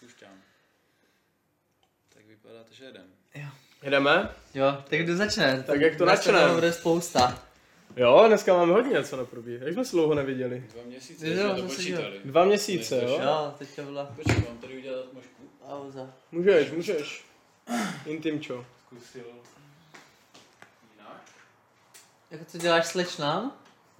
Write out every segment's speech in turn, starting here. Pušťám. Tak vypadá to, že jedem. Jedeme? Jo, tak kdo začne? Tak jak to Dneska začneme? toho bude spousta. Jo, dneska máme hodně co na probí. Jak jsme se dlouho neviděli? Dva měsíce, Jo, že jo, to zase počítali. Dva měsíce, Nechceš, jo? Jo, teď to byla Počkej, mám tady udělat možku. pauza. Můžeš, můžeš. Intimčo. Zkusil. Jinak. Jako co děláš slečnám?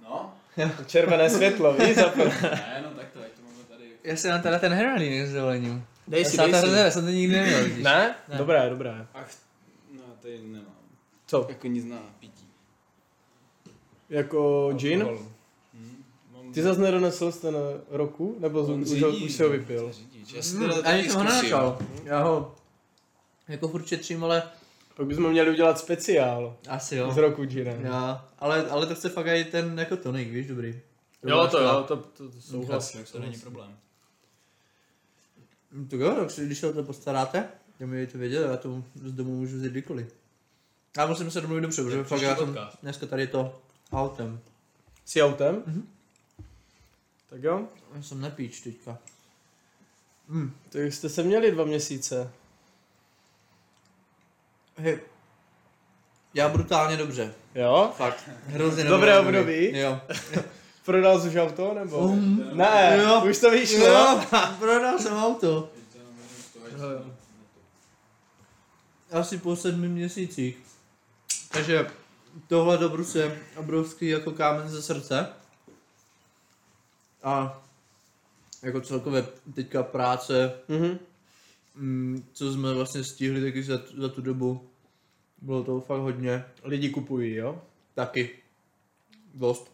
No, Červené světlo, víš? zapr- ne, no tak to, ať to máme tady. Já si mám teda ten heroin s dovolením. Dej já si, dej jsem to si. hrozně- já jsem to nikdy neměl, vidíš. Ne? Ne. Dobré, dobré. Ach, no tady nemám. Co? Jako nic na pití. Jako gin? Hm? Mám Ty zase nedonesl jsi ten roku? Nebo z, On už, ho- řídí, už se ho no, vypil? to řidič. Já si Hmm, teda ani taky jsem ho zkusím. nenačal. Já ho jako furt četřím, ale Pak bychom měli udělat speciál asi z jo. roku ginem. Jo, ale, ale to chce fakt i ten jako tonik, víš, dobrý. to, to, to Tak To není problém. Hmm, Tak jo, tak si, když se o to postaráte, já mi to věděl, já to z domu můžu vzít kdykoliv. Já musím se domluvit dobře, protože Tak fakt já příští jsem podcast. dneska tady to autem. S autem? Tak jo. Já jsem nepíč teďka. Hmm, Tak jste se měli dva měsíce. Hej, já brutálně dobře, Jo? fakt. Hrozně Dobré dobře. období. Jo. Prodal jsi už auto nebo? Um, Ne, Jo. už to vyšlo. jo, prodal jsem auto. Teď to jenom můžu z toho, že Jo, jo. jsem- Asi po sedmi měsících. Takže tohle do Bruse obrovský jako kámen ze srdce. A jako celkově teďka práce, Mhm. mm, co jsme vlastně stihli taky za, za tu dobu. Bylo toho fakt hodně. Lidi kupují, jo? Taky. Dost.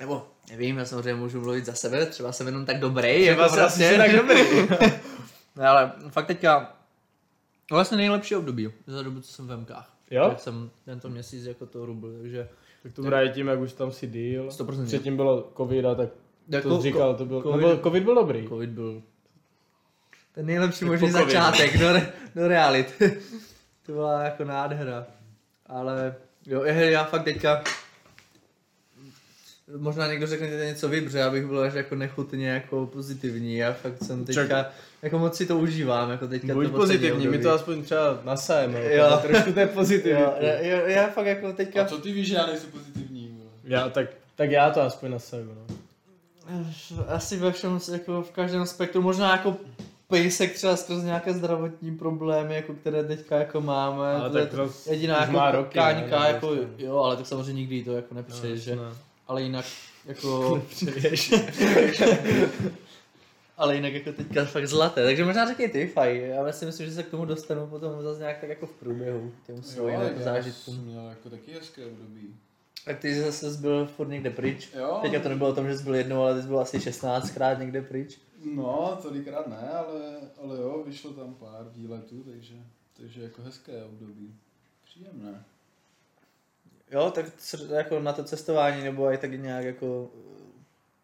Nebo nevím, já samozřejmě můžu mluvit za sebe, třeba jsem jenom tak dobrý. Třeba jako se Vlastně asi jsi tak dobrý. Ne, ale fakt teďka vlastně nejlepší období za dobu, co jsem v MKách. Jo? Tak jsem tento měsíc jako to rubl, takže tak to bude tím, jak už tam si díl. 100%. Předtím bylo covid a tak Jako to jsi říkal, to byl, covid, nebo covid byl dobrý. covid byl ten nejlepší možný po covidu. začátek do, re, do realit. to byla jako nádhera. Ale jo, hele, já fakt teďka možná někdo řekne že to je něco vy, protože já bych byl až jako nechutně jako pozitivní. Já fakt jsem teďka, jako moc si to užívám, jako teďka to Buď poslední pozitivní, my období. to aspoň třeba jako nasajeme. Jo. Jo. Trošku to je pozitivní. Jo, já, já, já fakt jako teďka... A co ty víš, že já nejsem pozitivní, vole? Já, tak, tak já to aspoň nasaju, no. Asi ve všem, jako v každém spektru, možná jako pejsek třeba skrz nějaké zdravotní problémy, jako které teďka jako máme. Ale to je tak to zas jediná už jako má roky, ne, No, káňka, na jako, druhou stranu. jo, ale tak samozřejmě nikdy to jako nepřeješ, že? Ne. Ale jinak, jako, ale jinak jako teďka fakt zlaté, takže možná řekni ty, faj, já si myslím, že se k tomu dostanu potom zase nějak tak jako v průběhu, k těm svým ale jako já zážitkům. jsem měl jako taky hezké období. A ty zase jsi byl furt někde pryč. Jo. Teďka to nebylo o tom, že jsi byl jednou, ale ty jsi byl asi 16krát někde pryč. No, tolikrát ne, ale, ale jo, vyšlo tam pár výletů, takže, takže jako hezké období. Příjemné. Jo, tak s- jako na to cestování nebo i taky nějak jako eh,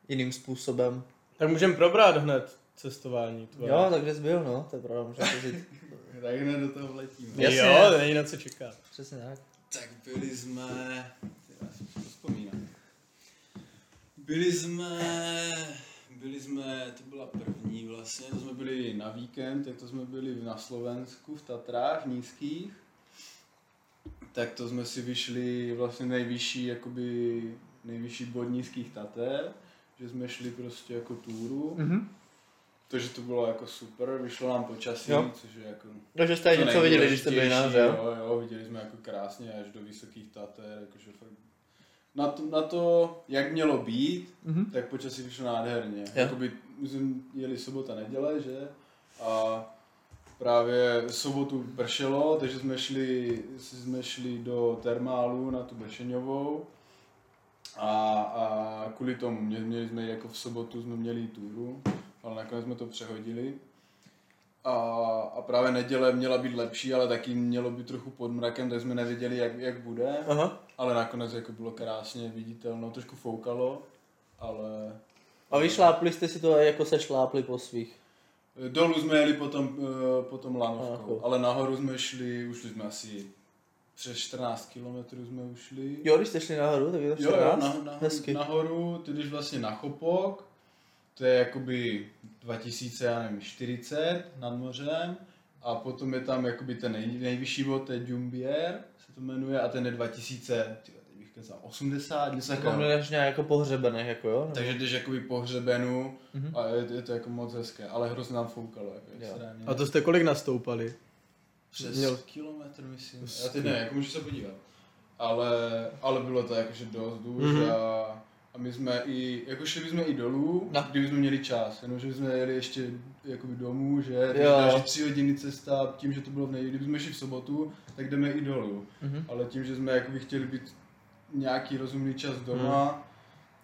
jiným způsobem. tak můžeme probrat hned cestování tvoje. Jo, tak kde jsi byl, no, to je pravda, můžu to říct. Tak hned do toho vletíme. jasně. jo, není na co čekat. Přesně tak. Tak byli jsme... ty, Já si to vzpomínám. Byli jsme... Byli jsme, to byla první vlastně, to jsme byli na víkend, tak to jsme byli na Slovensku v Tatrách nízkých. Tak to jsme si vyšli vlastně nejvyšší, jakoby nejvyšší bod nízkých Tater, že jsme šli prostě jako túru. Mhm. Takže to bylo jako super, vyšlo nám počasí, Jo. což je jako Takže jste co něco viděli, když jste byli na nejdůležitější, jo? jo, jo, viděli jsme jako krásně až do Vysokých Tater, jakože fakt na to, na to, jak mělo být, Mhm. tak počasí vyšlo nádherně. Jo. Jakoby my jsme jeli sobota, neděle, že? A právě v sobotu pršelo, takže jsme šli, jsme šli do termálu na tu Bešeňovou. A, a kvůli tomu, mě, měli jsme jako v sobotu jsme měli túru, ale nakonec jsme to přehodili. A, a právě neděle měla být lepší, ale taky mělo být trochu pod mrakem, tak jsme nevěděli, jak, jak bude. Aha. Ale nakonec jako bylo krásně viditelno, trošku foukalo, ale, A vy šlápli jste si to jako se šlápli po svých. Dolů jsme jeli potom, eh, potom lanovkou, Lanovkou. ale nahoru jsme šli, ušli jsme asi přes 14 kilometrů jsme ušli. Jo, když jste šli nahoru, tak je to jo, 14. jo naho- naho- Hezky. nahoru, ty jdeš vlastně na Chopok, to je jakoby 2000, já nevím, 40 nad mořem a potom je tam jakoby ten nej, nejvyšší bod, to je Djumbier, se to jmenuje, a ten je 2000, ty, teď bych kecal, 80, něco Jako takového. měl nějak jako pohřebených, jako jo? Takže jdeš jakoby po hřebenu Mhm. a je, je to jako moc hezké, ale hrozně nám foukalo, jako Jo. extrémně. A to jste kolik nastoupali? Přes Měl- kilometr, myslím. Přes Já teď ne, jako můžu se podívat. Ale, ale bylo to jakože dost důž mm-hmm. Mhm. a, a, my jsme i, jako šli bychom i dolů, no. No. kdyby jsme měli čas, jenomže jsme jeli ještě jakoby domů, že Jo. jo. že tři hodiny cesta, tím, že to bylo v neděli, kdyby jsme šli v sobotu, tak jdeme i dolů. Mhm. Ale tím, že jsme jakoby chtěli být nějaký rozumný čas doma,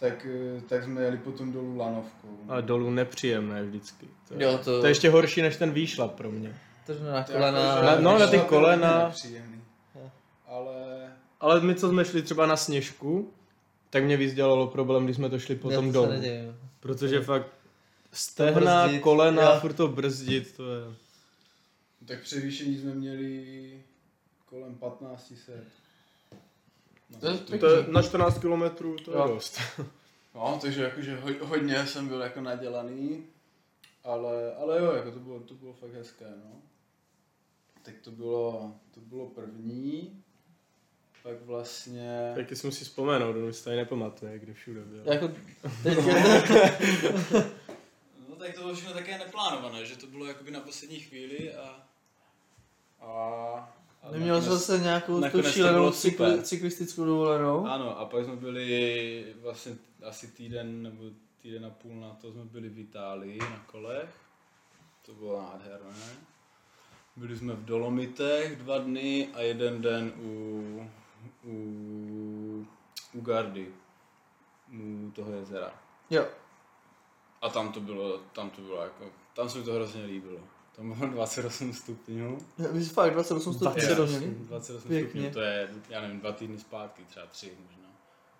tak, eh, tak jsme jeli potom dolů lanovkou. Ale dolů nepříjemné vždycky. To je, Jo, to, to je ještě horší než ten výšlap pro mě. To jsme na To jako, kolena. jakože- Na- no, na ty to je kolena. nepříjemný. Jo. Ale Ale my, co jsme šli třeba na sněžku, tak mě víc dělalo problém, když jsme to šli potom Ne, to se dolů. neděje. Protože fakt stehna, brzdit, kolena, jo. furt to brzdit, to je... Tak převýšení jsme měli kolem 1500. No, To to- je pěkný. to je na 14 kilometrů to je Jo. dost. no, takže jakože ho- hodně jsem byl jako nadělaný, ale, ale jo, jako to bylo, to bylo fakt hezké, no. Tak to bylo, to bylo první, pak vlastně... Taky si musí vzpomenout, on už si tady nepamatuje, kde všude byl. jako, teď, No tak to bylo všechno také neplánované, že to bylo jakoby na poslední chvíli a... A... a Neměl jsi nakonec- zase nějakou tu nakonec to šílenou bylo super. cykli, cyklistickou dovolenou? Ano, a pak jsme byli vlastně asi týden nebo týden a půl na to jsme byli v Itálii na kolech. To bylo nádherné. Byli jsme v Dolomitech dva dny a jeden den u, u, u Gardy, u toho jezera. Jo. A tam to bylo, tam to bylo jako, tam se mi to hrozně líbilo. Tam bylo 28 stupňů. Vy jste fakt 28 stupňů se doměli? 28 Pěkně. stupňů, to je, já nevím, dva týdny zpátky, třeba tři možná.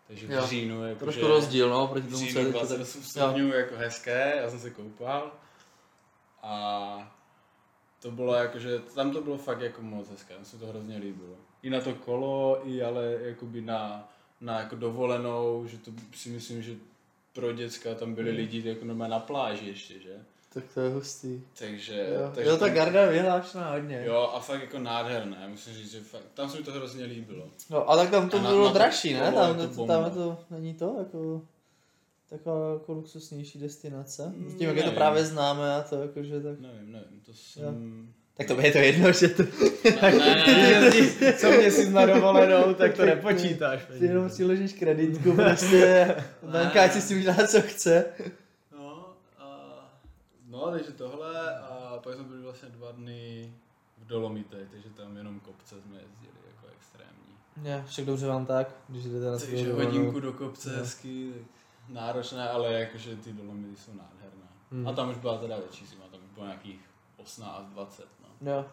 Takže Jo. v říjnu je Trošku rozdíl, no, proti v tomu, co říjnu je teďka tady. 28 stupňů, jako hezké, já jsem se koupal. A to bylo jako, že tam to bylo fakt jako moc hezké, mně se to hrozně líbilo. I na to kolo, i ale jakoby na, na jako dovolenou, že to si myslím, že pro děcka tam byli Hmm. lidi jako normálně na pláži ještě, že? Tak to je hustý. Takže, Jo, takže jo ta tam- garda je vyhlášená hodně. Jo, a fakt jako nádherné, musím říct, že fakt, tam se mi to hrozně líbilo. No a tak tam to A na- bylo na to dražší, ne? kolo je Tam to to, bomba. tam je to není to jako taková jako luxusnější destinace. Mm, Tím, jak je to nevím. právě známe a to jakože tak... Nevím, nevím, to jsem... Tak to je to jedno, že to Ne, ne, Co mě si na dovolenou, tak to nepočítáš. ty jenom si ležíš kreditku prostě. Bankáč si s tím dělá, co chce. No, a, no, takže tohle a pak jsme byli vlastně dva dny v Dolomitech, takže tam jenom kopce jsme jezdili jako extrémní. Ne, však dobře vám tak, když jdete na Takže svou hodinku do kopce No. hezky, tak náročné, ale jakože ty Dolomity jsou nádherné. Hmm. A tam už byla teda větší zima, tam už bylo nějakých 18, 20, no. Jo.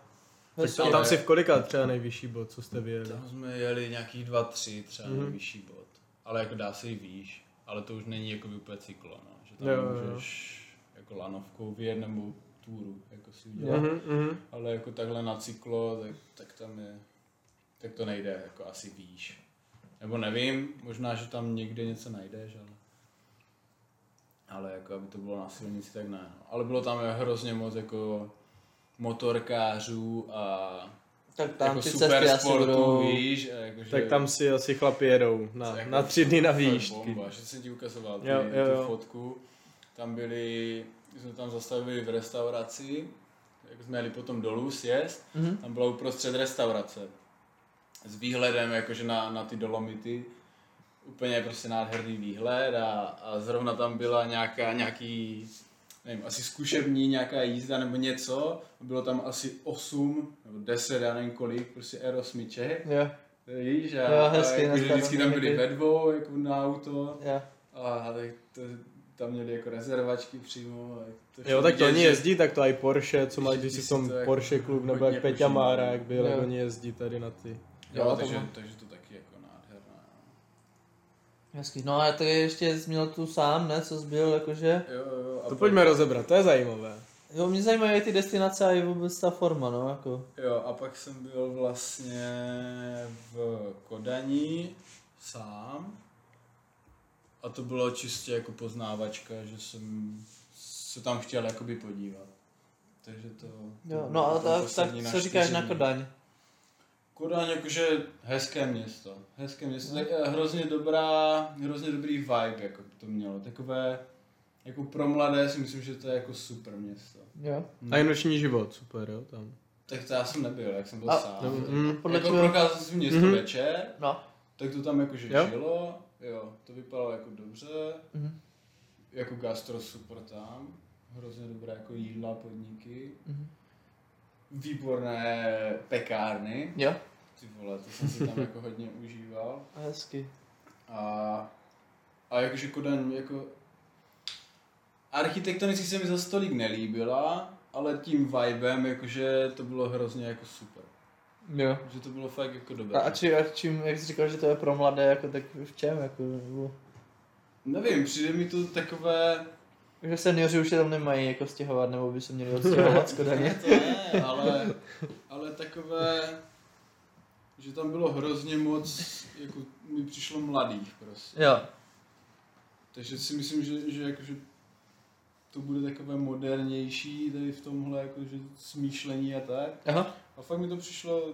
A tam si v kolika třeba nejvyšší bod, co jste vyjeli? Tam jsme jeli nějakých 2-3 třeba Mhm. mm-hmm. nejvyšší bod. Ale jako dá se i výš, ale to už není jako úplně cyklo, no. Že tam Jo, jo, jo. můžeš jako lanovkou vyjet nebo túru jako si udělat. Mhm, mhm. Ale jako takhle na cyklo, tak, tak tam je, tak to nejde jako asi výš. Nebo nevím, možná, že tam někde něco najdeš, ale... Ale jako, aby to bylo na silnici, tak ne. no. Ale bylo tam hrozně moc jako motorkářů a Tak tam jako ty cesty asi supersportů, budou... víš, a jako, Tak že- tam si asi chlapi jedou na, to je jako na tři dny na to je výšky. Bomba, že jsem ti ukazoval ty, Jo, jo, tu jo. fotku. Tam byli, my jsme tam zastavili v restauraci, jak jsme jeli potom dolů sjezd, Mhm. tam byla uprostřed restaurace. S výhledem jakože na, na ty dolomity. Úplně prostě nádherný výhled a, a zrovna tam byla nějaká, nějaký nevím, asi zkušební nějaká jízda nebo něco. Bylo tam asi 8 nebo 10, já nevím kolik, prostě aerosmiček. Jo, Víš, a, Jo, No, hezky, a No jako, že dneska vždycky to tam měli byli být. ve dvou, jako na auto, jo. a tak to, tam měli jako rezervačky přímo. a To Jo, tak to vidět, oni že- jezdí, tak to i Porsche, co mají, že když ti si v si tom to jako Porsche klub, nebo hodně jak Peťa užívá. Mára, jak byl, jak Jo. oni jezdí tady na ty. Jo, Jo, takže, to má. takže to taky jako nádherné. no. Hezký. No a ty ještě jsi měl tu sám, ne, co jsi byl, jakože... Jo, jo, a To pak- pojďme rozebrat, to je zajímavé. Jo, mě zajímají ty destinace a i vůbec ta forma, no, jako. Jo, a pak jsem byl vlastně v Kodani sám. A to bylo čistě jako poznávačka, že jsem se tam chtěl jakoby podívat. Takže to... to Jo, bylo no a potom tak, tak poslední co říkáš čtyři na dny. Kodaň? Kodaň jakože hezké město. Hezké město, tak eh, hrozně dobrá, hrozně dobrý vibe jako to mělo. Takové, jako pro mladé si myslím, že to je jako super město. Jo. A i noční život, super, jo, tam. Tak to já jsem nebyl, jak jsem byl A- sám. Mm, Podle Podle jako čeho- procházel jsem město Mhm. mm-hmm. večer, No. tak to tam jakože Jo. jo? žilo, jo, to vypadalo jako dobře, Mhm. jako gastro super tam, hrozně dobré jako jídla, podniky, Mhm. výborné pekárny, Jo. ty vole, to jsem si tam jako hodně užíval Hezky. a, a jakože Kodaň jako architektonicky se mi za stolik nelíbila, ale tím vibem jakože to bylo hrozně jako super, Jo. že to bylo fakt jako dobré. A, a, či, a čím, jak jsi říkal, že to je pro mladé, jako tak v čem, jako, nebo, Nevím, přijde mi to takové... že seniori už se tam nemají jako stěhovat, nebo by se měli odstěhovat z Kodaně. Ne, to ne, ale, ale takové, že tam bylo hrozně moc, jako mi přišlo mladých prostě. Jo, Takže si myslím, že, že, jako, že to bude takové modernější tady v tomhle jako, že smýšlení a tak. aha, A fakt mi to přišlo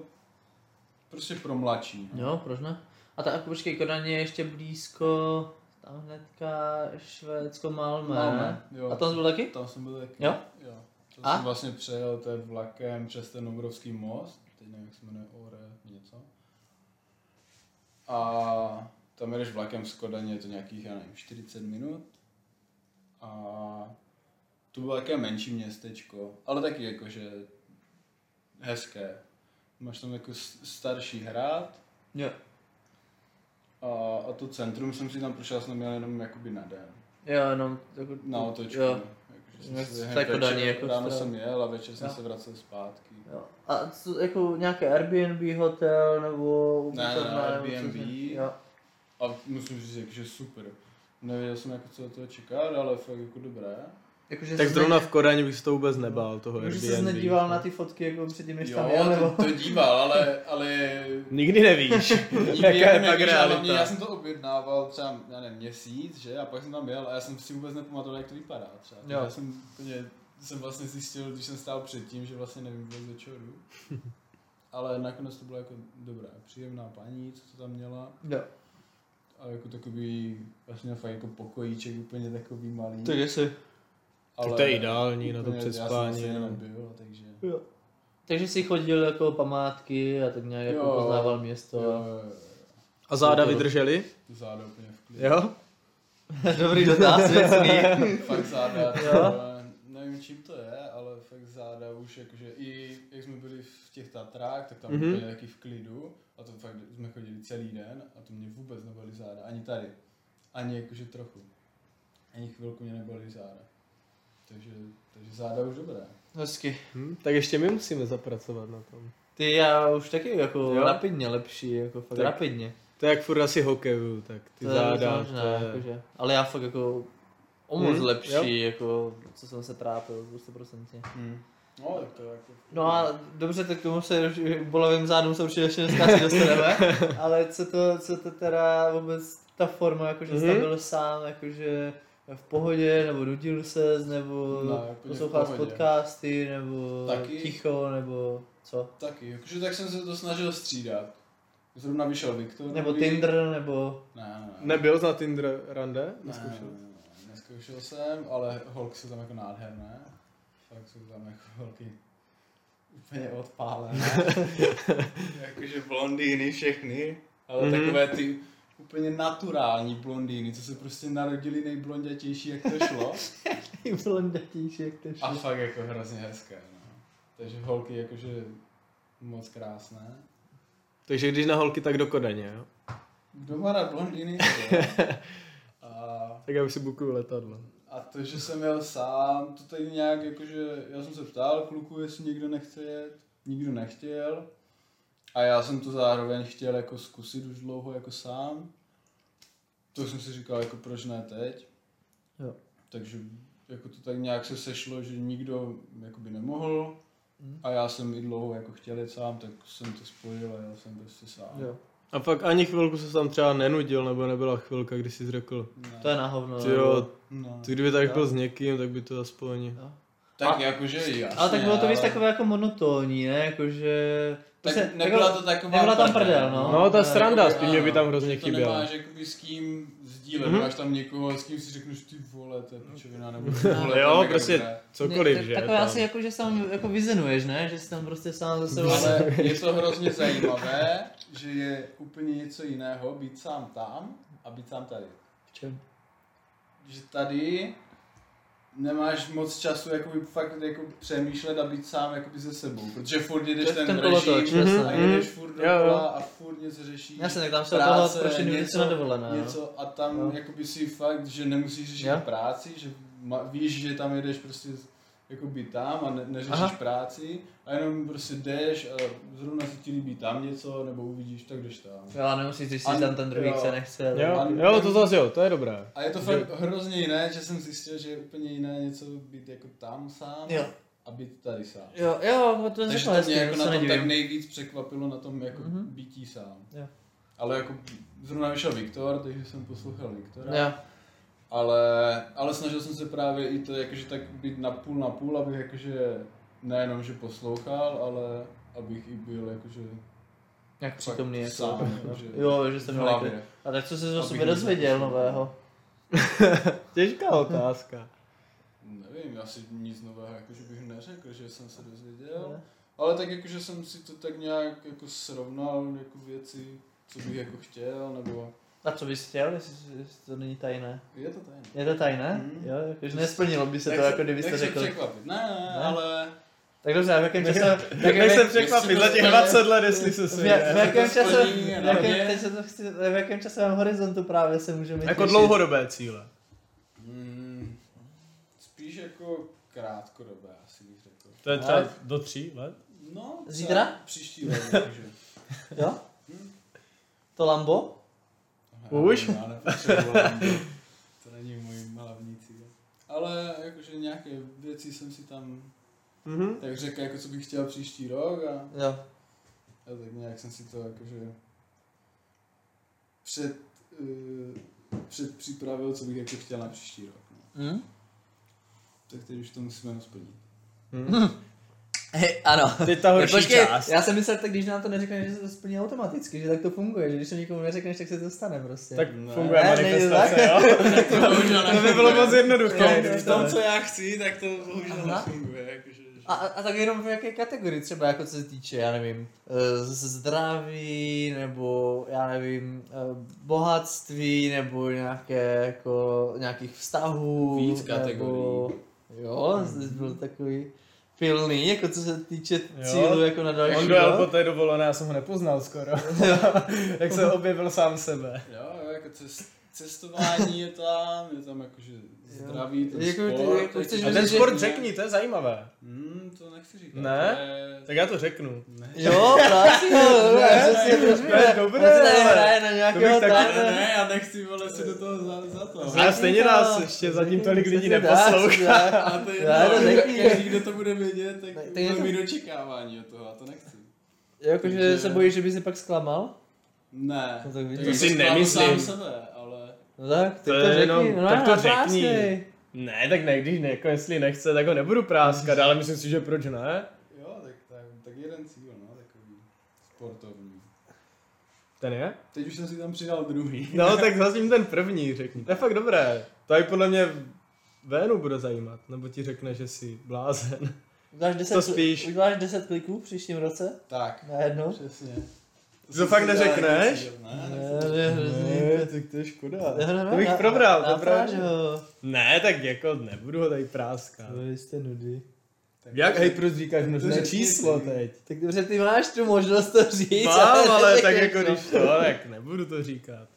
prostě pro mladší. no. jo, proč ne? A tak počkej, Kodaň je ještě blízko, tam hnedka Švédsko Malmö. Malmö, ne? No, jo. A tam jsi byl taky? Tam jsem byl taky. Jo? jo. To A? jsem vlastně přejel to je vlakem přes ten obrovský most, teď nevím, jak se jmenuje, Ore, něco. A tam jedeš vlakem z Kodaně, je to nějakých, já nevím, 40 minut. A to bylo také menší městečko, ale taky jakože hezké. Máš tam jako s- starší hrad Jo. a, a to centrum jsem si tam prošel, jsem měl jenom jakoby na den Jo, no, jako, na otočku. no. Jo. Jakože jsem Jak si v během té Kodani, večer- jako ráno v té- jsem jel a večer jsem Jo. se vracel zpátky. Jo. A co, jako nějaké Airbnb hotel, nebo... Ne, ne, ubytovna, nebo co Airbnb. jsi- Jo. A musím říct, jako, že super. Nevěděl jsem, jako, co od toho čekat, ale fakt jako dobré. Jakože Tak jsi zrovna v Kodani bych se to vůbec nebál, toho Můžu Airbnb. no. se nedíval na ty fotky jako předtím, než tam jel, jo, nebo... to, to díval, ale, ale Nikdy nevíš, nikdy jaká jako je pak nevíš, a hlavně já realita. jsem to objednával třeba, já nevím, měsíc, že? A pak jsem tam jel a já jsem si vůbec nepamatoval, jak to vypadá třeba. Jo. Já jsem, úplně, jsem vlastně zjistil, když jsem stál předtím, že vlastně nevím vůbec, do čeho jdu. Ale nakonec to bylo jako dobré, příjemná paní, co to tam měla. Jo. A jako takový, vlastně fakt jako pokojíček úplně takový malý. Tak jestli. ale To je ideální na to úplně- Já přespání. no. jsem vlastně nebyl, takže... Takže jsi chodil jako památky a tak nějak jako Jo. poznával To... město. Jo, jo, jo. A záda To- vydrželi? Ty Záda úplně v klidu. Jo? Dobrý dotaz, věcný. Fakt záda, Jo. ale nevím čím to je, ale fakt záda už jakože i jak jsme byli v těch Tatrách, tak tam Mhm. mm-hmm. byli taky v klidu a to fakt jsme chodili celý den a to mě vůbec nebyly záda, ani tady, ani jakože trochu, ani chvilku mě nebyly záda. Takže, takže záda už dobré. Hezky. Hm? Tak ještě my musíme zapracovat na tom. Ty já už taky jako Jo. rapidně lepší, jako fakt Tak. rapidně. To je jak furt asi hokeju, tak ty To je záda, možná, to je... jakože. Ale já fakt jako o moc Hm? Hmm, lepší, jo. jako co jsem se trápil, prostě procentně. Hmm. No, tak to je jako... No a dobře, tak k tomu se už- k bolavým zádům se určitě ještě dneska asi dostaneme, ale co to, co to teda vůbec ta forma, jakože jsi tam Mhm. byl sám, jakože v pohodě, nebo nudil ses, nebo Ne, No, úplně v posloucháš pohodě. podcasty, nebo Taky. ticho, nebo co? Taky, jakože tak jsem se to snažil střídat. Zrovna vyšel Viktor. Nebo nový. Tinder, nebo... Ne, ne, ne. Nebyl jsi na Tinder rande? Neskoušel? Neskoušel? Neskoušel jsem, ale holky jsou tam jako nádherné. Fakt jsou tam jako holky úplně odpálené. Jakože blondýny všechny, ale Mhm. mm-hmm. takové ty úplně naturální blondýny, co se prostě narodili nejblondětější, jak to šlo. I blondatíš, jak to A šlo. fakt jako hrozně hezké, no. Takže holky jakože moc krásné. Takže když na holky, tak do Kodaně, jo? Kdo má rád blondýny? jo. A Tak já už si bukuju letadlo. A to, že jsem jel sám, to tady nějak jakože, já jsem se ptal kluku, jestli někdo nechce jet, nikdo nechtěl. A já jsem to zároveň chtěl jako zkusit už dlouho jako sám. to jsem si říkal, jako proč ne teď. Jo. Takže jako to tak nějak se sešlo, že nikdo jakoby nemohl Mm. a já jsem i dlouho jako chtěl jet sám, tak jsem to spojil a jel jsem prostě sám. Jo. A pak ani chvilku se tam třeba nenudil, nebo nebyla chvilka, kdy jsi řekl, Ne. To je na hovno. ty jo, No. ty kdyby tak Jo. byl s někým, tak by to aspoň... Jo. Tak jakože jasně, Ale tak bylo to víc ale- takové jako monotónní, ne? Jakože... Tak nebyla to taková... jako nebyla tam parta, prdel, no. No, ta Ne, sranda, jakoby spíš mě by ano, tam hrozně To chyběla. nemáš jakoby s kým sdílet, Mhm. mm-hmm. máš tam někoho, s kým si řekneš ty vole, to je pičovina, nebo Mhm. ty Jo, vole, to je mega prostě- dobré." Cokoliv, tak- že? Takové tam. asi jako, že se tam jako vyzenuješ, ne? Že si tam prostě sám zase... Ale je to hrozně zajímavé, že je úplně něco jiného být sám tam a být sám tady. V čem? Že tady nemáš moc času jakoby fakt jako přemýšlet a být sám jakoby se sebou, protože furt jedeš To- ten, ten ten kolotoč, režim jasně. a jedeš furt Mhm. Jo, jo. dokola a furt něco řešíš. Já se tak tam se do toho Práce, prošli něco něco- na dovolené. no. něco a tam Jo. no. jakoby si fakt, že nemusíš řešit Jo. jo? práci, že ma, víš, že tam jedeš prostě z- jakoby tam a ne, neřešíš Aha. Aha. práci a jenom prostě jdeš a zrovna se ti líbí tam něco nebo uvidíš, tak jdeš tam. Jo, nemusíš řešit, An- tam ten druhý jo. chce, nechce. Jo, jo, to zase jo, to je dobré. A je to fakt hrozně jiné, že jsem zjistil, že je úplně jiné něco být jako tam sám Jo, a být tady sám. jo, jo, no to je Takže řekla to mě hezky, jako to na se tom tak nedivím. nejvíc překvapilo na tom jako Mhm. mm-hmm. bytí sám. Jo. Ale jako zrovna vyšel Viktor, takže jsem poslouchal Viktora. Jo, Ale, ale snažil jsem se právě i to jakože tak být na půl na půl, abych jakože nejenom, že poslouchal, ale abych i byl jakože nějak fakt přítomný. Jako. sám, jakože Jo, že jsem v měl jako- hlavě. A tak co jsi o Abych sobě dozvěděl nezapočal. nového? Těžká otázka. Nevím, já si nic nového jakože bych neřekl, že jsem se dozvěděl, Ne? ale tak jakože jsem si to tak nějak jako srovnal jako věci, co bych jako chtěl, nebo A co bys chtěl, jestli jestli to není tajné? je to tajné. Je to tajné? Mhm. Jo, jakože nesplnilo by se Jak to, jako kdybyste jak se řekl. překvapit? Ne, ne, Ne? ne, ale Tak dobře, a v jakém čase... v Tak jakém- nech se jak- překvapit, za těch 20 let, jestli se v, svěděl. jak- v jakém to čase, splní, v ano, jakém, ne? teď se to chci, v jakém časovém horizontu právě se můžeme Jako těšit? dlouhodobé cíle. mm, spíš jako krátkodobé asi bych řekl. To je třeba do tří let? No, co? Zítra? Příští rok, takže. Jo? Hm. To Lambo? Už? Já nepotřebovám, to není můj hlavní cíl. Ale jakože nějaké věci jsem si tam Mhm. tak řekl, jako co bych chtěl příští rok a, Jo. a tak nějak jsem si to jakože před, uh, předpřipravil, co bych jako chtěl na příští rok. No. Hm? Tak teď už to musíme splnit. Hm. Hej, ano. Teď ta horší Počkej, část. já jsem myslel, tak když nám to neřekneš, že se to splní automaticky, že tak to funguje, že když to nikomu neřekneš, tak se to stane prostě. Tak Ne. funguje Ne, nejde manifestace, tak. jo? to To by bylo moc jednoduché. Ne, v tom, co já chci, tak to bohužel Aha. nefunguje. Jakože, že... A, a a tak jenom v jaké kategorii třeba, jako co se týče, já nevím, eh, z- zdraví, nebo já nevím, eh, bohatství, nebo nějaké, jako, nějakých vztahů. Víc Nebo, kategorií. jo, jsi byl takový pilný, jako co se týče Jo. cílu, jako na další On dojel po rok. té dovolené, já jsem ho nepoznal skoro. Jak se objevil sám sebe. Jo, jo, jako cest, cestování je tam, je tam jakože zdraví, ten Jako ty- sport. jako chceš A je- ten že- sport řekni, to je zajímavé. Hmm, to nechci říkat. Ne? To je... Tak já to řeknu. Ne. Jo, právě, jo, Ne, přesně, to je rozumíme. dobré, On se tady ale- hraje na bych nějakého taky- Ne, tajného- ne, já nechci, vole, se do toho za, za to. A stejně nás ještě zatím tolik lidí neposlouchá. A to je Já to jedno, nechci. každý, kdo to bude vědět, tak Tak- tak je bude to- mít očekávání od toho, a to nechci. Jakože Takže- se bojíš, že by se pak zklamal? Ne, No tak vidíš. To si jako zklamu nemyslím. Sám sebe, ale... No tak, tak To to, je to řekni, jenom- no, tak to naprásnej. řekni. Ne, tak ne, když ne, jako jestli nechce, tak ho nebudu práskat, ale myslím si, že proč ne? Jo, tak, tak, tak jeden cíl, no, takový sportovní. Ten je? Teď už jsem si tam přidal druhý. No, tak zatím ten první řekni. To je fakt dobré. To i podle mě Vénu bude zajímat, nebo ti řekne, že jsi blázen. Uděláš 10, To spíš. Uděláš 10 kliků v příštím roce? Tak, Najednou? přesně. To jsem fakt si dělal neřekneš? jako cíl, Ne, Ne, ne, to je hrozný. tak to je škoda. No, no, no, To bych na- probral, na- to napráž právě. ho. Ne, tak jako nebudu ho tady práskat. Vy jste nudy. tak- Jak, hej, proč říkáš množné řekni číslo ty. teď? Tak dobře, ty máš tu možnost to říct. Mám, ale tak neřekneš jako to. když to, tak nebudu to říkat.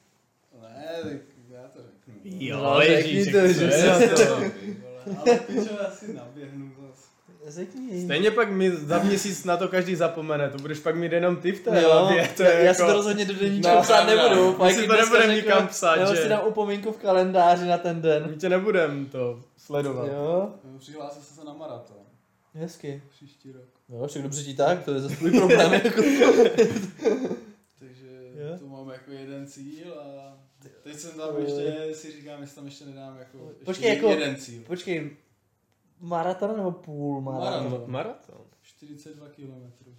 Ne, tak já to řeknu. Jo, No, Ježíšek, řekni to, co že je za se- to? Ty vole, Ale pičo, já si naběhnu zase. Řekni. Stejně pak mi za měsíc na to každý zapomene, to budeš pak mít jenom ty v té Jo, hlavě, to já, je já si jako... to rozhodně do deníčku No, psát pravda. nebudu. My si to nebudeme nikam psát, Nebo že? si dám upomínku v kalendáři na ten den. My tě nebudem to sledovat. Jo, Přihlásil jsem se na maraton hezky. příští rok. Jo, však dobře ti tak, to je zase tvůj problém. jako. Takže Jo. to mám jako jeden cíl a teď jsem Jo. tam ještě, si říkám, jestli tam ještě nedám jako ještě Počkej, jako- jeden cíl. Počkej, maraton nebo půl maraton? Maraton. Maraton. 42 kilometrů.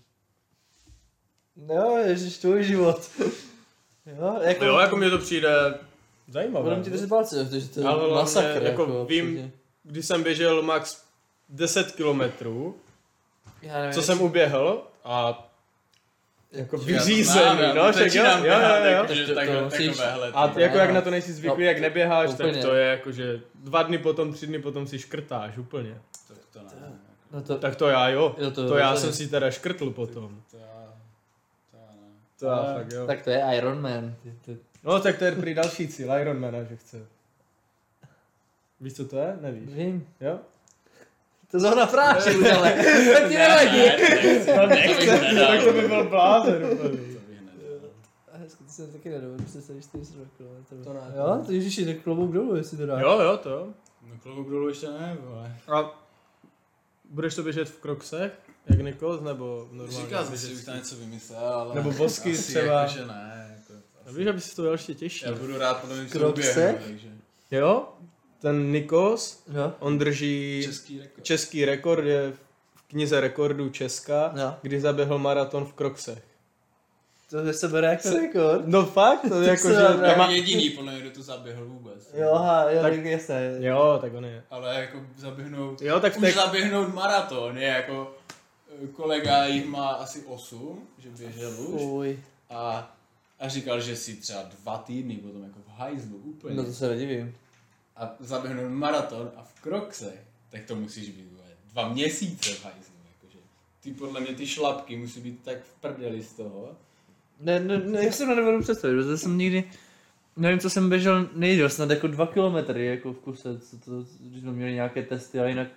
Jo, ježiš, tvůj život. Jo, jako... Jo, jako mě to přijde zajímavé. Budeme ti držet palce, protože to je Ale hlavně, masakr. jako vím- určitě. Když jsem běžel max 10 kilometrů, Já nevím, co jsem uběhl a jako Já vyřízený, no, však jo, jo, jo, jo. Takže To- tak, to musíš- takovéhle. A ty- ty jako jak na to nejsi zvyklý, No, jak neběháš, tak úplně. to je jako, že dva dny potom, tři dny potom si škrtáš úplně. Tak to ne. jako, No to, Tak to já jo, Jo, to- to já to- jsem si teda škrtl potom. To já, to já ne. To já Ale- fakt jo. tak to je Iron Man. Ty, ty. No tak to je prý další cíl Ironmana, že chce. Víš, co to je? Nevíš. Vím. Jo? To zrovna prášil, ale to ti nevadí. Tak to by byl blázen To úplně. bych nedal. Hezky, to jsem taky nedovedl, 440 km. To ne. Jo, to ježiši, tak klobouk dolů, jestli to dá. Jo, jo, to jo. No klobouk dolů ještě ne, vole. A budeš to běžet v kroksech? Jak Nikols, nebo normálně? Říkal jsem si, že běžecký? bych tam něco vymyslel, ale... Nebo bosky asi třeba. Jako, že ne, jako, A asi. víš, aby si to dal ještě těžší. Já budu rád potom, když to Krok uběhnu, se? takže... Jo? Ten Nikos, Jo. on drží Český rekord. český rekord, je v knize rekordů Česka, Jo. kdy zaběhl maraton v kroksech. To se bere jako rekord. No fakt, to je jako, že... se dá- Já Já má... mám jediný, podle mě, kdo to zaběhl vůbec. Jo, ha, jo, Tak- tak jasné. Jo, tak on je. Ale jako zaběhnout... Jo, tak v té Už zaběhnout maraton je jako... eh, Kolega jich má asi 8, že běžel už. Fuj. A, a říkal, že si třeba dva týdny potom jako v hajzlu úplně. No to se nedivím. A zaběhnout maraton a v krokse, tak to musíš být vole, dva měsíce v hajzlu. Jakože. Ty podle mě ty šlapky musí být tak v prdeli z toho. Ne, ne, ne, já jsem to nedovedu představit, protože jsem nikdy, nevím, co jsem běžel nejdel, snad jako dva kilometry jako v kuse, co to, když jsme měli nějaké testy, ale jinak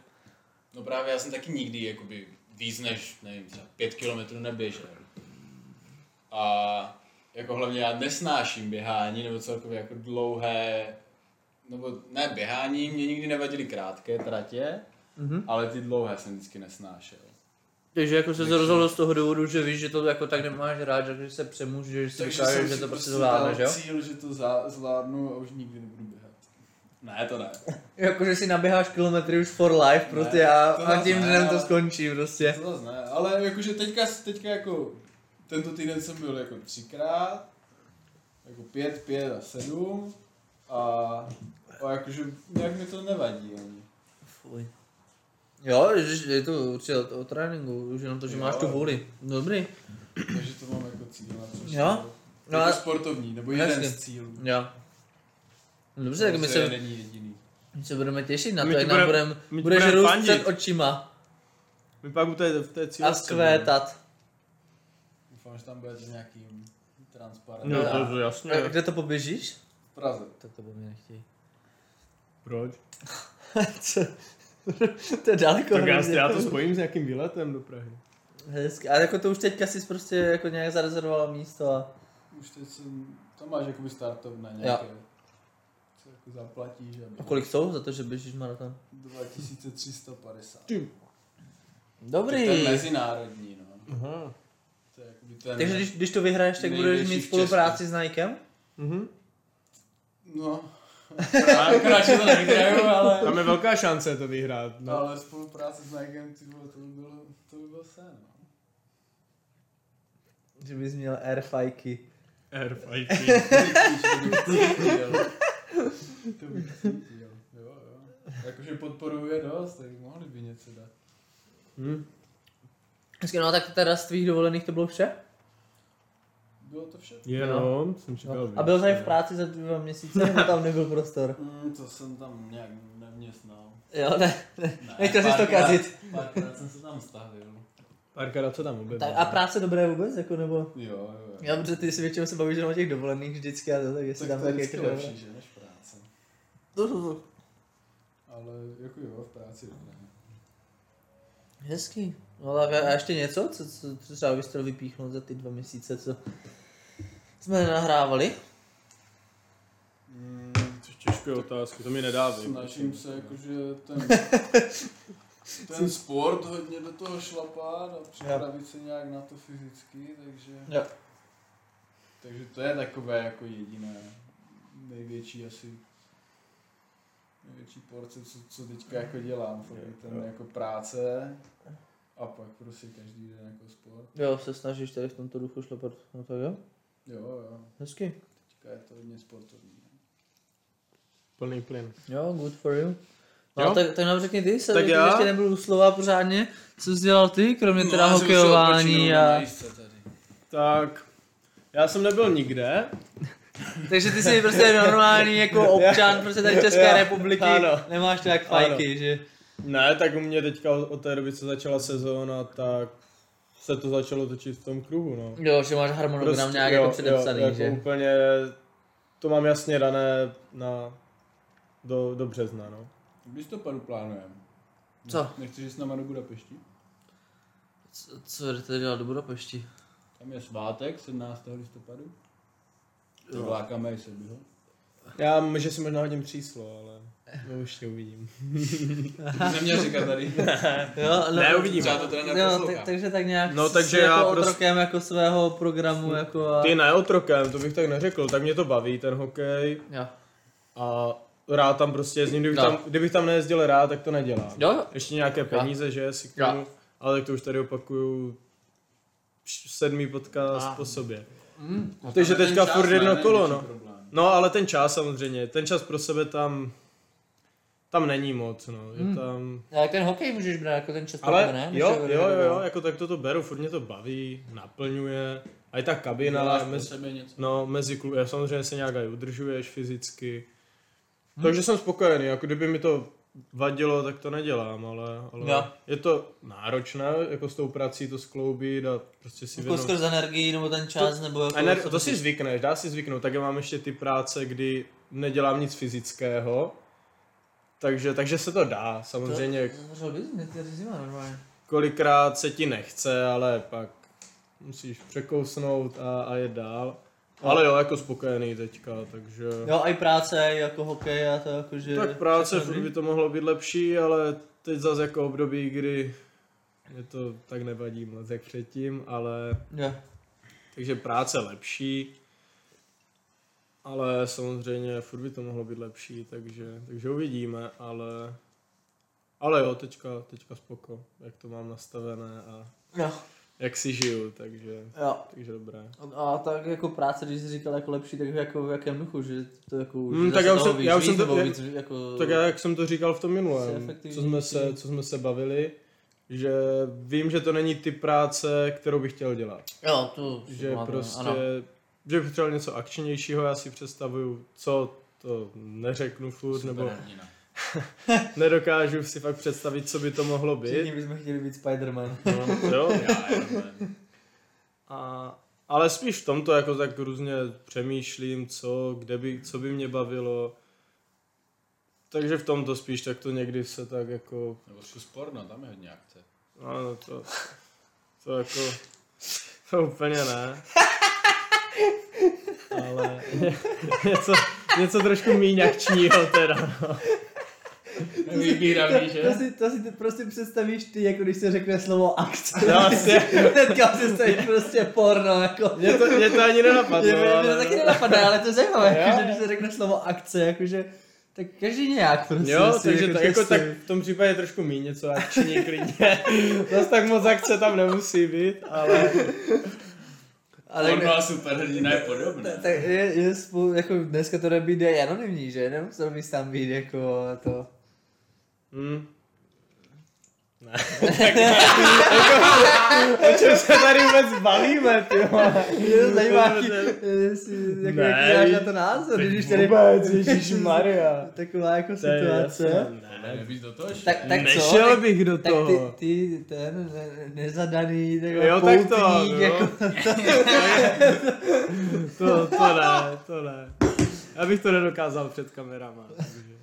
No právě já jsem taky nikdy jakoby víc než, nevím, třeba pět kilometrů neběžel. A jako hlavně já nesnáším běhání, nebo celkově jako dlouhé, nebo ne běhání, mě nikdy nevadily krátké tratě, Mhm. mm-hmm. ale ty dlouhé jsem vždycky nesnášel. Takže jako se zrozilo z toho důvodu, že víš, že to jako tak nemáš rád, že když se přemůžeš, že si Takže jsem vykážeš, že si to prostě dal zvládneš, jo? cíl, že to za, zvládnu a už nikdy nebudu běhat. Ne, to ne. Jako, že si naběháš kilometry už for life prostě a, to a zas tím ne, dnem to ale- skončí prostě. To zase ne, ale jakože teďka, teďka jako tento týden jsem byl jako třikrát, jako pět, pět a sedm a, a jakože nějak mi to nevadí ani. Fuj. Jo, ježiš, je to určitě o, o tréninku, už jenom to, že Jo. máš tu vůli. Dobrý. Takže to mám jako cíl na příští Jo? rok. No jako a- sportovní, nebo jeden Jasně. z cílů. Jo. Dobře, tak my Protože se, není jediný. my se budeme těšit na My to, ti jak budem- nám budem, my ti budeš budem růst fandit. no. před očima My pak u té, v té cíle a zkvétat. Doufám, že tam budete s nějakým transparentem. No, to- to, to jasně. A Kde to poběžíš? V Praze. To to by mě nechtějí. Proč? Co? to je daleko. Tak já, hrozně. já to spojím s nějakým výletem do Prahy. Hezky, ale jako to už teďka jsi prostě jako nějak zarezervoval místo a... Už teď jsem, tam máš jakoby startovné nějaké. Co jako zaplatíš, aby... a kolik jsou za to, že běžíš maraton? 2350. Dobrý. To je mezinárodní, no. Aha. To je jakoby ten... Takže když, když to vyhraješ, tak budeš Největší mít v spolupráci s Nikem? Mhm. No. Akorát, že to nevyhraju, ale... Tam je velká šance to vyhrát. No, No. ale spolupráce s Nikem, ty vole, to by bylo, to by bylo sen, no. Že bys měl airfajky. Airfighting. To bych cítil, jo, jo. Jakože podporuje dost, tak mohli by něco dát. Hm. Hezky, no tak teda z tvých dovolených to bylo vše? Bylo to všechno? Jenom jsem čekal. No. A byl jsi v práci za dva měsíce, nebo tam nebyl prostor? Mm, to jsem tam nějak nevměstnal. Jo, ne. Ne, Nechtěl jsi to párkrát- kazit. Párkrát jsem se tam stavil. Parkera, co tam objevil? Tak a práce dobré vůbec, jako nebo? Jo, jo, Já, protože ty si většinou se bavíš jenom o těch dovolených vždycky a to, tak jestli Tak tam to je tak vždycky jako... lepší, že, než práce. dobré. Ale jako jo, v práci dobré. Hezký. No tak a ještě něco, co, co, co třeba byste vypíchnout za ty dva měsíce, co jsme nenahrávali? Mm, Což těžké otázky, to mi nedávej. snažím se jako- jakože ten, ten sport hodně do toho šlapat a připravit se nějak na to fyzicky, takže... Jo. Takže to je takové jako jediné největší asi největší porce, co, co teďka jako dělám, fakt je ten jako práce a pak prostě každý den jako sport. Jo, se snažíš tady v tomto duchu šlapat. No tak jo, Jo, jo, hezky. teďka je to hodně sportovní. Plný plyn. Jo, good for you. No, Jo. tak, tak nám řekni ty, se, Tak tak já? já? ještě nebyl u slova pořádně, co jsi dělal ty, kromě no, teda já jsem si hokejování odpočinul na a... jízdce tady. Tak, já jsem nebyl nikde. Takže ty jsi prostě normální jako občan prostě tady České Jo. republiky, Ano. nemáš to jak fajky, že? Ne, tak u mě teďka od té doby, co začala sezóna, tak se to začalo točit v tom kruhu, no. Jo, že máš harmonogram prostě, nějak jako předepsaný, jo, jako že? úplně, to mám jasně dané na, do, do března, no. V listopadu plánujeme. Co? Nechceš jít s náma do Budapešti? Co, co jdete dělat do Budapešti? Tam je svátek 17. listopadu. To vlákáme i no. sebyho. Já m- že si možná hodím příslo, ale no, ještě uvidím. Ty neměl říkat tady. Jo, no, Ne, uvidíme. Třeba to teda Jo, neposlouchá. tak, takže tak nějak No, jsi takže jako já otrokem prostě- jako svého programu jako a... Ty ne otrokem, to bych tak neřekl, tak mě to baví ten hokej Jo. a rád tam prostě jezdím, kdybych, No. no. tam, kdybych tam nejezdil rád, tak to nedělám. Jo, jo. Ještě nějaké peníze, že si k Jo. tomu, ale tak to už tady opakuju š- sedmý podcast po sobě. Mm. Takže Tam je teďka ten furt čas, jedno ne? kolo, Největší no. problém. No ale ten čas samozřejmě, ten čas pro sebe tam, tam není moc, no. Je tam, A jak ten hokej můžeš brát jako ten čas pro tebe, ale Hmm. ne? Než jo, je- no. jo, jo, jo, jako tak to to beru, furt mě to baví, naplňuje. A i ta kabina, Děláš po prostě. mezi, sebe něco. no, mezi kluby, já samozřejmě se nějak aj udržuješ fyzicky. Hmm. Takže jsem spokojený, jako kdyby mi to vadilo, tak to nedělám, ale, ale Jo. je to náročné, jako s tou prací to skloubit a prostě si Jako vědom- skrz energii nebo ten čas, nebo jako... Ener- co to si zvykneš, dá si zvyknout. Tak já mám ještě ty práce, kdy nedělám nic fyzického. Takže, takže se to dá, samozřejmě. Zavřel bys, mě tady zima normálně. Kolikrát se ti nechce, ale pak musíš překousnout a, a je dál. Ale jo, jako spokojený teďka, takže... Jo, a i práce, i jako hokej a to jakože... Tak práce, všechno furt dobrý. by to mohlo být lepší, ale teď zase jako období, kdy mě to tak nevadí moc jak předtím, ale Jo. Takže práce lepší, ale samozřejmě furt by to mohlo být lepší, takže, takže uvidíme, ale, ale jo, teďka, teďka spoko, jak to mám nastavené a Jo, jak si žiju, takže, jo. takže dobré. A tak jako práce, když jsi říkal jako lepší, tak jako v jakém duchu, že to jako Hmm, že tak zase já už toho jsem- víc já už víc, jsem to- nebo já- víc, jako... Tak já, jak jsem to říkal v tom Jsi minulém, efektivnější. co jsme, se, co jsme se bavili, že vím, že to není typ práce, kterou bych chtěl dělat. Jo, to... Že ano, prostě, Ano. že bych chtěl něco akčnějšího, já si představuju, co to neřeknu furt, nebo Superhrdina. nedokážu si fakt představit, co by to mohlo být. Všichni bychom chtěli být Spider-Man. No, jo. Já, jo, ne. A, ale spíš v tomto jako tak různě přemýšlím, co, kde by, co by mě bavilo. Takže v tomto spíš tak to někdy se tak jako, Nebo zkus porno, tam je hodně akce. ano to, to jako, to úplně ne. Ale ně, něco, něco trošku míň akčního teda. no. Nevybírám, víš, To si, to si ty prostě představíš ty, jako když se řekne slovo akce. No, vlastně. Teďka si představíš prostě porno, jako. Mě to, mě to ani Je, nenapadlo. mě, mě to ale- taky nenapadá, ale to je zajímavé, Jo. jako, že když se řekne slovo akce, jakože... Tak každý nějak prostě. Jo, si takže tak, jako prostě- tak v tom případě trošku méně něco akční klidně. Zas tak moc akce tam nemusí být, ale Ale Porno a superhrdina je podobné. tak je, je spolu, jako dneska to nebyde je anonymní, že? Nemusel bys tam být jako to. hm. Ne. Tak, jako, o čem se tady vůbec bavíme, ty vole? Je to zajímavý, Ne, jestli, jako, Ne, jaký máš na to názor, když tady Vůbec, ježišmarja. taková jako To je situace. jasné, Ne, ne. nevíš do toho, že? Tak, tak co? Nešel tak, bych do tak toho. ty, ty, ten ne- nezadaný, tak Jo, tak to, poutník, no. jako, To, to ne, to ne. Já bych to nedokázal před kamerama. Takže.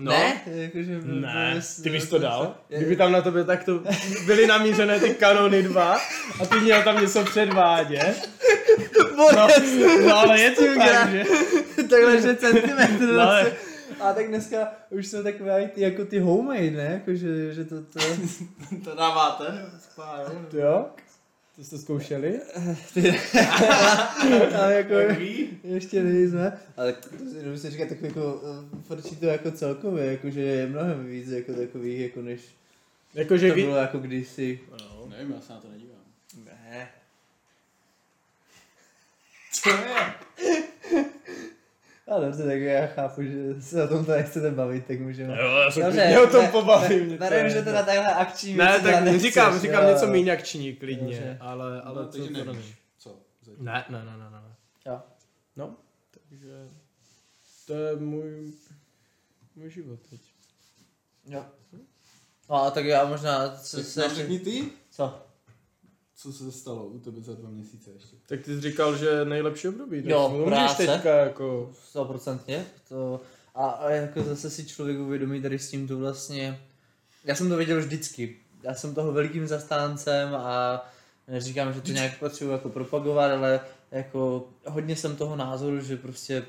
No. Ne? Jakože, Ne, jako- s- ty bys to dal. Je- Kdyby tam na tebe takto byly namířené ty kanony dva a ty měl tam něco předvádět. No, no ale je to tak, že? Takhle, že centimetr. No, ale- A tak dneska už jsme takové jak ty, jako ty homemade, ne? Jakože, že to, to... To dáváte? Jo? To jste zkoušeli? Ale jako, ještě nejsme. Ale tak to si jenom si říkat, tak jako, eh, frčí to jako celkově, jakože je mnohem víc jako takových, jako než Jakože to ví... bylo jako kdysi. No. Nevím, já se na to nedívám. Ne. Co je? Ale dobře, tak já chápu, že se o tom to nechcete bavit, tak můžeme. Jo, já se Dobře, klidně o tom ne- pobavím. něco, Nevím, že jako. teda takhle akční Ne, věci dělat tak nechceš, říkám, říkám jo. něco méně jak činí, klidně, Dobře. ale, ale No, co takže to nevíš. nevíš. Co? Zatím. Ne, ne, ne, ne, ne. Jo. No, takže to je můj, můj život teď. Jo. No, a tak já možná, co Tak se nám ještě... řekni ty, Co? co se stalo u tebe za dva měsíce ještě. Tak ty jsi říkal, že nejlepší období, tak Jo, jo, můžeš No, práce. teďka jako... Stoprocentně. To... A, a jako zase si člověk uvědomí tady s tím tu vlastně... Já jsem to věděl vždycky. Já jsem toho velikým zastáncem a neříkám, že to nějak potřebuji jako propagovat, ale jako hodně jsem toho názoru, že prostě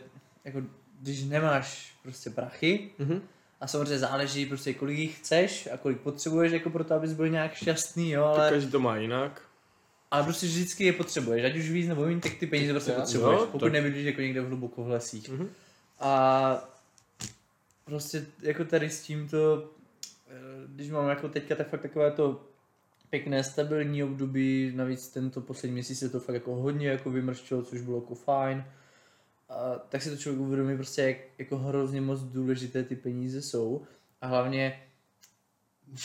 jako když nemáš prostě prachy, Mhm. a samozřejmě záleží prostě kolik jich chceš a kolik potřebuješ jako pro to, abys byl nějak šťastný, jo, ale... Každý to má jinak. Ale prostě vždycky je potřebuješ, ať už víc nebo méně, tak ty peníze prostě Já- potřebuješ, no, pokud tak- nebydlíš jako někde v hluboko v lesích. Mhm. A prostě jako tady s tímto, eh, když mám jako teďka tak fakt takové to pěkné stabilní období, navíc tento poslední měsíc se to fakt jako hodně jako vymršťilo, což bylo jako fajn. A tak si to člověk uvědomí prostě, jak jako hrozně moc důležité ty peníze jsou. A hlavně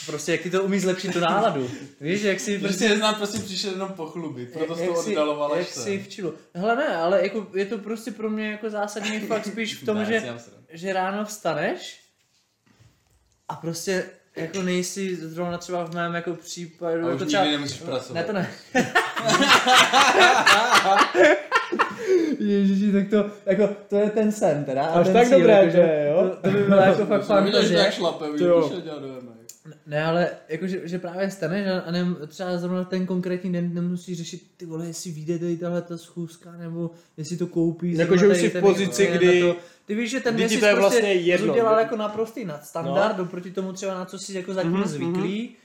prostě, jak ti to umí zlepšit tu náladu. Víš, jak si prostě Prostě neznám, prostě přišel jenom pochlubit, proto jsi to si- oddaloval jak až si v čilu. Hele ne, ale jako je to prostě pro mě jako zásadní fakt spíš v tom, Ne, že, já si dám. že ráno vstaneš a prostě jako nejsi zrovna třeba v mém jako případu, A jako už třeba, nikdy nemusíš pracovat. ne to ne. Ježiši, tak to, jako, to je ten sen teda. a Až ten tak cíl, dobré jakože to je, jo? To, to by bylo jako fakt Viděl, že fantazie. tak šlape, víš, jo. už dělat do MMA. Ne, ale jakože že právě staneš a, a ne, třeba zrovna ten konkrétní den nemusíš řešit, ty vole, jestli vyjde tady tahle ta schůzka, nebo jestli to koupíš. Jako, zrovna že už tady jsi v ten- pozici, na kdy- to- Ty víš, že ten kdy ti měsíc to je prostě vlastně jedno, udělal že- jako naprostý nadstandard, no. oproti tomu třeba na co jsi jako zatím Mhm, mm-hmm, zvyklý.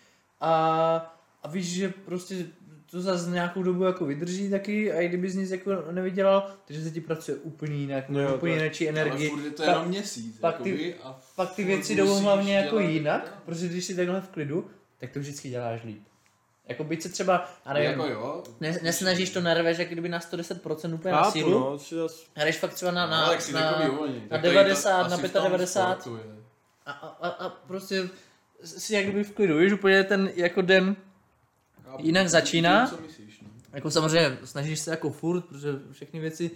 A, a víš, že prostě to za nějakou dobu jako vydrží taky a i kdyby z nic jako nevydělal, takže se ti pracuje úplně jinak, No jo, úplně to je- jinak Ale energii. furt je to Tak- jenom měsíc, pak ty- jakoby, a pak ty furt věci jdou musíš hlavně dělat- jako jinak, protože když jsi takhle v klidu, tak to vždycky děláš líp. Jako byť se třeba, já nevím, Jako jako jo. ne, nesnažíš to narveš, jak kdyby na 110% úplně na Chápu, sílu, no, si zas... hraješ fakt třeba na, na, ale No, tak si na, takový uvolnění. na Tak to je 90, to na asi v tom 95. sportu je. a, a, a prostě si jak kdyby v klidu, víš, úplně ten jako den Chápu. Jinak začíná. Co myslíš, no. Jako samozřejmě snažíš se jako furt, protože všechny věci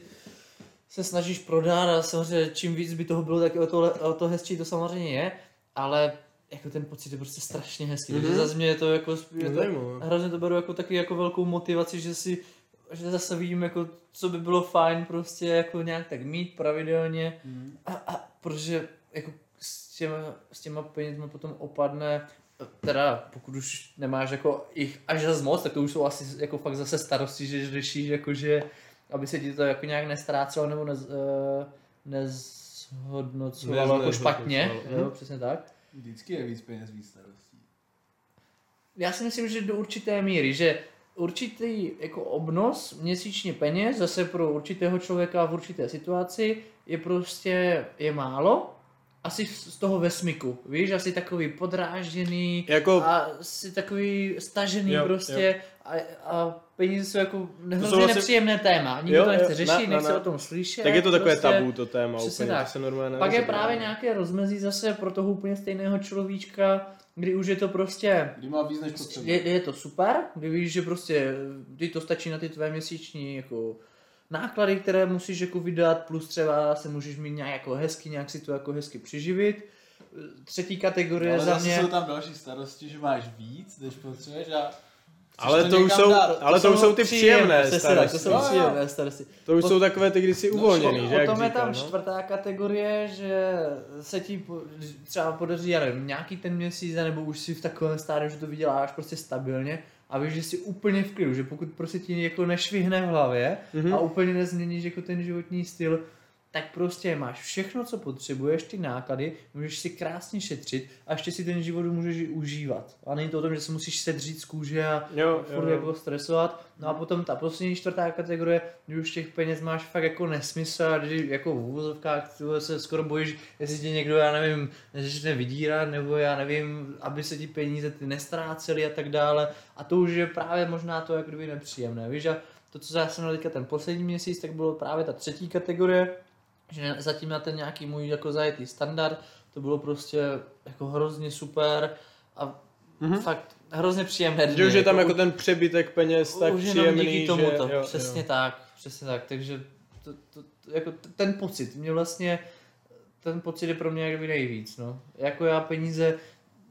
se snažíš prodat a samozřejmě čím víc by toho bylo, tak i o to, le- o to hezčí to samozřejmě je, ale jako ten pocit je prostě strašně hezký, mm-hmm. Mhm. takže zase mě je to jako, sp- je to, hrozně to beru jako taky jako velkou motivaci, že si, že zase vidím jako, co by bylo fajn prostě jako nějak tak mít pravidelně Mhm. a, a protože jako s těma, s těma penězma potom opadne, teda pokud už nemáš jako jich až zas moc, tak to už jsou asi jako fakt zase starosti, že řešíš jako, že aby se ti to jako nějak nestrácelo nebo nez, eh, nezhodnocovalo jako Neznehodnocovalo, špatně, mhm. jo, přesně tak. Vždycky je víc peněz, víc starostí. Já si myslím, že do určité míry, že určitý jako obnos měsíčně peněz zase pro určitého člověka v určité situaci je prostě je málo. Asi z toho ve smyku, víš, asi takový podrážděný Jako, a asi takový stažený Jo, jo, prostě a, a peníze jsou jako hrozně vlastně- vlastně... nepříjemné téma, nikdo Jo, to nechce jo, řešit, ne, ne, nechce ne. o tom slyšet. tak je to takové prostě... tabu to téma přesně úplně, tak. to se normálně Pak je nerozebírá. právě nějaké rozmezí zase pro toho úplně stejného človíčka, kdy už je to prostě Kdy má víc než potřeba. je, je to super, kdy víš, že prostě ty to stačí na ty tvé měsíční jako náklady, které musíš jako vydat, plus třeba se můžeš mít nějak jako hezky, nějak si to jako hezky přiživit. Třetí kategorie Ale za No, zase mě... jsou tam další starosti, že máš víc, než potřebuješ a Ale to to, už někam jsou, dát. ale to, už jsou ty příjemné To starosti. jsou příjemné starosti. To už jsou takové ty, kdy jsi uvolněný, no, že? o, jak o tom je říká, tam no? čtvrtá kategorie, že se ti po- třeba podaří, já nevím, nějaký ten měsíc, nebo už si v takovém stádiu, že to vyděláš prostě stabilně a víš, že jsi úplně v klidu, že pokud prostě ti jako nešvihne v hlavě Mhm. mm-hmm. a úplně nezměníš jako ten životní styl, tak prostě máš všechno, co potřebuješ, ty náklady, můžeš si krásně šetřit a ještě si ten život můžeš i užívat. A není to o tom, že se musíš sedřít z kůže a Jo, jo, furt jo. jako stresovat. No a potom ta poslední čtvrtá kategorie, kdy už těch peněz máš fakt jako nesmysl a kdy jako v úvozovkách ty vole, se skoro bojíš, jestli tě někdo, já nevím, začne vydírat, nebo já nevím, aby se ti peníze ty nestrácely a tak dále. A to už je právě možná to jak kdyby nepříjemné, víš? A to, co já jsem měl teďka ten poslední měsíc, tak bylo právě ta třetí kategorie, že ne- zatím na ten nějaký můj jako zajetý standard, to bylo prostě jako hrozně super a mm-hmm. fakt hrozně příjemné. Mhm. Hm? Že dny, už je tam jako jako ten přebytek peněz tak už jenom příjemný, díky tomu že, to, jo, přesně jo. tak, přesně tak, takže to, to, to, jako t- ten pocit, mě vlastně, ten pocit je pro mě jakby nejvíc, no. Jako já peníze,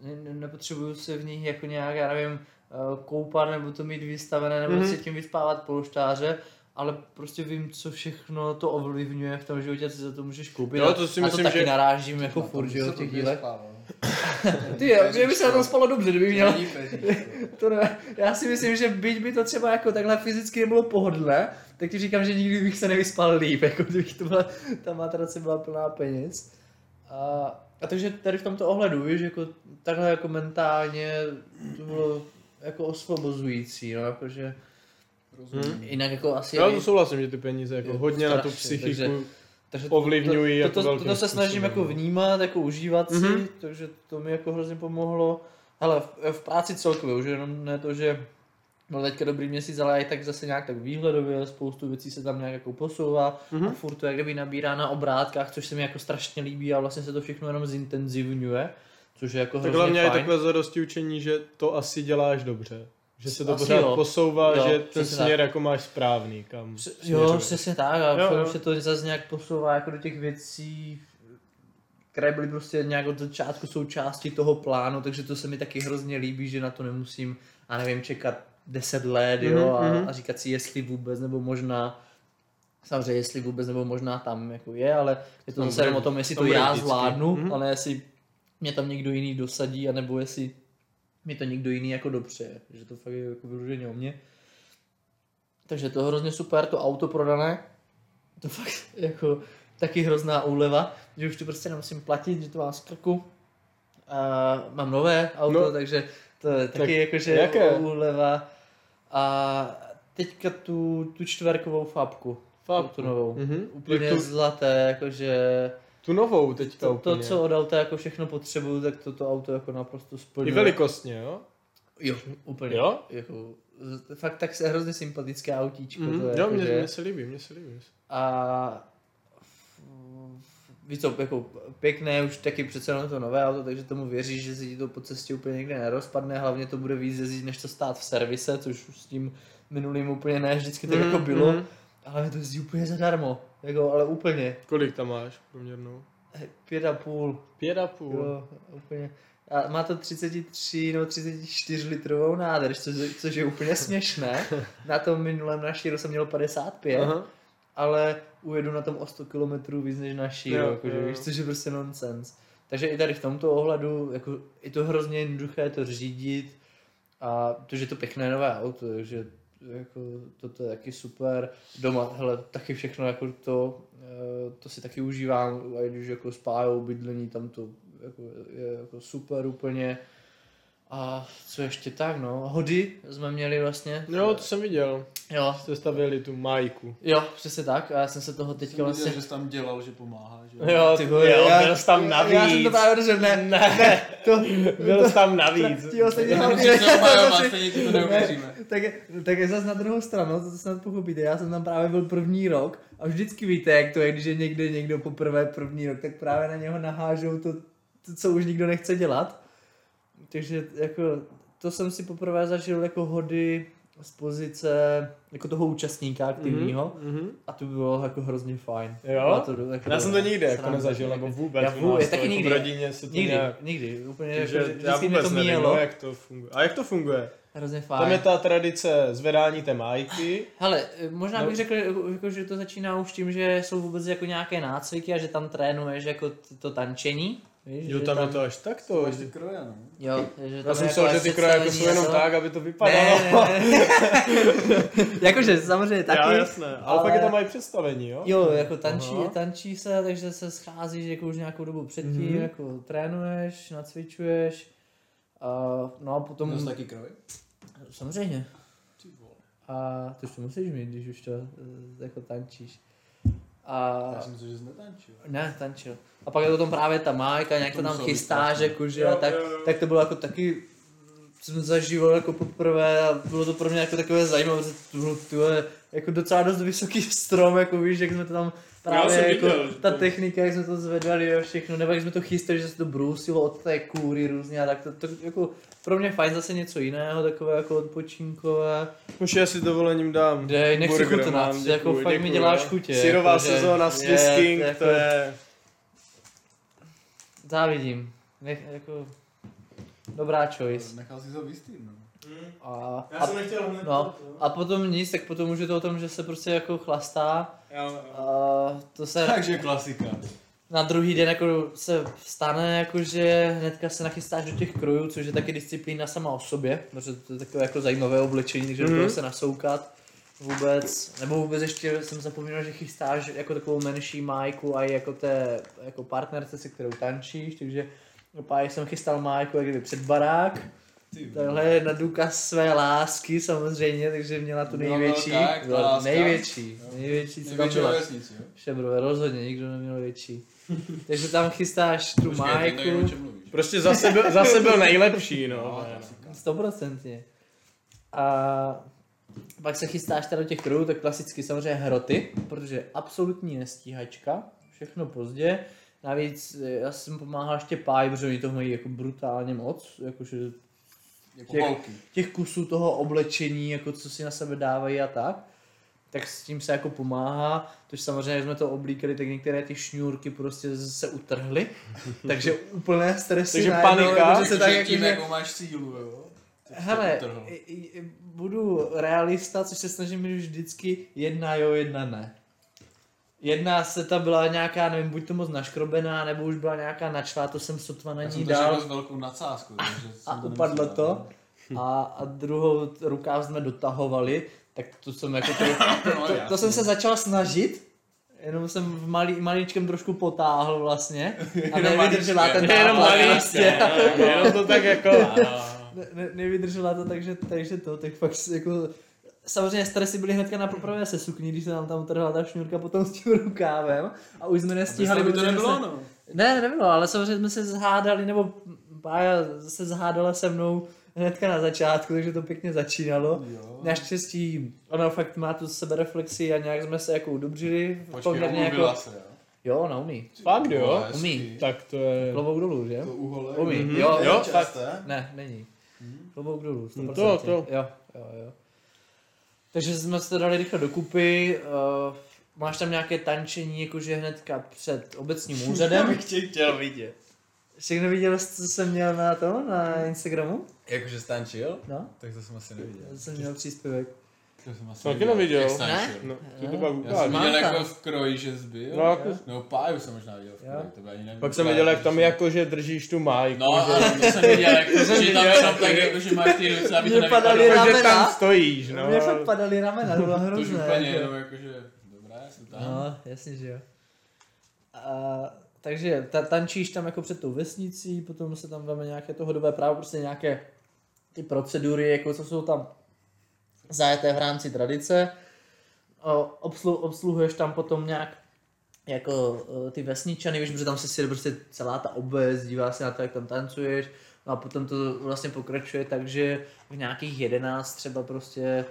ne- ne- nepotřebuju se v nich jako nějak, já nevím, eh, koupat nebo to mít vystavené, nebo Mhm. mm-hmm. se tím vyspávat polštáře, ale prostě vím, co všechno to ovlivňuje v tom životě, co za to můžeš koupit. Jo, a- to si a myslím, to taky že- No, narážím jako Na tom furt, bych že jo, se v těch blbě dílech. spal, no. Ty, jo, že by se na tom spalo dobře, kdyby měl Není peří, jo. to ne, já si myslím, že byť by to třeba jako takhle fyzicky nebylo pohodlné, tak ti říkám, že nikdy bych se nevyspal líp, jako kdybych to byla, ta matrace byla plná peněz. A, a takže tady v tomto ohledu, víš, jako takhle jako mentálně to bylo jako osvobozující, no, jakože Rozumím. jinak jako asi... Já to souhlasím, že ty peníze jako Jo, hodně na tu strašně, psychiku takže- takže ovlivňují to, jako to, to, velkým to, se snažím jako způsobem. no. vnímat, jako užívat si, Mhm. mm-hmm. takže to mi jako hrozně pomohlo. Hele, v, v práci celkově, už jenom ne to, že byl teďka dobrý měsíc, ale i tak zase nějak tak výhledově, spoustu věcí se tam nějak jako posouvá mm-hmm. a furt to jak kdyby nabírá na obrátkách, což se mi jako strašně líbí a vlastně se to všechno jenom zintenzivňuje, což je jako Tak hrozně hlavně je fajn. takové zadosti učení, že to asi děláš dobře. Že se to Asi pořád jo. posouvá, Jo, že ten přesně tak. směr jako máš správný, kam Pře- Jo, směřuješ. přesně tak a Jo, jo, jo. se to zase nějak posouvá jako do těch věcí, které byly prostě nějak od začátku součástí toho plánu, takže to se mi taky hrozně líbí, že na to nemusím, a nevím, čekat 10 let, jo, a, a říkat si jestli vůbec, nebo možná, samozřejmě jestli vůbec, nebo možná tam jako je, ale je to zase jenom o tom, jestli to tom No, bude já vždycky. zvládnu, ale jestli mě tam někdo jiný dosadí, anebo jestli mi to někdo jiný jako dopřeje, že to fakt je jako vyloženě o mě. Takže to je hrozně super, to auto prodané, to fakt jako taky hrozná úleva, že už to prostě nemusím platit, že to mám z krku. A mám nové auto, no, No. takže to je taky tak jakože jaké? úleva. A teďka tu, tu čtverkovou fabku, Fabku. tu, tu novou, Mhm. úplně Jak tu- zlaté, jakože Tu novou teďka to, to, úplně. co od auta jako všechno potřebuju, tak toto auto jako naprosto splňuje. I velikostně, jo? Jo, úplně. Jo? Jako, z- fakt tak se hrozně sympatické autíčko. Mhm. To je Jo, jako, mně že... mně se líbí, mně se líbí. A f- víš co, jako pěkné, už taky přece jenom to nové auto, takže tomu věříš, že se ti to po cestě úplně někde nerozpadne, hlavně to bude víc jezdit, než to stát v servise, což už s tím minulým úplně ne, vždycky tak jako bylo, mhm. ale to jezdí úplně zadarmo, jako, ale úplně, Kolik tam máš průměrnou? pět a půl, Pět a půl. Jo, úplně. A má to 33 nebo 34 litrovou nádrž, což, což je úplně směšné. Na tom minulém na Shiro jsem měl 55, Aha. Aha. ale ujedu na tom o 100 km víc než na Shiro, Jo, jakože, jo, víš, jo. což je prostě nonsens. Takže i tady v tomto ohledu jako, je to hrozně jednoduché to řídit a to, že je to pěkné nové auto, takže jako, toto je taky super. Doma, hele, taky všechno jako to, eh, to si taky užívám, a když jako spájou bydlení, tam to jako, je jako super úplně. A co ještě tak, no, hody jsme měli vlastně. Jo, to jsem viděl. jo, Jste stavěli tu majku. jo, přesně tak, a já jsem se toho teďka Jsem vlastně... viděl, že jsi tam dělal, že pomáhá, že Jo, Ty vole, jo, já- byl jsi tam já- Já jsem to navíc. právě držel, ne, ne, to, Byl jsi tam navíc. Ti ostatní Já myslím, že se vlastně- obhajovat, stejně ti to neuvěříme. tak, tak je zase na druhou stranu, to snad pochopíte, já jsem tam právě byl první rok a vždycky víte, jak to je, když je někde někdo poprvé první rok, tak právě na něho nahážou to, to co už nikdo nechce dělat. Takže jako, to jsem si poprvé zažil jako hody z pozice jako toho účastníka aktivního Mm-hmm. a to by bylo jako hrozně fajn. Jo? Bylo To, jako Já jsem to nikdy jako sranda, nezažil, jako- nebo vůbec. Já u nás vůbec, to taky jako nikdy. V rodině se to Nikdy, nějak... nikdy, úplně Takže jako, že já vždycky mi to vůbec nevím, míjelo, no, jak to funguje. A jak to funguje? hrozně fajn. Tam je ta tradice zvedání té májky. Hele, eh, možná No. bych řekl, jako, že to začíná už tím, že jsou vůbec jako nějaké nácviky a že tam trénuješ jako t- to tančení. Víš, Jo, že tam je to až takto. Máš ty kroje, no. Jo, že tam Já jsem je myslel, jako že ty kroje jako jsou přecelení a jenom to. tak, aby to Ne, vypadalo. ne, ne. Jakože samozřejmě taky. Já, jasné. Ale pak ale- je tam mají představení, jo? Jo, jako tančí, no. Aha. tančí se, takže se scházíš jako už nějakou dobu předtím, Mhm. jako trénuješ, nacvičuješ. Uh, no a potom... Měl jsi taky kroj? Samozřejmě. Ty vole. A to už to musíš mít, když už to eh, jako tančíš. A... Já jsem myslel, že jsi netančil. Ne, tančil. A pak je potom právě ta májka, nějak to, To tam muselo být chystáš, strašný. jako, že, a tak, tak to bylo jako taky jsem zažíval jako poprvé a bylo to pro mě jako takové zajímavé, že to bylo tyhle, jako docela dost vysoký strom, jako víš, jak jsme to tam právě jsem jako viděl, že ta to- technika, jak jsme to zvedali a všechno, nebo jak jsme to chystali, že se to brusilo od té kůry různě a tak to, to jako pro mě fajn zase něco jiného, takové jako odpočinkové. Už já si dovolením dám. Dej, nechci burger chutnat, mám, jako děkuju, fakt mi děkuju, děláš jo. chutě, Syrová jakože- sezóna, je, Swiss King, jako- to je... Závidím. Nech, jako... Dobrá choice. Nechal jsi to vystýt, no. A, Já a, jsem nechtěl hned. no, a potom nic, tak potom už je to o tom, že se prostě jako chlastá. Hm? A to se Takže klasika. na druhý den jako se stane, jako že hnedka se nachystáš do těch krojů, což je taky disciplína sama o sobě, protože to je takové jako zajímavé oblečení, takže mm-hmm. Mhm. do toho se nasoukat vůbec, nebo vůbec ještě jsem zapomněl, že chystáš jako takovou menší májku a i jako té jako partnerce, se kterou tančíš, takže pár jsem chystal májku jak kdyby před barák, Ty vole. Tohle je na důkaz své lásky samozřejmě, takže měla tu Byla největší. velká, jak ta Byla láska. největší, Jo. největší, co tam Největší byla. vesnici, jo? Šebrové, rozhodně, nikdo neměl větší. takže tam chystáš tu Počkej, teď nevím, o májku, čem mluvíš. Prostě zase byl, zase byl nejlepší, no. No, klasika. stoprocentně. A pak se chystáš teda do těch krojů, tak klasicky samozřejmě hroty, protože absolutní nestíhačka, všechno pozdě. Navíc eh, já jsem pomáhal ještě páj, protože oni to mají jako brutálně moc, jakože Jako Těch- holky. těch kusů toho oblečení, jako co si na sebe dávají a tak, tak s tím se jako pomáhá, což samozřejmě, jak jsme to oblíkali, tak některé ty šňůrky prostě se utrhly, takže úplné stresy Takže najednou, panika. jakože se No, Že tak tím, jako, že, jakou máš sílu, jo? Tak se hele, utrhl. i- i- i- budu realista, což se snažím být vždycky jedna jo, jedna ne. Jedna seta byla nějaká, nevím, buď to moc naškrobená, nebo už byla nějaká načlá, to jsem sotva na Já ní jsem to řekl dal s velkou nadsázkou, takže jsem a to upadlo nemyslel, to a, a druhou t- rukáv jsme dotahovali, tak to jsem jako to, No, to, to jasně. jsem se začal snažit, jenom jsem v malý, maličkem trošku potáhl vlastně a nevydržela ten Je jenom nátlak malý, prostě. no, jenom to tak jako... Ne, ne, nevydržela to, takže, takže to, tak fakt s- jako Samozřejmě stresy byly hnedka na poprvé se sukní, když se nám tam utrhla ta šňůrka potom s tím rukávem a už jsme nestíhali. Aby to protože jsme se- nebylo, no. ne, nebylo, ale samozřejmě jsme se zhádali, nebo Bája se zhádala se mnou hnedka na začátku, takže to pěkně začínalo. Jo. No. Naštěstí ona fakt má tu sebereflexi a nějak jsme se jako udobřili. Počkej, poměrně jako- omluvila se, jo? Jo, ona umí. Fakt jo? Vole, umí. hezky. Tak to je... Klobouk dolů, že? To uhole. Umí, Mhm. jo, To je jo, časté. Ne, není. Mhm. Klobouk dolů, No 100%. to, to. Jo, jo, jo. Takže jsme se to dali rychle dokupy. Uh, máš tam nějaké tančení, jakože hnedka před obecním úřadem. tě chtěl vidět. Všechno viděl, jsi, co jsem měl na to, na Instagramu? Jakože stančil? No. Tak to jsem asi neviděl. To jsem měl příspěvek. To jsem asi Taky neviděl. Jak Ne? stančil. No, to to Já pak jsem ukážu. Mám viděl tam. jako v kroji, že zbyl. No, jako- No páju jsem možná viděl v kroji, Jo. to by ani nevím. Pak jsem viděl, jak tam jakože držíš tu májku. No, ale to jsem viděl, jak to jsem viděl, tam tak jako, že máš ty ruce, aby to Mně padaly nevypadalo. Jakože ramena. Jako, tam stojíš, No, no. Mě fakt padaly ramena, to bylo To už hrozné. úplně jako. jenom jakože, dobrá, já jsem tam. No, jasně, že jo. A, takže ta, tančíš tam jako před tou vesnicí, potom se tam dáme nějaké to hodové právo, prostě nějaké ty procedury, jako co jsou tam zajeté v rámci tradice. O, obslu, obsluhuješ tam potom nějak jako eh, ty vesničany, víš, protože tam se sjede prostě celá ta obec, dívá se na to, jak tam tancuješ, no a potom to vlastně pokračuje tak, že v nějakých jedenáct třeba prostě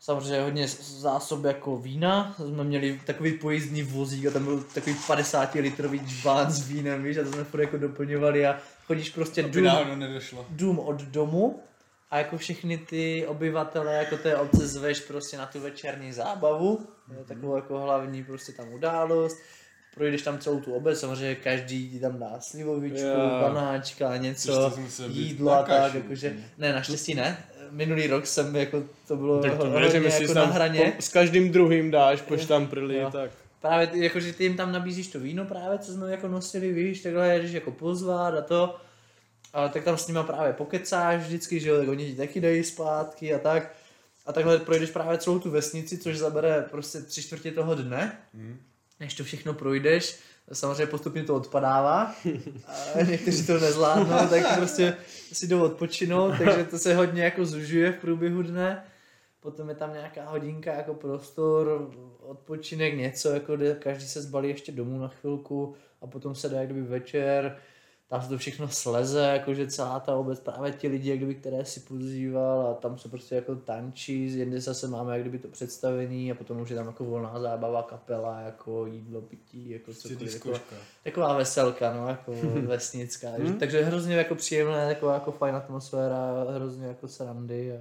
samozřejmě hodně z- zásob jako vína, jsme měli takový pojízdní vozík a tam byl takový 50 litrový džbán s vínem, víš, a to jsme furt jako doplňovali a chodíš prostě Aby dům, náhodou nedošlo. dům od domu a jako všechny ty obyvatele jako té obce zveš prostě na tu večerní zábavu, mm-hmm. takovou jako hlavní prostě tam událost, projdeš tam celou tu obec, samozřejmě každý ti tam dá slivovičku, Jo. banáčka, Ještě něco, jsem se být no. jídlo na a tak, kaši. jakože, no. ne, naštěstí ne, minulý rok jsem jako, to bylo Tak to hodně věřím, jestli jako jsi na tam hraně. po, s každým druhým dáš, poš tam prlí, Jo. tak. Právě ty, jako, že ty jim tam nabízíš to víno právě, co jsme jako nosili, víš, takhle jdeš jako pozvat a to. A tak tam s nima právě pokecáš vždycky, že jo, tak oni ti taky dají zpátky a tak. A takhle projdeš právě celou tu vesnici, což zabere prostě tři čtvrtě toho dne. Než to všechno projdeš, samozřejmě postupně to odpadává. A někteří to nezvládnou, tak prostě si jdou odpočinout, takže to se hodně jako zužuje v průběhu dne. Potom je tam nějaká hodinka jako prostor, odpočinek, něco, jako kde každý se zbalí ještě domů na chvilku a potom se dá jak kdyby večer, tam se to všechno sleze, jakože celá ta obec, právě ti lidi, jak kdyby, které si pozýval a tam se prostě jako tančí, jinde zase máme jak kdyby to představení a potom už je tam jako volná zábava, kapela, jako jídlo, pití, jako Prostě cokoliv. Jako, taková veselka, no, jako vesnická. Hmm. Takže hrozně jako příjemná, taková jako fajn atmosféra, hrozně jako srandy a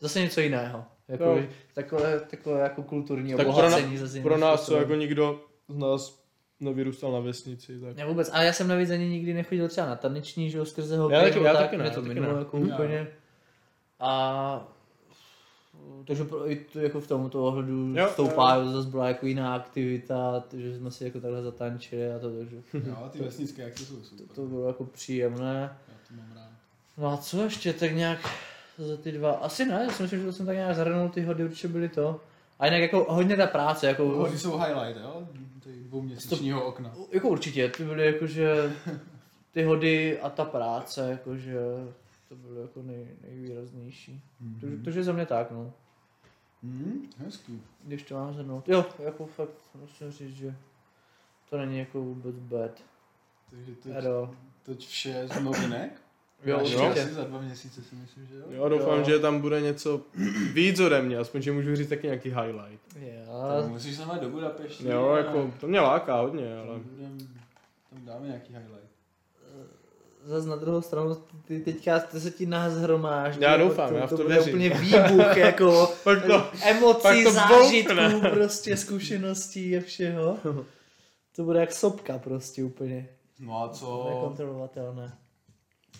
zase něco jiného. Jako, Jo. takové, takové jako kulturní Tak pro obohacení zase jiným Pro nás, co způsobem. jako nikdo z nás nevyrůstal na vesnici, tak. Ne vůbec, ale já jsem navíc ani nikdy nechodil třeba na taneční, že jo, skrze hokej, taky- nebo já tak, taky ne, mě já to taky minulo ne. jako úplně. A takže pro, i to, jako v tomto ohledu Jo, jo, stoupá, jo. zase byla jako jiná aktivita, že jsme si jako takhle zatančili a to, takže Jo, ty vesnické akce jsou super. to, to bylo jako příjemné. Já to mám rád. No a co ještě, tak nějak za ty dva, asi ne, já si myslím, že to jsem tak nějak zahrnul, ty hody určitě byly to. A jinak jako hodně ta práce, jako, Hody jsou highlight, jo? Tady dvouměsíčního okna. jako určitě, ty byly jakože, ty hody a ta práce, jakože, to bylo jako nej, nejvýraznější. Mm-hmm. Mhm. To, to, že za mě tak, no, Hmm, hezký. když to mám zhrnout. Jo, jako fakt, musím říct, že to není jako vůbec bad. Takže to, At all. to vše z novinek. Jo, Až určitě. Asi za dva měsíce si myslím, že jo. Jo, doufám, Jo. že tam bude něco víc ode mě, aspoň, že můžu říct taky nějaký highlight. Já, Tak musíš se do Budapešti. Jo, a jako, to mě láká hodně, tam ale... budem- Tam dáme nějaký highlight. Zas na druhou stranu, ty teďka to se ti nás hromáš. Já doufám, já v to to bude věřím. úplně výbuch, jako Pak to, pak emocí, to zážitků, bouchne. prostě zkušeností a všeho. To bude jak sopka prostě úplně, No a co? nekontrolovatelné.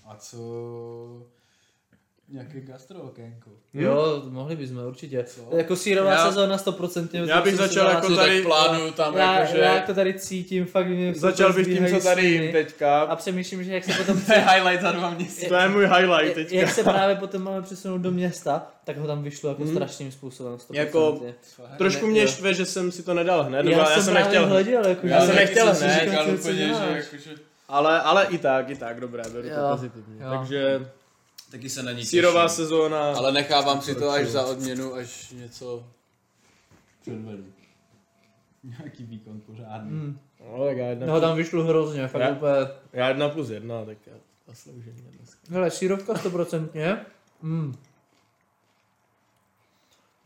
A co? Nějaké gastrookénko. Jo, mohli bychom určitě. Co? Jako sírová Já- sezóna 100%. já bych to jsem si začal dala jako si- tady, Plánuju tam já, jakože... já to tady cítím, fakt mě začal bych tím, co zbíhají tady sliny. jim teďka, A přemýšlím, že jak se potom To je highlight za dva měsíce. To je můj highlight Je- teďka. Jak se právě potom máme přesunout do města, tak ho tam vyšlo jako strašným způsobem. 100%. Jako- Trošku Ne, mě jo. štve, že jsem si to nedal hned, já, já, já jsem, jsem právě nechtěl hned. hleděl, jako, Já že- jsem nechtěl taky jsem hned, si říkal, Říkal co úplně, že děláš. jakože... Ale, ale i tak, i tak, dobré, beru Jo. to pozitivně. Jo. Takže Taky se na ní sírová těším. sezóna, Ale nechávám si to až za odměnu, až něco předvedu. Nějaký výkon pořádný. Mm. no, tak já jedna, No tam vyšlo hrozně, fakt Já? úplně. já jedna plus jedna, tak já zasloužím mě dneska. Hele, sírovka 100%. Mm.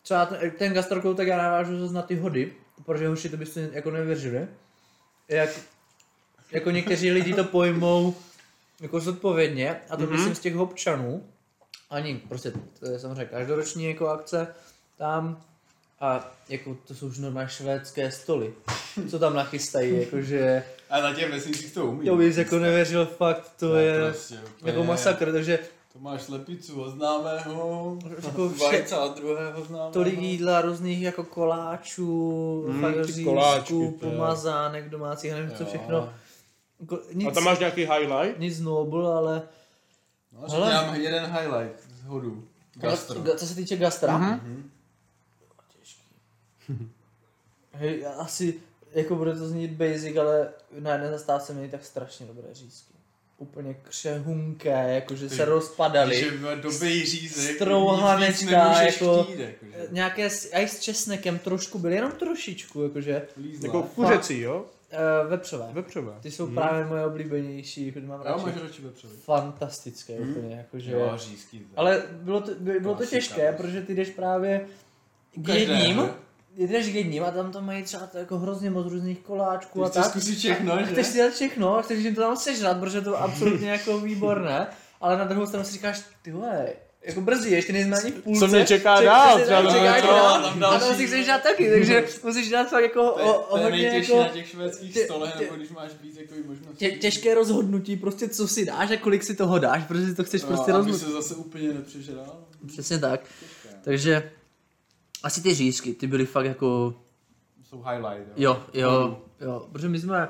Třeba ten, ten gastrokou, tak já navážu zase na ty hody, protože hoši to byste jako nevěřili. Jak, jako někteří lidi to pojmou jako zodpovědně, a to mm-hmm. myslím z těch občanů, ani prostě, to je samozřejmě každoroční jako akce tam a jako to jsou už normálně švédské stoly, co tam nachystají, jakože A na těch vesnicích to umí. to bys jako nevěřil fakt, to je prostě úplně- jako masakr, takže To máš slepicu od známého, Jako vše- vajce od druhého známého. Tolik jídla, různých jako koláčů, Mm, mm, ty koláčky, to fajořízků, jo. pomazánek domácích, já nevím, co Jo. všechno. Ko- Nic, A tam máš nějaký highlight? nic nobl, ale No, Hele. Hele. Mám jeden highlight z hodu. Gastro. Ga- co se týče gastra, Mhm. mm-hmm. Mhm. hej, já asi, jako bude to znít basic, ale na jedné zastávce měli tak strašně dobré řízky. Úplně křehunké, jakože Ty- se rozpadaly. Že dobej řízek, Strouhanečka, nic víc nemůžeš jako- chtít, jakože. Nějaké, s- a i s česnekem trošku byly, jenom trošičku, jakože Lízla. Jako kuřecí, jo? uh, vepřové. Vepřové. Hmm. Ty jsou právě moje oblíbenější, jako ty mám Já radši. máš radši vepřový. Fantastické úplně, jakože. Hmm? Jo, řízky. to- Ale bylo to, by- bylo to Klasika, těžké, prostě. protože ty jdeš právě k každého. jedním, jdeš k jedním a tam to mají třeba to jako hrozně moc různých koláčků Ty a chceš tak. zkusit všechno, že? Chceš si dát všechno, chceš jim to tam sežrat, protože to je absolutně jako výborné, ale na druhou stranu si říkáš, ty vole, jako brzy, ještě nejsme ani v půlce. Co mě čeká Če- dál, přesně třeba tak, tam čeká něco. tě dál, A tam si chceš dát taky, takže musíš dát fakt jako Hmm. To je, o, o to je hodně nejtěžší jako... na těch švédských tě- stolech, tě- nebo když máš víc jako možností. Tě, těžké rozhodnutí, prostě co si dáš a kolik si toho dáš, protože si to chceš no, no, prostě aby rozhodnout. se zase úplně nepřežral. Přesně tak. Takže asi ty řízky, ty byly fakt jako, Jsou highlight, jo. jo, jo, jo, protože my jsme,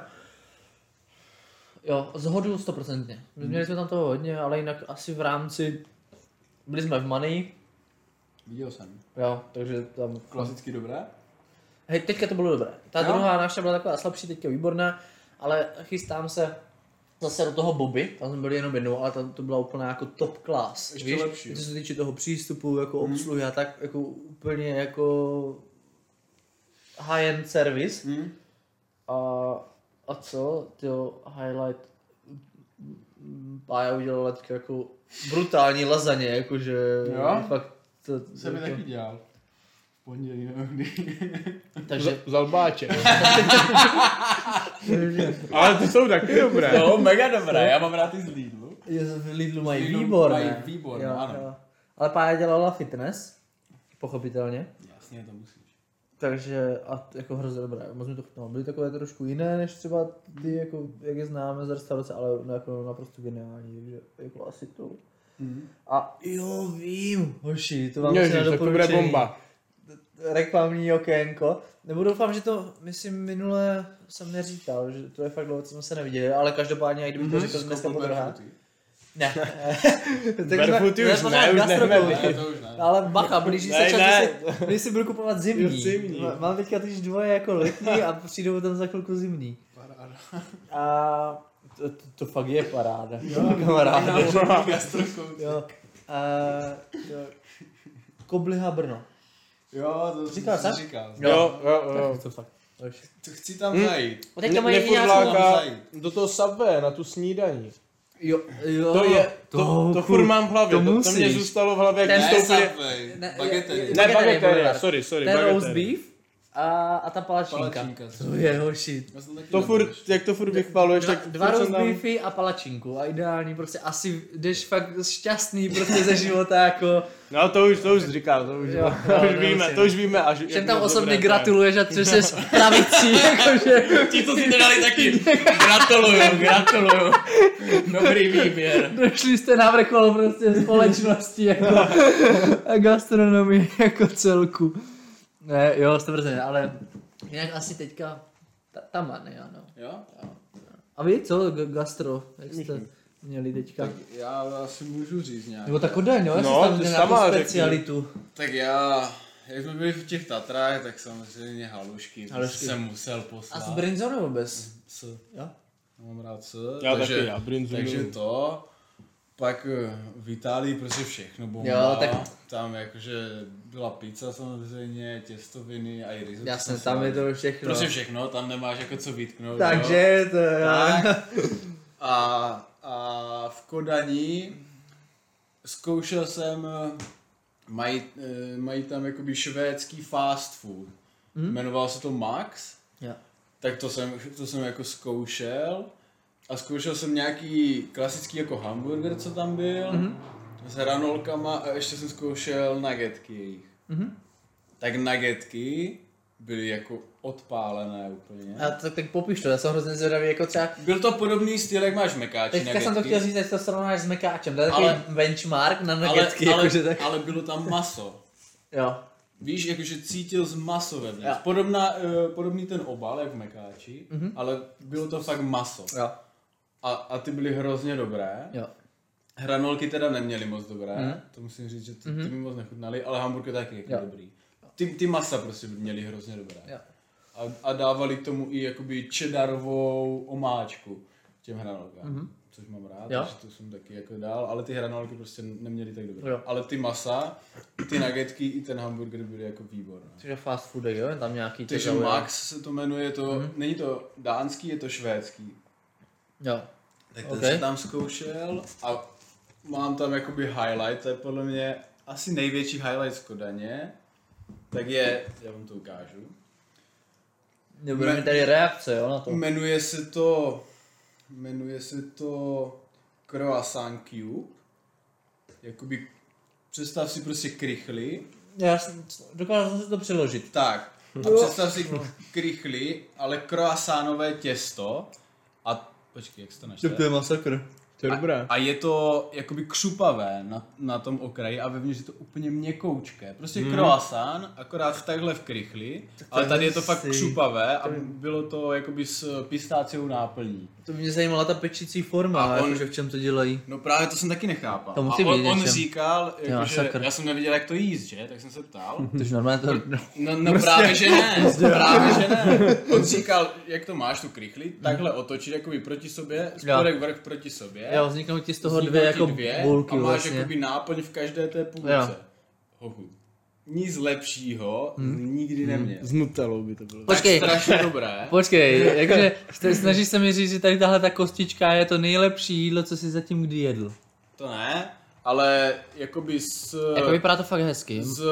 jo, zhodu stoprocentně. My Měli jsme tam toho hodně, ale jinak asi v rámci, byli jsme v Money, Viděl jsem. jo, takže tam, Klasicky dobré? hej, teďka to bylo dobré. Ta Jo. druhá návštěva byla taková slabší, teďka výborná, ale chystám se zase do toho Bobby, tam jsme byli jenom jednou, ale tam to byla úplně jako top class, Ještě lepší. Mhm. co se týče toho přístupu, jako obsluhy a tak, jako úplně jako high-end service. Hm? A, a co? Tyjo, highlight. Mm, Pája udělala teď jako brutální lazaně, jakože Jo? fakt to, to, jako- Jsem je taky dělal. V pondělí nebo kdy. takže Zalbáče. Ale ty jsou taky dobré. No, mega dobré, já mám rád ty z Lidlu. je, v Lidlu mají V Lidlu výbor, mají ne? výbor, no ano. Ale Pája dělala fitness, pochopitelně, Jasně, to musíš. takže a t- jako hrozně dobré, moc mi to chutnalo. Byly takové trošku jiné, než třeba ty, jako, jak je známe z restaurace, ale no, jako naprosto geniální, takže jako asi to. Hm? A jo, vím, hoši, to vám Ježiš, na tak to bude doporučení. bomba. reklamní okénko. Nebo doufám, že to, myslím, minule jsem neříkal, že to je fakt dlouho, co jsme se neviděli, ale každopádně, i kdyby Mhm. to řekl dneska po druhé. Ne. tak Barefooty už jsme ne, už gastronomii. nechme Ne, to už ne. Ale bacha, blíží se Ne, čas, ne. kdy si- kdy si budu kupovat zimní. Už zimní. Ma- Mám teďka tyž dvoje jako letní a přijdou tam za chvilku zimní. A to, to, to fakt je paráda, kamaráde. Jo. A, to- Kobliha Brno. Jo, to Říkal jsem jsi? říkal. Jo, jo, jo. To fakt. To Chci tam Hm. zajít. A teďka Ne- mají nějakou... nefurláka zajít. do toho subway, na tu snídaní. Jo, jo. To je, to, to furt mám v hlavě, to to, to mě musíš. zůstalo v hlavě, jak Ne, Ne, jste úplně... Subway, Ne, bagetery. je- Ne, Bageterie, bagatelia, bagatelia. sorry, sorry, Ten roast bagatelia. beef a, a ta palačinka. Palačinka, co? To je hoši. Já jsem taky To nebyl furt, ještě. jak to furt vychvaluješ, Dva, tak dva furt roast jsem tam... beefy a palačinku a ideální prostě asi jdeš fakt šťastný prostě ze života jako No to už, to už říkal, to už, Jo, to už jo, víme, nemusím. to už víme. Až jak všem tam moc osobně dobré to je. gratuluješ a třeš se s pravicí jakože Ti, co si to dali taky. Gratuluju, gratuluju. Dobrý výběr. došli jste na vrchol prostě společnosti jako a gastronomii jako celku. Ne, jo, stvrzeně, ale jinak asi teďka ta, tam ano. Jo? A vy co, g- gastro, jak jste měli teďka? Tak já asi můžu říct nějak. Nebo ta Kodaň, jo, jestli No, tam ty měl jsi nějakou sama řekni. specialitu. Tak já, jak jsme byli v těch Tatrách, tak samozřejmě halušky. Halušky. halušky. jsem musel poslat. A s brinzou nebo bez? S. Jo. Mám rád S. Já takže, taky, já brinzu. Takže to. Pak eh, v Itálii prostě všechno bomba. Jo, tak- Tam jakože byla pizza samozřejmě, těstoviny a i risotto. Jasně, jsem tam si je dal. to všechno. Prostě všechno, tam nemáš jako co vytknout. Takže jo. to já. Tak. A, a v Kodani zkoušel jsem, eh, mají, eh, mají tam jakoby švédský fast food. Hmm? Jmenovalo se to Max. Jo. Tak to jsem, to jsem jako zkoušel. A zkoušel jsem nějaký klasický jako hamburger, co tam byl. Mhm. Mm-hmm. S hranolkama a ještě jsem zkoušel nuggetky jejich. Mhm. Tak nuggetky byly jako odpálené úplně. A tak, tak popiš to, já jsem hrozně zvědavý, jako třeba Byl to podobný styl, jak máš mekáči Teďka jsem to nuggetky, chtěl říct, jak to srovnáš s mekáčem, to je Ale- takový benchmark na ale, nuggetky, ale, jakože tak. ale bylo tam maso. Jo, Víš, jakože cítil z maso ve Jo. věc. Podobná, eh, podobný ten obal, jak v mekáči, Mhm. mm-hmm. ale bylo to fakt maso. jo, A, a ty byly hrozně dobré. jo. Mhm. Hranolky teda neměly moc dobré, to musím říct, že ty, ty mi moc nechutnaly, ale hamburger taky jako Jo. dobrý. Ty, ty masa prostě měly hrozně dobré. Jo. A, a dávali k tomu i jakoby čedarovou omáčku těm hranolkám. Mm-hmm. Což mám rád, Mhm. Jo. takže to jsem taky jako dál, ale ty hranolky prostě neměly tak dobré. Jo. Ale ty masa, ty nuggetky i ten hamburger byly jako výborné. Cože fast food, jo, je tam nějaký Takže zaujalo. Max se to jmenuje, to Mhm. mm-hmm. není to dánský, je to švédský. Jo, Tak ten Okay. okay. jsem tam zkoušel a mám tam jakoby highlight, to je podle mě asi největší highlight z Kodaně. Tak je, já vám to ukážu. nebudeme Me- mít tady reakce, jo, na to. Jmenuje se to, jmenuje se to Croissant Cube. Jakoby představ si prostě krychly, Já jsem- dokázal jsem si to přeložit. tak, a představ si krychly, ale kroasánové těsto a počkej, jak se to Tak načte? to je masakr. To je dobré. A je to jakoby křupavé na, na tom okraji a vevnitř je to úplně měkoučké. Prostě mm. croissant, akorát takhle v krychli, ale tady je to fakt si- křupavé a bylo to jakoby s pistáciou náplní. To mě zajímala ta pečící forma, A on- jakože v čem to dělají. No právě to jsem taky nechápal. To musí a on, být on něčem. říkal, jako, že, sakr. já jsem neviděl, jak to jíst, že? Tak jsem se ptal. Což normálně to... No, no Prostě- právě že ne, právě že ne. On říkal, jak to máš tu krychli, takhle otočit jakoby proti sobě, spodek vrch proti sobě. Jo, vzniknou ti z toho Vzniknou dvě ti jako bulky a máš vlastně. jakoby náplň v každé té Jo. půlce. Hochu. Nic lepšího nikdy neměl. S Nutellou by to bylo. Hm. Počkej, Strašně dobré. počkej, jakože jste- snažíš se mi říct, že tady tahle ta kostička je to nejlepší jídlo, co jsi zatím kdy jedl. To ne, ale jakoby s... Jako vypadá to fakt hezky. z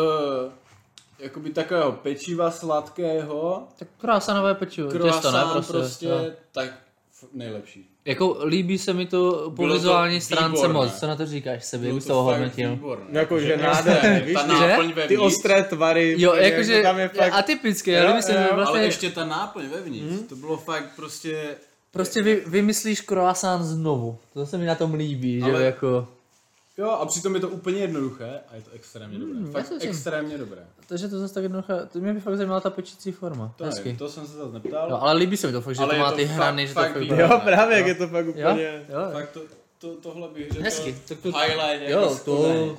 jakoby takového pečiva sladkého, Tak croissanové pečivo, těsto, ne? croissant Prostě. prostě, jo. tak f- nejlepší. Jako líbí se mi to po Bylo to vizuální stránce výborné. moc, co na to říkáš sebe, jak Bylo bys toho fakt hodnotil. výborné. Jako, že Ne, nádherné, víš? ta ty- že? náplň vevnitř. Ty ostré tvary. Jo, úplně, jakože tam je fakt... atypické, jo, líbí se mi jo, vlastně, Ale ještě ta náplň vevnitř, to bylo fakt prostě... prostě vy, vymyslíš croissant znovu, to se mi na tom líbí, že jo, Ale- jako. Jo, a přitom je to úplně jednoduché a je to extrémně dobré. Hmm, já Fakt si myslím. extrémně dobré. Takže to zase tak jednoduché, to mě by fakt zajímala ta pečící forma, To, hezky. nevím, to jsem se zase neptal. Jo, ale líbí se mi to fakt, že Ale to je má to ty fakt- hrany, že to fakt fakt výborné. vypadá. Jo, právě, jak je to fakt Jo, úplně... jo, Fakt to, to, tohle bych řekl. hezky. Tak to, Highlight jako jo, z Plzeň. to,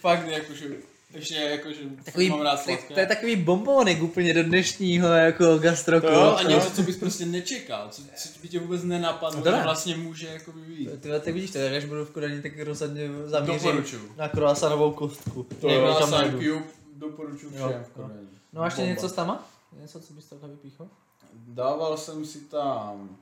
Fakt jakože, ještě jakože takový, mám rád to, sladké. to je takový bombonek úplně do dnešního jako gastroku. Jo, a něco, co bys prostě nečekal, co, co by tě vůbec nenapadlo, To to ne. že vlastně může jako být. Ty vole, tak vidíš to, jak až budu v Kodani, tak rozhodně zaměřím Doporučuju. na croissantovou kostku. To Někde je tam sám najdu. Cube, doporučuji Jo, všem. Jo. jo. No a ještě Bomba. něco s tama? Něco, co bys takhle vypíchl? Dával jsem si tam,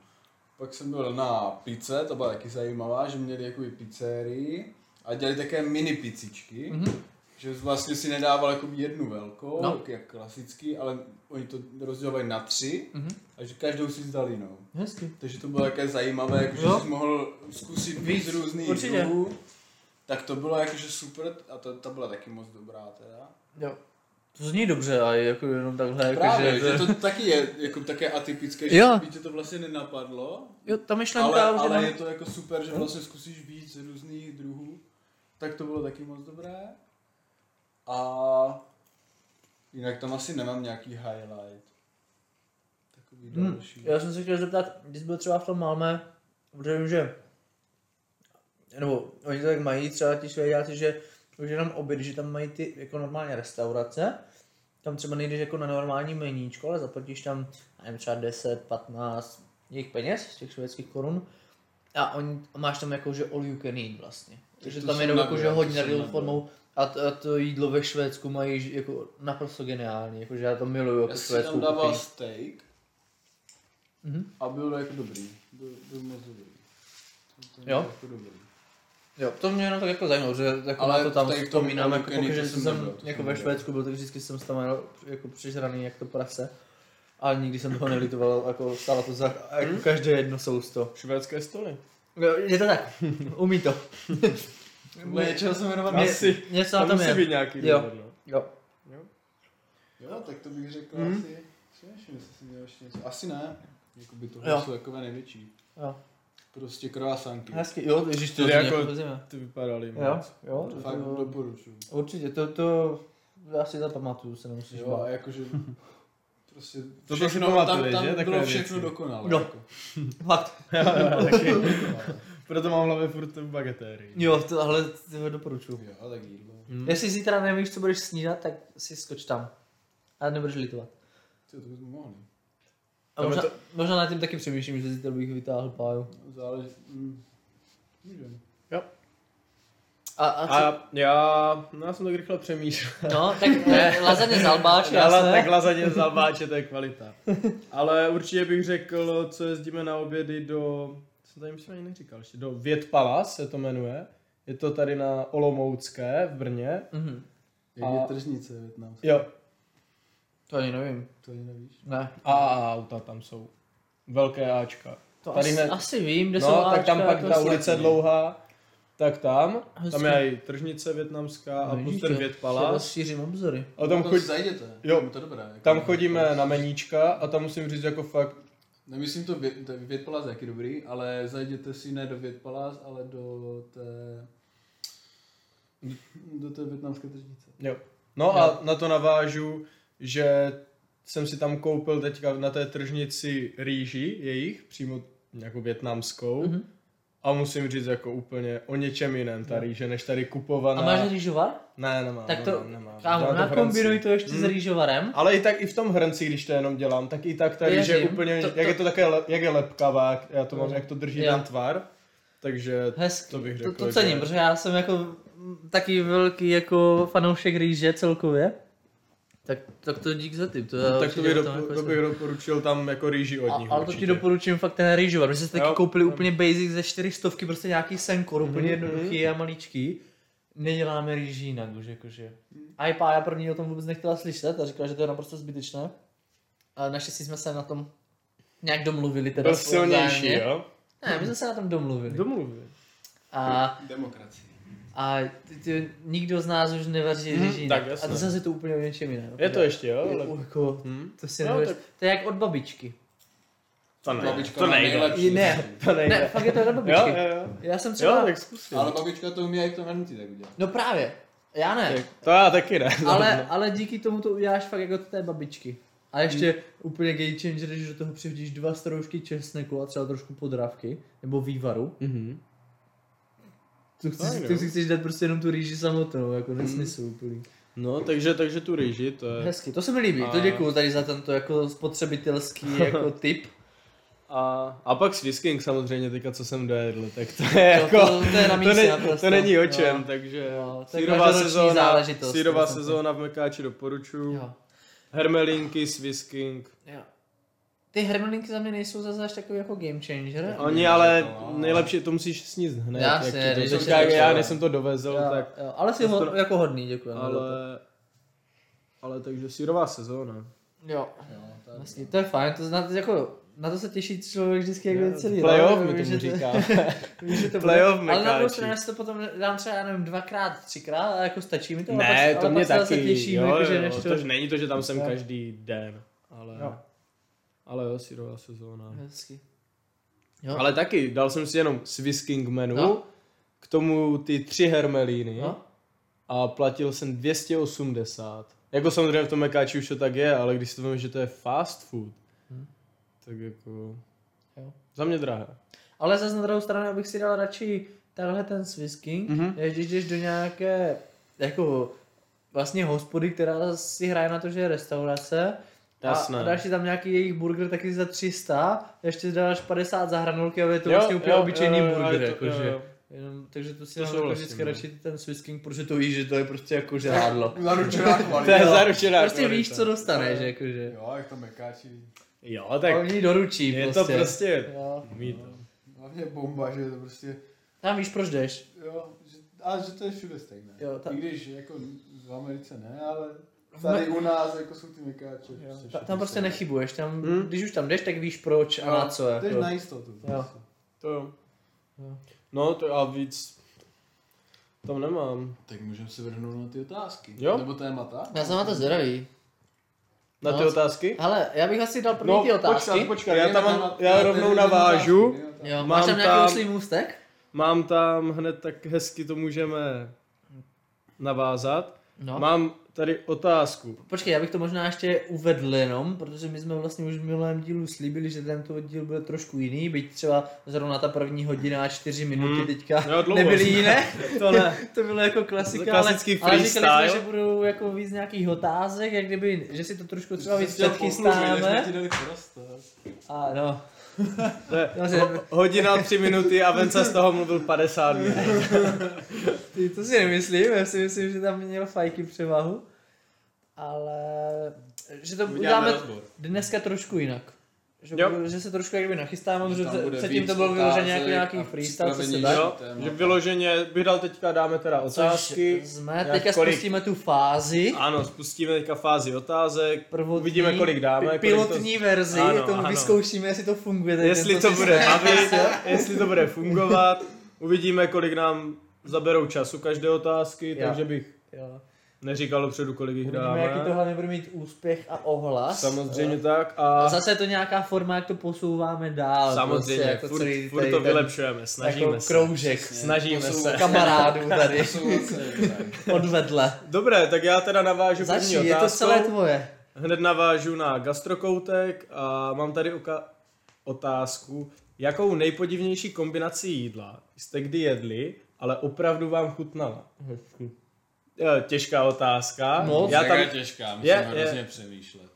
pak jsem byl na pizze, to byla taky zajímavá, že měli jakoby pizzerii a dělali také mini picičky. Mhm. Mm-hmm. Že vlastně si nedával jako jednu velkou, No. no. jak klasicky, ale oni to rozdělovali na tři Mhm. mm-hmm. a že každou si no. zdal jinou. Hezky. Takže to bylo také zajímavé, jako že Jo. jsi mohl zkusit víc různých určitě. druhů. Tak to bylo jakože super a ta, ta byla taky moc dobrá teda. Jo. To zní dobře a jako jenom takhle, jako Právě, že že... to taky je jako také atypické, že Jo. by tě to vlastně nenapadlo, Jo, ta myšlenka ale, už ale jenom... je to jako super, že vlastně zkusíš víc různých druhů. Tak to bylo taky moc dobré. A jinak tam asi nemám nějaký highlight. Takový Hmm. další. Já jsem se chtěl zeptat, když byl třeba v tom Malmé, protože vím, že nebo oni to tak mají třeba ti švédáci, že už jenom oběd, že tam mají ty jako normálně restaurace, tam třeba nejdeš jako na normální meníčko, ale zaplatíš tam, já nevím, třeba 10, 15 jejich peněz, těch švédských korun, a oni, a máš tam jako, že all you can eat vlastně. Takže to tam jsem jenom nebyl, jako, že to hodně jsem na nebyl. formou a to, a to, jídlo ve Švédsku mají že jako naprosto geniální, jakože já to miluju jako Já jsem švédskou tam dával kuchyni. steak Mhm. a byl jako dobrý. Byl, byl moc dobrý. To bylo Jo? Jako dobrý. Jo, to mě jenom tak jako zajímalo, že jako Ale na to tam tady v tom vzpomínám, jako Balkánu pokud, to že jsem jsem, nebyl, to jako jsem ve nebyl. Švédsku byl, tak vždycky jsem tam jel jako přižraný jak to prase. A nikdy jsem toho nelitoval, jako stálo to za jako každé jedno sousto. Švédské stoly. Jo, je to tak, umí to. Tohle něčeho jsem jmenovat Ně- Asi. Něco na Tam tom musí je. být nějaký Jo. důvod, no. Jo. Jo, tak to bych řekl Mhm. asi. Přemýšlím, jestli jsem měl ještě něco. Asi ne. Jakoby tohle Jo. jsou takové největší. Jo. Prostě croissanty. Hezky, jo, ježiš, to Tedy zní jako- jako... vezeme. Ty vypadaly Jo, moc. jo, To to, fakt to, doporučuji. určitě, to, to, já si zapamatuju, se nemusíš Jo, bát. a jakože prostě To všechno, si pamatuješ, tam, že? tam Takové bylo všechno věci. dokonalé. Jo. Jako. Fakt, Proto mám v hlavě furt tu bagatérii. jo, tohle to doporučuju. Jo, tak jídlo. Hm. Jestli zítra nevíš, co budeš snídat, tak si skoč tam. A nebudeš litovat. Ty, to bychom mohli. A Tam je možná, to... možná na tím taky přemýšlím, že zítra bych vytáhl páju. No, Záleží. Mm. Můžeme. A, a, co? A já, no já jsem tak rychle přemýšlel. No, tak ne, lazaně z albáče, Já jasné. tak lazaně z Albáče, to je kvalita. Ale určitě bych řekl, co jezdíme na obědy do, jsem tady myslím ani neříkal ještě, do Věd Palace se to jmenuje. Je to tady na Olomoucké v Brně. Mhm. Jak A- je tržnice větnamská? Jo, To ani nevím. To ani nevíš. Ne. a auta tam jsou. Velké Ačka. To Tady asi, hned- asi vím, kde no, jsou tak tam Ačka, pak to ta asi- ulice dlouhá. tak tam, tam Hezky. je i tržnice No, větnamská a prostě plus ten Vět Palace. Šířím obzory. A Chodí, tam, chodí, No, zajděte, Jo. tam je to dobré. Jako tam chodíme na meníčka a tam musím říct jako fakt, Nemyslím to, Vě- to Vět Palác je jaký dobrý, ale zajděte si ne do Vět Palác, ale do té... Do té větnamské tržnice. jo. No a na to navážu, že jsem si tam koupil teďka na té tržnici rýži jejich, přímo nějakou větnamskou. Mhm. Mm-hmm. A musím říct jako úplně o něčem jiném ta rýže, než tady kupovaná. A máš rýžovar? Ne, nemám. Tak to, nemám, No, nemám. kámo, Dělám to v nakombinuj hrnci. to ještě s rýžovarem. Ale i tak i v tom hrnci, když to jenom dělám, tak i tak ta rýže Věřím. úplně, To- to, to- jak je to také, le- jak je lepkavá, jak- já to mám, Mm. jak to drží Jo. ten tvar, takže Hezky. to bych to, řekl. to cením, protože já jsem jako mm, taky velký jako fanoušek rýže celkově. Tak, tak to dík za tip. To já že, No, tak to určitě bych, o tom dopo, jako to bych doporučil tam jako rýži od nich A, ale to ti určitě. doporučím fakt ten rýžovar. My jsme si taky Jo, koupili jo. Mhm, úplně basic ze 400, prostě nějaký senkor, úplně jednoduchý a maličký. Neděláme rýží jinak už, jakože. Mhm. A i pája první o tom vůbec nechtěla slyšet a říkala, že to je naprosto zbytečné. A naštěstí jsme se na tom nějak domluvili. Teda Byl spolu silnější, vzájemně. jo? Ne, my jsme se na tom domluvili. Domluvy. A, Demokracie. a ty, ty, nikdo z nás už nevaří Hm, hmm, rýží. tak jinak. a jasné. to zase to úplně o něčem jiném. Je to ještě, jo? Je- Ale... jako, Hm? to si No, no, tak- To je jak od babičky. To ne, Babička to má nejde. nejlepší. Ne. To nejde. Ne, fakt je to od jo, babičky. jo, jo. Já jsem třeba... Jo, tak zkusím. Ale babička to umí i to hrnci tak udělat. No právě, já ne. To já taky ne. Ale, ale díky tomu to uděláš fakt jako té babičky. A ještě hmm. úplně game changer, když do toho přihodíš dva stroužky česneku a třeba trošku podrávky, nebo vývaru. Mhm. Tu, chceš, Fajn, tu No, jo. si chceš dát prostě jenom tu rýži samotnou, jako nesmysl hmm. úplně. No, takže, takže tu rýži, to je... Hezky, to se mi líbí, to A- děkuju tady za tento jako spotřebitelský jako tip. A, a pak Swisking samozřejmě, teďka co jsem dojedl, tak to je To- jako, to- to je na místě to, ne, naprosto. to není o čem, No. takže No, to je sírová každoroční sezóna, záležitost, sírová to jsem sezóna v Mekáči doporučuju, Jo. hermelinky, Swisking, Jo. Ty hermelinky za mě nejsou zase až takový jako game changer. oni ale nejlepší, to musíš sníst hned, Já jak si ti je, když to, ještě teďka, něco, já jo. než jsem to dovezl, jo, tak, jo, ale si ho, jako hodný, děkuji. ale, ale takže sírová sezóna. Jo. Vlastně, to je fajn, to znáte, jako, na to se těší člověk vždycky, jak je celý Playoff rok, mi že tomu to- říká. že to bude. Playoff Ale na druhou mekáči. stranu, já si to potom dám třeba, já nevím, dvakrát, třikrát, ale jako stačí mi to. ale Ne, pak, to ale mě pak se zase taky, těším, jo, jako, že jo, než to... to není to, že tam jsem Jo. každý den, ale, Jo. ale jo, sírová sezóna. Hezky. Jo. Ale taky, dal jsem si jenom Swisking menu, No. no. k tomu ty tři hermelíny No. no. a platil jsem 280. Jako samozřejmě v tom mekáči už to tak je, ale když si to vím, že to je fast food, tak jako... Hmm. Jo. Za mě drahé. Ale zase na druhou stranu bych si dal radši takhle ten Swiss King, Mhm. mm-hmm. než když jdeš do nějaké jako vlastně hospody, která si hraje na to, že je restaurace. A, Jasné. a dáš si tam nějaký jejich burger taky za 300, ještě dáš 50 za hranolky a je to Jo, vlastně úplně jo, obyčejný jo, jo, burger, jako jo, jakože. jo, jo. Jenom, takže to si To dám jako souhlasím, vždycky no. radši ten Swiss King, protože to víš, že to je prostě jako žrádlo. Zaručená To kvalita. je Jo, zaručená Prostě kvalita. víš, co dostaneš, jakože. Jo, jak to mekáčí. Jo, Tak tak Oni doručí je prostě. to prostě... Jo. Mít. to. No. Hlavně bomba, že je to prostě... Tam víš, proč jdeš. Jo, že, ale že to je všude stejné. Jo, ta- I když jako v Americe ne, ale tady u nás jako jsou ty mekáče. Prostě Ta, všude tam prostě stejné. nechybuješ, tam, Hmm. No. když už tam jdeš, tak víš proč a Jo, na co. Jdeš Jako. na jistotu. prostě. To jo. Jo. No, to a víc... Tam nemám. Tak můžeme se vrhnout na ty otázky. Jo. Nebo témata. Já jsem na to zvědavý. Na ty No, otázky? Hele, já bych asi dal první no, ty otázky. počkat, počkat, já Jdeme tam na- mám, na já ty rovnou otázky, navážu. jo, tak. Jo, Mám máš tam tam- nějaký uslý můstek? Mám tam hned tak hezky to můžeme navázat. No. Mám tady otázku. Počkej, já bych to možná ještě uvedl jenom, protože my jsme vlastně už v minulém dílu slíbili, že tento díl bude trošku jiný, byť třeba zrovna ta první hodina a čtyři minuty Hmm. teďka Jo, dlouho. nebyly jiné. To ne. to bylo jako klasika, Klasický ale, ale říkali freestyle. jsme, že budou jako víc nějakých otázek, jak kdyby, že si to trošku třeba víc Chtěl pochlubit, než jsme ti prostě. předchystáme. dali prostor. A no, To je no že- hodina, tři minuty a Vence z toho mluvil 50 minut. Ty to si nemyslím, já si myslím, že tam měl fajky převahu. Ale že to uděláme rozbor. dneska trošku jinak. Že, Jo. budu, že se trošku jakby Že nachystáme, protože tam bude předtím víc to bylo vyloženě jako otázek nějaký a freestyle, co se připravenější. dá. Jo, že vyloženě bych dal teďka, dáme teda otázky. Což jsme, Jak teďka kolik? spustíme tu fázi. Ano, spustíme teďka fázi otázek. Prvotní, Uvidíme, kolik dáme. pi- kolik to- Pilotní verzi, Ano, to ano. vyzkoušíme, jestli to funguje. tady Jestli tento to bude systém. bavit, jestli to bude fungovat. Uvidíme, kolik nám zaberou času každé otázky, Já. takže bych Jo. neříkal dopředu, kolik jich Uvidíme, jaký dáme. tohle nebude mít úspěch a ohlas. Samozřejmě tak A a zase je to nějaká forma, jak to posouváme dál. samozřejmě, prostě, jako furt, celý furt tady to ten- vylepšujeme, snažíme jako se. kroužek Snažíme se. kamarádů tady Souhlasím. od vedle. Dobré, tak já teda navážu Začni, první je to otázkou. celé tvoje. Hned navážu na gastrokoutek a mám tady oka- otázku, jakou nejpodivnější kombinaci jídla jste kdy jedli, ale opravdu vám chutnala? Eh, Těžká otázka. Moc. já tam, Mega těžká, musím Je, je. hrozně přemýšlet.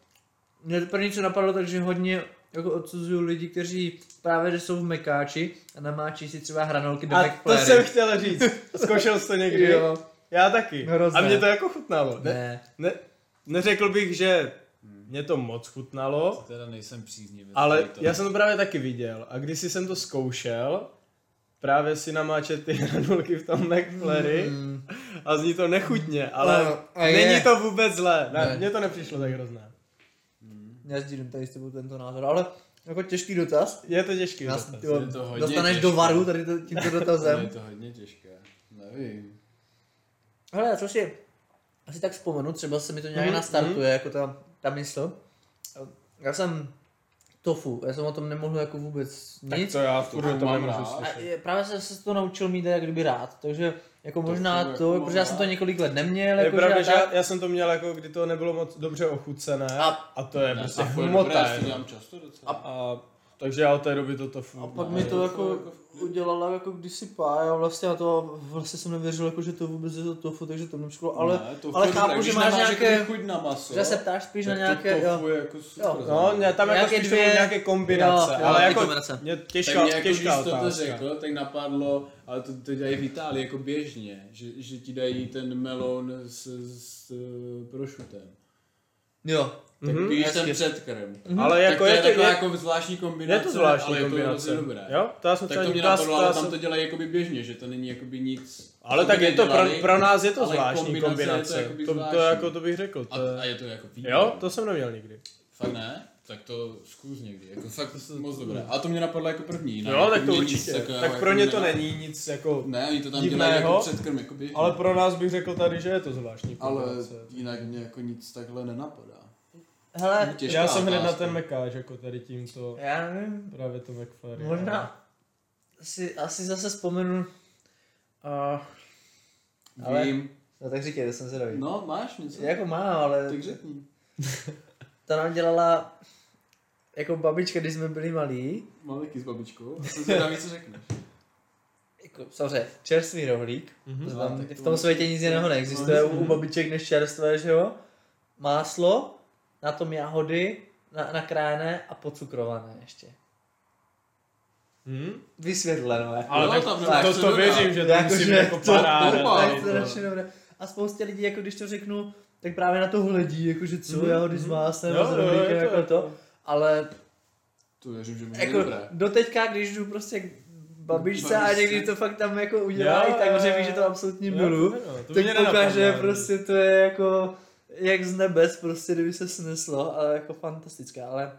Mě to první, co napadlo, takže hodně jako odsuzuju lidi, kteří právě že jsou v mekáči a namáčí si třeba hranolky do a to McFlurry. jsem chtěl říct. Zkoušel jsi to někdy? Jo, Já taky. Hrozné. A mě to jako chutnalo. Ne, ne. ne, neřekl bych, že mě to moc chutnalo, Teda nejsem příznivý. Ale tady toho. já jsem to právě taky viděl a když jsem to zkoušel, právě si namáčet ty hranolky v tom McFlurry Mm. a zní to nechutně, ale No, a je. není to vůbec zlé. Ne, Ne. Mně to nepřišlo tak hrozné. Já sdílím tady s tebou tento názor, ale jako těžký dotaz. Je to těžký Já, dotaz. tyjo, Je to hodně dostaneš těžké. do varu tady to, tímto Ale je dotazem. to hodně těžké. Nevím. Hele, já co si asi tak vzpomenu, třeba se mi to nějak Mhm, nastartuje, jako ta, ta mysl. Já jsem tofu, já jsem o tom nemohl jako vůbec nic. to já furt to mám rád. A je- právě jsem se to naučil mít jak kdyby rád, takže jako možná jako to, mám protože já jsem to rád. několik let neměl, Je jako pravda, že že já, já, já jsem to měl jako, kdy to nebylo moc dobře ochucené a, A- a to je prostě A furt dobré, hmota. já to jenom. dělám často docela. A, takže já od té doby toto furt. A pak mi to jako udělala jako kdysi pá, já vlastně na to vlastně jsem nevěřil, jako, že to vůbec je to tofu, takže to mě přišlo, ale, Ne, to ale furt chápu, dobré. že Když máš nemáš nějaké, jakoby chuť na maso, že se ptáš spíš na tak to nějaké, jo. tofu je jako super. Jo. No, ne, tam jako Nějaké spíš dvě- dvě... nějaké kombinace, Jo, jo, ale ty jako kombinace. mě tak těžká, mě jako, když těžká jsi to otázka. Mhm. řekl, tak napadlo, ale to, to dělají v Itálii jako běžně, že, že ti dají ten meloun s, s eh, prošutem. jo. Tak Mhm. píš jasně. ten předkrm. Ale Jako jako tak to je, je, to- taková je, jako zvláštní kombinace, je to zvláštní ale kombinace. je to dobré. Jo, to já jsem Tak to mě chtěl- napadlo, já ale jsem- tam to dělají jakoby běžně, že to není jakoby nic. ale co tak by je to pro, nedělali. pro nás je to ale zvláštní kombinace kombinace. je to jakoby to, to, zvláštní. jako to bych řekl. A, To je, a je to jako výborné. jo, to jsem neměl nikdy. Fakt ne? Tak to zkus někdy, jako fakt moc dobré. A to mě napadlo jako první. Ne? Jo, Jako tak to mě nic určitě. takového Tak jako pro ně to nenapadlo. není nic jako... Ne, oni to tam divného. dělají jako předkrm, jako běžně. Ale pro nás bych řekl tady, že je to zvláštní Ale kombinace. jinak mě jako nic takhle nenapadá. Hele, Těžká já jsem hned na otázka. ten mekáč, jako tady tímto. já nevím, Právě to McFlurry. možná si asi zase vzpomenu, uh, Ale- Vím. no tak říkej, to jsem zvědavý. No, máš něco? Jako má, ale Tak řekni. to nám dělala jako babička, když jsme byli malí, Mám taky s babičkou. Jsem zvědavý, co řekneš. jako, samozřejmě, čerstvý rohlík, Mhm. to No, tam, tak v to tom musí- světě nic jiného neexistuje, No, u, u babiček než čerstvé, že jo? Máslo, na tom jahody, na, nakrájené a pocukrované ještě. Hm? Vysvětleno, jako. Ale No, tak, tam tak, nemáš to, co to dodat. věřím, že to Jako, musí že být jako to- paráda. Urba. Tak ale- strašně dobré. A spoustě lidí, jako když to řeknu, tak právě na to hledí, jako že co, Mhm, jahody s mhm. máslem Jo, a s jo, je rohlíkem, to- jako to. Ale To věřím, že bude jako dobré. doteďka, když jdu prostě k babičce a Babičce. někdy to fakt tam jako udělají, Jo, tak jo, protože jo. ví, že to absolutní Jo, milu. ano, to tak mě nenapadlo, pokaže ale- prostě to je jako jak z nebes prostě, kdyby se sneslo, ale jako fantastické, ale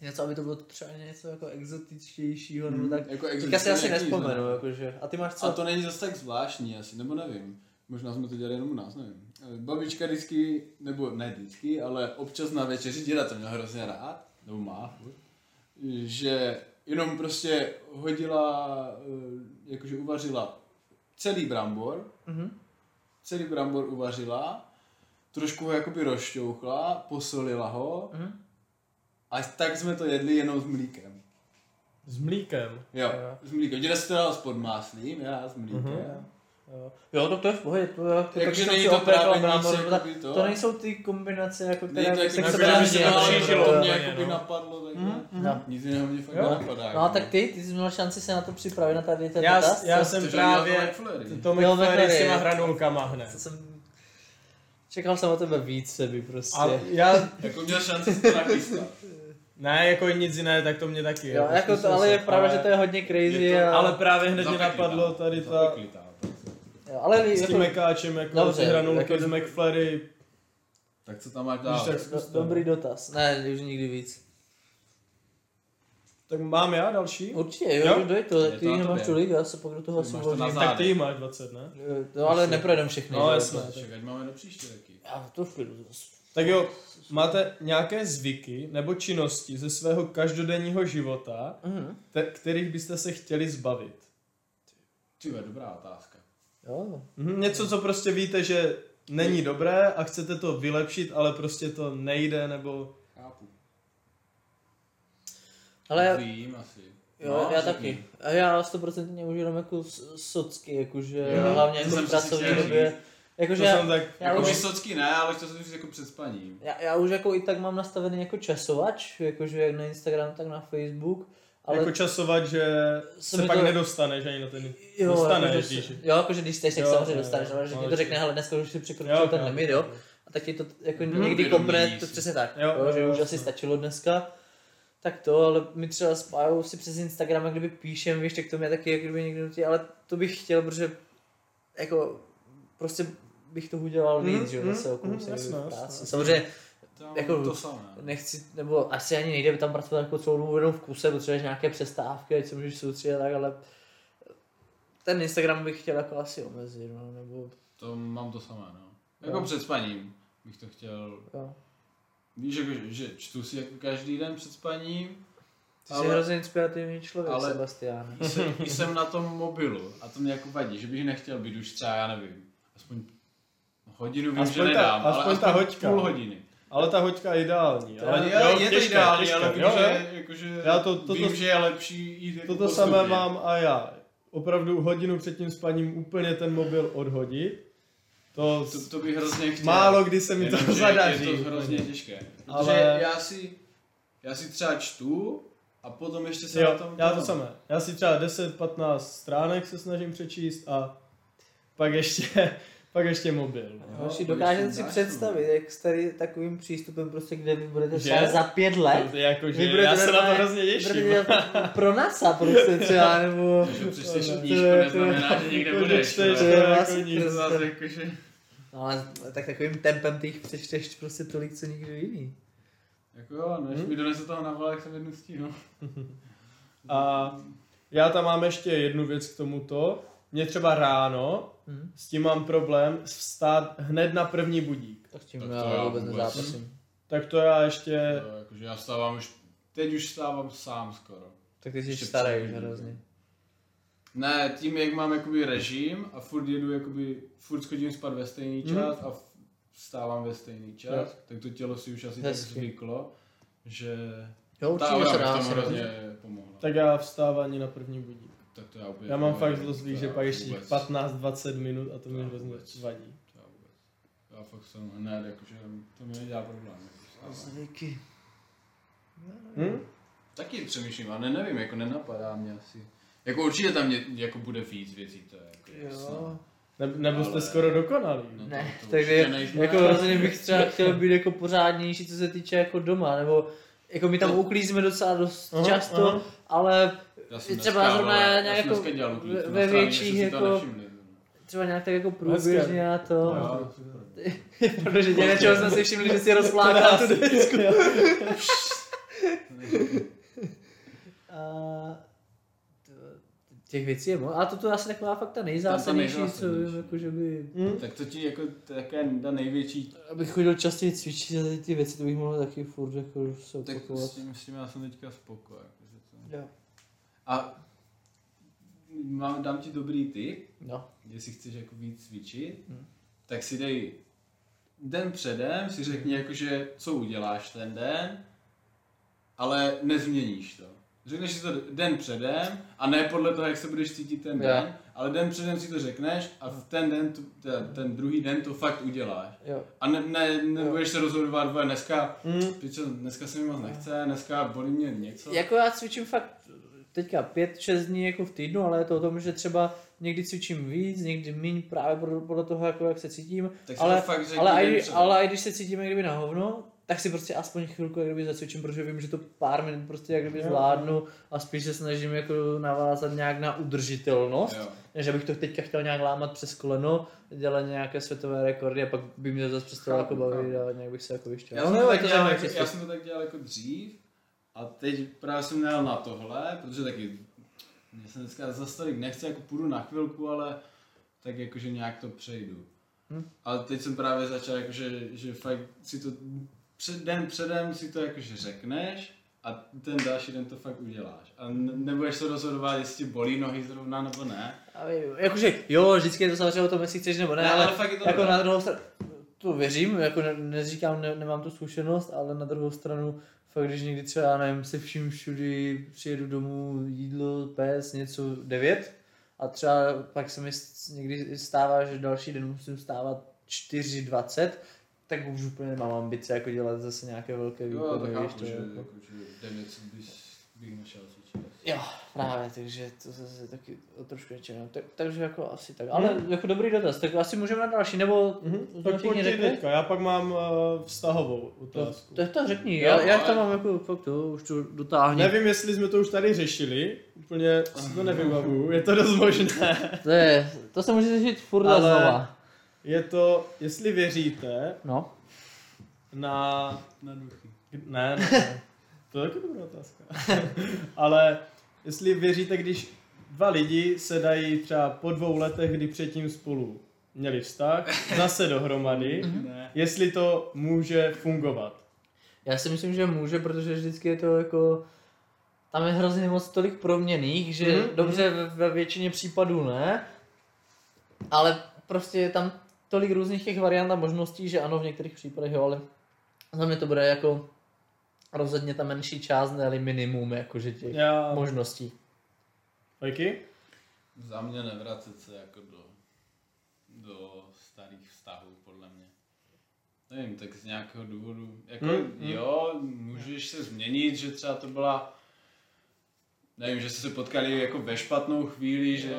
něco, aby to bylo třeba něco jako exotičtějšího, Mm, nebo tak. Jako Teďka si asi existuje nějaký nespomenu, jako- znak. jakože. A ty máš co? A to není zase tak zvláštní asi, nebo nevím. Možná jsme to dělali jenom u nás, nevím. Eh, Babička vždycky, nebo ne vždycky, ale občas na večeři děda to měl hrozně rád, nebo má, furt, že jenom prostě hodila, eh, jakože uvařila celý brambor, Mhm. celý brambor uvařila, trošku ho jakoby rozšťouchla, posolila ho Mhm. a tak jsme to jedli jenom s mlíkem. S mlíkem. Jo, Jo. Mhm. s mlíkem. Děda se to dal s podmáslím, já s mlíkem. Jo. Jo, tak to je v pohodě, to je to Takže taky jsem není si to opět právě brámo, nic, nebo tak. jakoby To nejsou ty kombinace, jako Není které to jako tak se něco, právě co právě se děje, dalo, takže že to- to mě no. jakoby napadlo, tak No. nic jiného mě fakt Jo. nenapadá. jako no a tak ty, ty jsi měl šanci se na to připravit, na tady ten Já, dotaz, já co- jsem právě to Jo, McFlurry s McFlurry, těma jo. hranulkama hned. co jsem... Čekal jsem o tebe víc, seby prostě. A já, Jako měl šanci si to nachystat. ne, jako nic jiné, tak to mě taky. Jo, jako to, smysl ale je se- pravda, že to je hodně crazy. je to- a... Ale právě hned mě Zapeklitá. napadlo tady ta, Zapeklitá. jo, ale s tím jako, mekáčem, jako Dobře, ty hranulky jako- z McFlurry. Tak co tam máš Když dál? tak do, dobrý dotaz. Ne, už nikdy víc. Tak mám já další? Určitě, jo, Jo? jo? dej to, Je tak to ty na nemáš tobě. tolik, já se pak do toho Ty asi máš to na vložím. zá- Tak ty máš 20, ne? Eh, No ale neprojdem všechny. No, že jo, jasné. to- Čekaj, máme do příště taky. Já to v klidu zase. Tak jo, máte nějaké zvyky nebo činnosti ze svého každodenního života, Mhm. te- kterých byste se chtěli zbavit? Ty vole, dobrá otázka. Jo. Mhm, Něco, co prostě víte, že není dobré a chcete to vylepšit, ale prostě to nejde, nebo... Chápu. Ale Vím asi. jo, No, já řekni. taky. A já 100% nemůžu jenom jako s- socky, jakože Jo, hlavně to jako jsem v přesně pracovní chtěl době. říct. To Jakože jsem No, já, tak... já Jako už- vysocký ne, ale chtěl jsem to říct jako před spaním. já, já už jako i tak mám nastavený jako časovač, jakože jak na Instagram, tak na Facebook. Ale Jako časovat, že Co se mi pak to- nedostaneš ani na ten... Jo, Dostane, jakože Ježíši. se- Jo, jakože když chceš, tak Jo, samozřejmě jo, dostaneš, jo, ale že ti jo, to určitě. řekne, hele, dneska už si Jo, překročil ten jo, limit, jo. jo. A tak ti to jako Mhm. někdy Uvědomí kopne, to si. přesně tak, Jo, jo, jo, že jo, už asi jo. stačilo dneska. Tak to, ale my třeba spájou si přes Instagram, jak kdyby píšem, víš, tak to mě taky jak kdyby někdo nutí, ale to bych chtěl, protože jako prostě bych to udělal Mhm, víc, že jo, mhm, zase o mhm, kousek jasné, v jasné, práci. jasné. Samozřejmě Tam Jako- to samé. nechci, nebo asi ani nejde tam pracovat jako celou dobu jenom v kuse, potřebuješ nějaké přestávky, ať se můžeš soustředit a tak, ale ten Instagram bych chtěl jako asi omezit, no, nebo To mám to samé, no. Jako Jo. před spaním bych to chtěl. jo. Víš, jako, že, že čtu si jako každý den před spaním. Ty jsi Ale- hrozně inspirativní člověk, ale- ale... Sebastián. I jsem, I jsem na tom mobilu a to mě jako vadí, že bych nechtěl být už třeba, já nevím, aspoň hodinu vím, Aspoň že ta- nedám, aspoň ale ta hoďka. půl hodiny. Ale ta hoďka je ideální. Ale je, jo, je to těžké, ideální, těžké. ale vím, Jo, jo. že, jakože, Já to- to- vím, to- že je lepší jít jako Toto postupně. samé mám a já. Opravdu hodinu před tím spaním úplně ten mobil odhodit. To, To, to bych hrozně chtěl. málo kdy se mi to Jenomže zadaří. Je to hrozně těžké. Protože Ale- Ale... já, si, já si třeba čtu a potom ještě se na jo, tom... já to samé. Já si třeba 10-15 stránek se snažím přečíst a pak ještě, pak ještě mobil. no. Jo, Hoši, to dokážete ještě si dáš, představit, jak s tady takovým přístupem, prostě kde vy Že? budete třeba za pět let. To je Jako, že Vy budete já se na to normálně- hrozně těším. budete dělat pro NASA prostě třeba, nebo... Že přečteš To- knížku, to- neznamená, že někde Jako, že budeš. čteš, ale- to je Vlastně- jako nic. To zase jakože... No ale tak takovým tempem ty jich přečteš prostě tolik, co nikdo jiný. Jako jo, než mi donese toho na valech, jsem jednu stínu. A já tam mám ještě jednu věc k tomuto. Mě třeba ráno, Hm? s tím mám problém vstát hned na první budík. Tak s tím Tak to já já vůbec vůbec. nezápasím. Tak to já ještě... Jo, Jakože já stávám už... Teď už stávám sám skoro. Tak ty jsi Ještě starý už před- hrozně. Ne, tím, jak mám jakoby režim a furt jedu, jakoby, furt schodím spát ve stejný Mhm. čas a f- vstávám ve stejný čas, tak to tělo si už asi Hezky. tak zvyklo, že Jo, ta určitě aura se mi v dá. tom asi hrozně rozhodnout. pomohla. Tak, Tak já vstávání na první budík. to já úplně... Já mám fakt nevím, zlozvyk, to že já pak ještě vůbec- 15-20 minut a to mi To hrozně vůbec. vadí. to Já vůbec. Já fakt jsem hned, jakože to mi nedělá problém. jako vstávám. Zvyky. Hm? Taky přemýšlím, ale ne, nevím, jako nenapadá mě asi. Jako určitě tam mě, jako bude víc věcí, to je jako jasné. Jo. Ne, nebo jste Ale- skoro dokonalí. No, Ne, to- to takže určitě nejsme. jako rozhodně bych třeba chtěl být jako pořádnější, co se týče jako doma, nebo jako my tam uklízíme docela dost Aha, často, aha. ale Já Třeba zrovna vole, já nějak jsem jako dneska dělal uklízku ve- na ve straně, větších že si to jako- No. nevšimli. třeba nějak tak jako průběžně a to. Jo, Protože tě něčeho jsme si všimli, že si rozplákal tu desku. A to- těch věcí je moc. A toto je asi taková fakt ta nejzásadnější, co vím, nejzásadnější. jako že by... Hm? Tak to ti jako to je také ta největší, Abych chodil častěji cvičit a tady ty věci, to bych mohl taky furt jako se tak s opakovat. tím, s tím já jsem teďka spokojen. jakože to- Jo. A mám, dám ti dobrý tip, No. jestli chceš jako víc cvičit, Hmm. tak si dej den předem, si řekni jakože, co uděláš ten den, ale nezměníš to. Řekneš si to den předem a ne podle toho, jak se budeš cítit ten Jo. den, ale den předem si to řekneš a Hmm. v ten den, to, ten, ten druhý den to fakt uděláš. Jo. Mm, A ne, ne, nebudeš se rozhodovat, vole, dneska, Hm? pičo, dneska se mi Hmm. moc nechce, dneska bolí mě něco. Jako já cvičím fakt teďka 5-6 dní jako v týdnu, ale je to o tom, že třeba někdy cvičím víc, někdy míň právě podle- podle toho, jako jak se cítím. Tak si ale, to fakt řekni ale, den aj, předem. ale aj když se cítím jak kdyby na hovno, tak si prostě aspoň chvilku jak kdyby zacvičím, protože vím, že to pár minut prostě jak kdyby zvládnu a spíš se snažím jako navázat nějak na udržitelnost, Jo. než abych to teďka chtěl nějak lámat přes koleno, dělat nějaké světové rekordy a pak by mě to zase přestalo Chápu, jako bavit chápu. a nějak bych se jako vyštěl. Já, jsem jo, to je tak dělal, zároveň jako, cesta. já jsem to tak dělal jako dřív A teď právě jsem nejel na tohle, protože taky mě se dneska zase tolik nechce, jako půjdu na chvilku, ale tak jakože nějak to přejdu. Hm. Hmm. A teď jsem právě začal, jakože, že fakt si to před, den předem si to jakože řekneš a ten další den to fakt uděláš. A n- nebudeš se rozhodovat, jestli ti bolí nohy zrovna nebo ne. Já vím, Jakože jo, vždycky je to samozřejmě o tom, jestli chceš nebo ne, Ne, ale, ale fakt je to jako dobré. na druhou stranu, to věřím, jako ne, neříkám, ne, nemám tu zkušenost, ale na druhou stranu, fakt když někdy třeba, já nevím, se vším všudy přijedu domů, jídlo, pes, něco, devět, a třeba pak se mi s- někdy stává, že další den musím stávat 4.20, tak už úplně nemám ambice jako dělat zase nějaké velké výkony, Jo, tak víš, chápu, to že, je jako- jako, že den co bys, bych našel cvičit. Jo, právě, takže to zase taky o trošku nečená. Tak, takže jako asi tak. Ale Hmm. jako dobrý dotaz, tak asi můžeme na další, nebo Mhm. to Tak všichni pojď ty řekli? teďka, já pak mám uh, vztahovou otázku. Tak to řekni, Jo, já, já ale- tam mám jako fakt to, už to dotáhni. Nevím, jestli jsme to už tady řešili, úplně si to nevybavu, je to dost možné. To, je, to se může řešit furt a Ale- znova. Je to, jestli věříte No, na... Na duchy. Ne, ne, ne. to je taky dobrá otázka. Ale jestli věříte, když dva lidi se dají třeba po dvou letech, kdy předtím spolu měli vztah, zase dohromady, Hm? Ne. jestli to může fungovat. já si myslím, že může, protože vždycky je to jako... Tam je hrozně moc tolik proměných, že Mhm, dobře ve, ve většině případů ne, ale prostě je tam tolik různých těch variant a možností, že ano, v některých případech jo, ale za mě to bude jako rozhodně ta menší část, ne minimum jakože těch Já... možností. Taky? Za mě nevracet se jako do, do starých vztahů, podle mě. Nevím, tak z nějakého důvodu, jako Hmm, hmm, hmm. jo, můžeš se změnit, že třeba to byla, nevím, že jste se potkali jako ve špatnou chvíli, že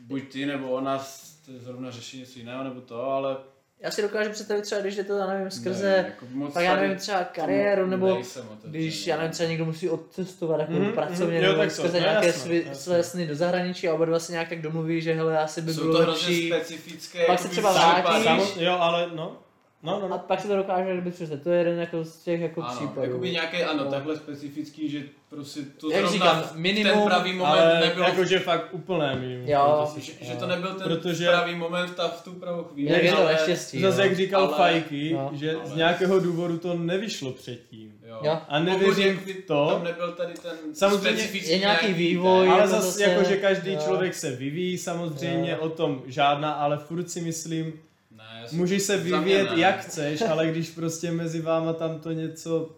buď ty nebo ona jste zrovna řeší něco jiného nebo to, ale Já si dokážu představit třeba, když jde to, já nevím, skrze, nevím, jako moc tak já tady nevím, třeba tomu kariéru, nebo nejsem otevřený. když, já nevím, třeba někdo musí odcestovat jako Mhm, mm, pracovně, mhm, jo, mm, nebo tak to, skrze no nějaké jasno, svi, jasno. své sny do zahraničí a oba dva se nějak tak domluví, že hele, asi by Jsou to bylo hrozně lepší. specifické, Pak se jakoby třeba západy. vrátíš, Samo- jo, ale no. No, no, A no. pak se to dokáže kdyby přesně. To je jeden jako z těch jako Ano, případů. jakoby nějaké, ano, No. takhle specifický, že prostě to Jak zrovna říkám, v minimum, ten pravý moment Ale nebylo, jako, jakože fakt úplné minimum. Jo. To že, si- že, to nebyl ten Protože- pravý moment ta, v tu pravou chvíli. Jak je to ale- neštěstí. Zase no. jak říkal Ale- Fajky, no. že z Ale- nějakého důvodu to nevyšlo předtím. Jo. Jo. A Pokud nevěřím jak by v to, tam nebyl tady ten Samozřejmě specifický je nějaký ten- vývoj. Ale jako zase zase- jako, že každý jo. člověk se vyvíjí samozřejmě, Jo. o tom žádná, ale furt si myslím, Ne, já si- můžeš se za mě vyvíjet ne. jak chceš, ale když prostě mezi váma tam to něco,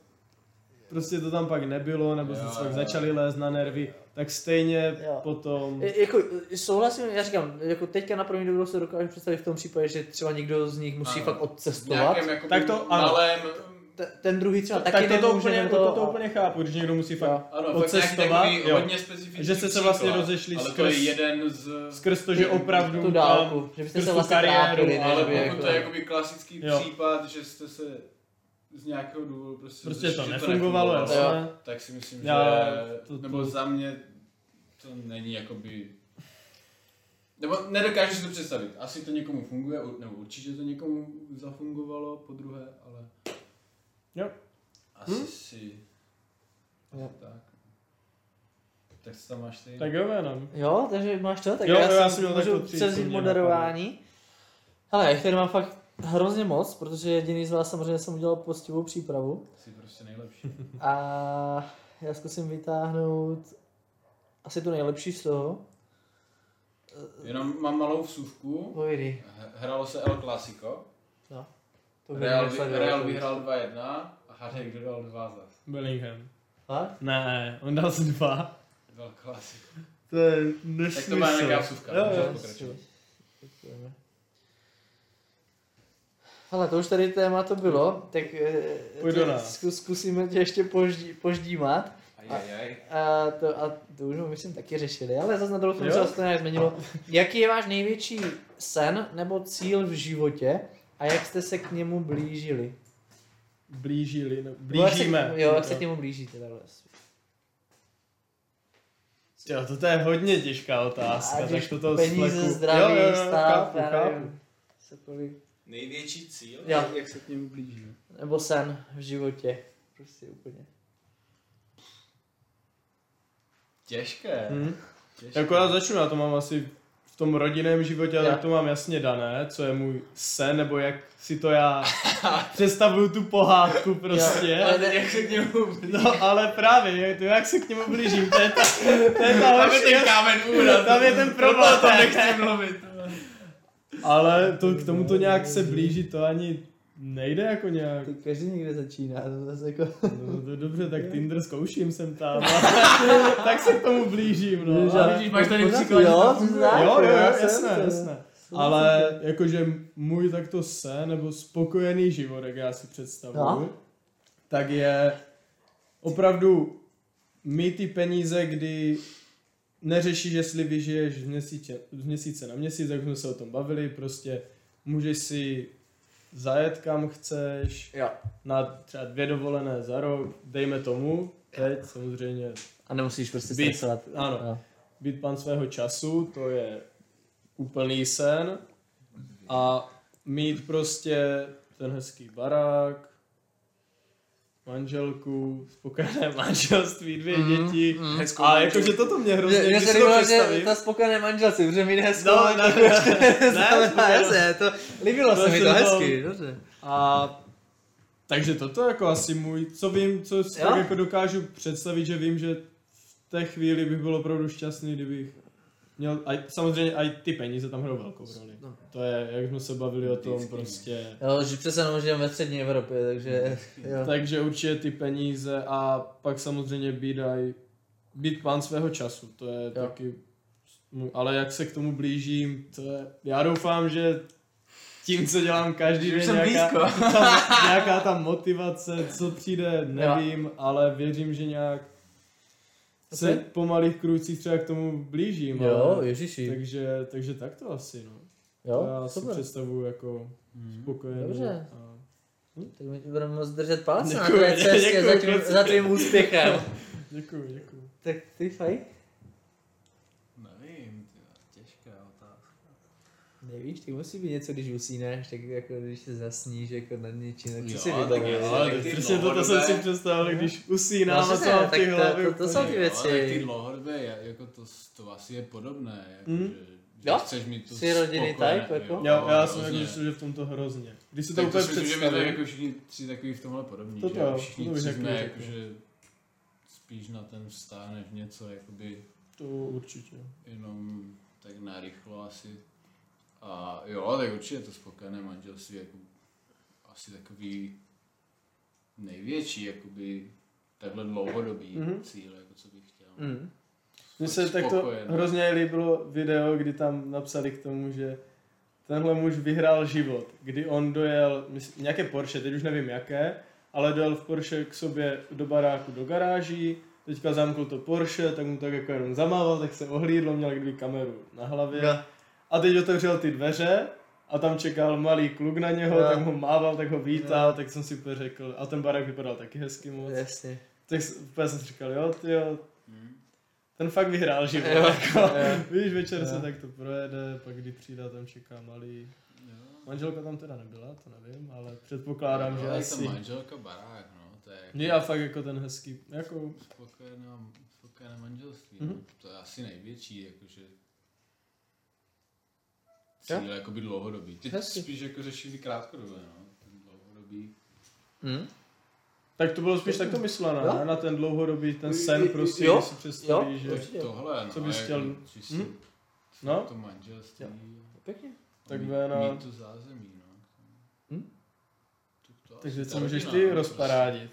prostě to tam pak nebylo, nebo jste Jo, se pak jo. začali lézt na nervy, tak stejně Jo. potom... I- Jako, souhlasím, já říkám, jako teďka na první dobrou se dokážu představit v tom případě, že třeba někdo z nich musí Ano. fakt v odcestovat. nějakém jakoby Tak to ano. malém, T- ten druhý třeba tak No, taky no. to, to, nemůže, úplně, nebo to, to úplně chápu, když někdo musí fakt... Jo. ano, Odcestovat, odcestovat, tak nějaký jo. jo. hodně specifický Že jste se vlastně příklad, rozešli ale skrz- to je jeden z... Skrz to, že opravdu tu dálku, že byste skrz se tu vlastně kariéru, prostě trápili, ne, Ale že by pokud to je jako... jakoby klasický Jo. případ, že jste se z nějakého důvodu prostě, Prostě řeši, to že nefungovalo, Jo. jasné. tak si myslím, že Já to- to, to- nebo za mě to není jakoby nebo nedokážu si to představit. Asi to někomu funguje, u- nebo určitě to někomu zafungovalo po druhé, ale Jo. asi Hm? si Jo. tak. Tak co tam máš ty? Tak jo, jenom. Jo, takže máš to, tak Jo, jo, já já jsem si měl můžu takhle tři, co převzít mě moderování. Hele, já tady mám fakt hrozně moc, protože jediný z vás samozřejmě jsem udělal poctivou přípravu. Jsi prostě nejlepší. A já zkusím vytáhnout asi to nejlepší z toho. Jenom mám malou vsuvku. Pojdi. H- Hrálo se El Clasico. No. To bych Real, vy, nesledoval, Real to bych- vyhrál 2-1 a hádej, kdo dal 2 zas. Bellingham. Fakt? Ne, on dal si dva. Dal klasik. To je Tak nesmysl. to byla nějaká vsuvka. Jo, můžeš jo. pokračovat. Děkujeme. Hele, to už tady téma to bylo, tak eh, Pojď tě- do nás. zku- zkusíme tě ještě poždí, poždímat. Ajajaj. A to, a to už jsme, myslím taky řešili, ale zase na druhou stranu Jo. se to nějak změnilo. Jaký je váš největší sen nebo cíl v životě a jak jste se k němu blížili? Blížili, no, Nebo jak se- blížíme. Jo, jak se k němu blížíte takhle. Jo, to, to je hodně těžká otázka, A tak když to toho peníze, sleku... zdraví, jo, jo, jo, stav, chápu, já chápu. nevím, cokoliv. Největší cíl? Jo. no. Jak se k němu blížíme? Nebo sen v životě. Prostě úplně. Těžké. Hm? Jako já začnu, já to mám asi v tom rodinném životě, tak to mám jasně dané, co je můj sen, nebo jak si to já představuju tu pohádku prostě. Ale teď jak se k němu blíží. No ale právě, to jak se k němu blížím, to je ta, to je ta Tam je horší, ten kámen úraz. tam je ten problém. Tam nechci mluvit. Ale to, k tomu to nějak se blíží, to ani nejde jako nějak. Ty každý někde začíná, to zase jako... No, to dobře, tak Tinder zkouším sem tam. tak se k tomu blížím, no. Že- Ale- vidíš, máš tady Pořád, příklad, že to Jo, funguje. tak, Jo, jo, já jo, jsem jasné, to. jasné. Ale jakože můj takto sen, nebo spokojený život, jak já si představuju, No. tak je opravdu mít ty peníze, kdy neřešíš, jestli vyžiješ z měsíce, z měsíce na měsíc, jak jsme se o tom bavili, prostě můžeš si zajet kam chceš, Jo. na třeba dvě dovolené za rok, dejme tomu, teď samozřejmě A nemusíš prostě Být. stresovat. Ano. Jo. být pan svého času, to je úplný sen. A mít prostě ten hezký barák, manželku, spokojené manželství, dvě Mm, děti. mm. Hezkou A manželku. jakože toto mě hrozně, Mě, mě když se si to líbilo, že představím. ta spokojené manželci, protože mi hezkou No, no, ne, ne, znamená, spokojená. jasně, to, líbilo se To mi se to, to- hezky, dobře. A takže toto je jako asi můj, co vím, co si Jo. tak jako dokážu představit, že vím, že v té chvíli bych byl opravdu šťastný, kdybych měl, a samozřejmě i ty peníze tam hrajou velkou roli. No. To je, jak jsme se bavili o tom Vždycky. no. prostě. Jo, že přece jenom žijeme ve střední Evropě, takže jo. Takže určitě ty peníze a pak samozřejmě být aj, být pán svého času, to je jo. taky, můj- ale jak se k tomu blížím, to je, já doufám, že tím, co dělám každý Že už den, jsem nějaká, blízko. ta, nějaká ta motivace, co přijde, nevím, ale věřím, že nějak se Ok. po malých krucích třeba k tomu blížím. Jo, ale, ježiši, takže, takže tak to asi, no. to jo, já si super. představuju jako Hmm. spokojený. Dobře. A... Tak my ti budeme moc držet palce na Děkuji, tvé cestě děkuji, za, tím, kluci. za tvým úspěchem. Děkuju, děkuju. tak ty fajn? Nevím, ty jo, těžká otázka. Nevíš, ty musí být něco, když usínáš, tak jako když se zasníš jako nad něčím, tak co Jo, si tak jo, vybavuješ? no, Ale tak ty přesně to, to dlouhodobé- jsem si představil, když usínám a No, co že mám ne, v těch tak to- hlavě. to- to jsou úplně. ty věci. Jo, ale ty dlouhodobě, ja- jako to, to asi je podobné, jako Mm. mm. že, že Jo. chceš mít to Jsi rodinný spokojené, type, jako? jo, Já, já jsem jako, hrozně. že jsem že v tomto hrozně. Když si to No, Tak to úplně si myslím, že my tady představím. jako všichni tři takový v tomhle podobní, To že jo, to všichni bych tři taky jsme řekl. jakože spíš na ten vztah než něco jakoby To určitě. jenom tak narychlo asi. A jo, tak určitě to spokojené manželství jako asi takový největší jakoby takhle dlouhodobý Mhm. cíl, jako co bych chtěl. Mm. Mně Fakt se takto spokojený. hrozně líbilo video, kdy tam napsali k tomu, že tenhle muž vyhrál život, kdy on dojel mysl, nějaké Porsche, teď už nevím jaké, ale dojel v Porsche k sobě do baráku, do garáží, teďka zamkl to Porsche, tak mu tak jako jenom zamával, tak se ohlídlo, měl kdyby kameru na hlavě. Jo. A teď otevřel ty dveře a tam čekal malý kluk na něho, Jo. tak ho mával, tak ho vítal, tak jsem si úplně řekl. A ten barák vypadal taky hezky moc. Mm, Jasně. Tak s- úplně jsem si říkal, jo, ty jo, Hm. ten fakt vyhrál život. Jo. Jako, víš, večer Jo. se tak to projede, pak kdy přijde, tam čeká malý. Jo. Manželka tam teda nebyla, to nevím, ale předpokládám, No, že ale ta asi. manželka barák, no, to je jako Je a fakt jako ten hezký, jako, spokojené, spokojené manželství, Mhm. no. to je asi největší, jakože cíl jakoby dlouhodobý. Ty Hezky. spíš jako řešíš ty krátkodobé, no, ten dlouhodobý. Hm? tak to bylo spíš takto myšleno, Jo. ne? na ten dlouhodobý, ten Jo, sen prostě, jo, jo? si představí, jo. že, Určitě. Tohle, no, Co bys jako chtěl? čistě Hm? no, to manželství, Pěkně. Tak mít, Véna- mít to zázemí, no. Hm? Tak to takže asi co ta můžeš rodina, ty no, rozparádit?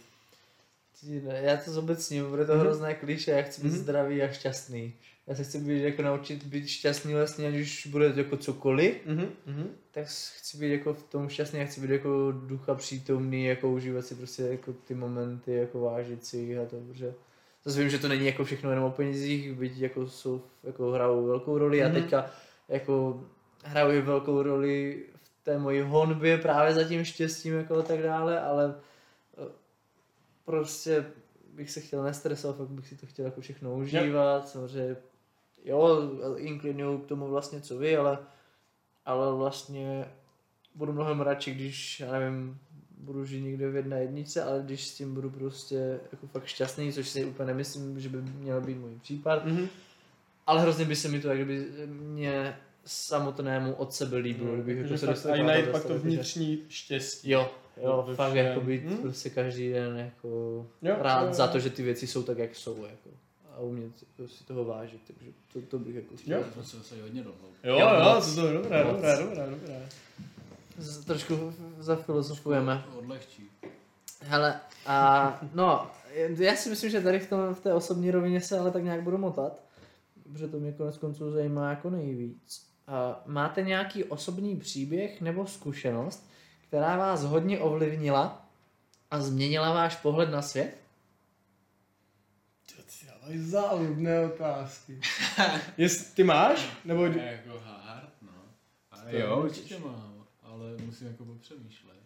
Ty, ne, Já to zobecním, bude to Mhm. hrozné klíše, já chci být Mhm. zdravý a šťastný. Já se chci být, jako naučit být šťastný vlastně, ať už bude jako cokoliv, Mhm, mhm. tak s- chci být jako v tom šťastný, já chci být jako ducha přítomný, jako užívat si prostě jako ty momenty, jako vážit si jich a to, protože zase vím, že to není jako všechno jenom o penězích, byť jako jsou, jako hrajou velkou roli mm-hmm. a Mhm. teďka jako hrajou velkou roli v té mojí honbě právě za tím štěstím jako a tak dále, ale eh, prostě bych se chtěl nestresovat, fakt bych si to chtěl jako všechno užívat, samozřejmě jo, inklinuju k tomu vlastně co vy, ale ale vlastně budu mnohem radši, když, já nevím, budu žít někde v jedné jednice, ale když s tím budu prostě jako fakt šťastný, což si úplně nemyslím, že by měl být můj případ, Mhm. ale hrozně by se mi to jak kdyby mě samotnému od sebe líbilo, kdybych jako Takže se Hmm. fakt- dostal a i do najít té pak to stability. vnitřní štěstí. Jo, jo, To fakt vše. jako být Mhm. prostě každý den jako Jo, rád jo, za jo. to, že ty věci jsou tak, jak jsou jako. A umět jako si toho vážit, takže to, to bych jako chtěl. Jo. To se, se hodně dohloub. Jo, Jo, jo, moc. to je dobré, Moc. dobré, dobré, dobré. Z- Trošku zafilozofujeme. Odlehčí. Hele, a no, já si myslím, že tady v, tom, v té osobní rovině se ale tak nějak budu motat, protože to mě konec konců zajímá jako nejvíc. A máte nějaký osobní příběh nebo zkušenost, která vás hodně ovlivnila a změnila váš pohled na svět? Ale záludné otázky. Jest, ty máš? Nebo... To je jako hard, no. A jo, určitě mám, ale musím jako popřemýšlet.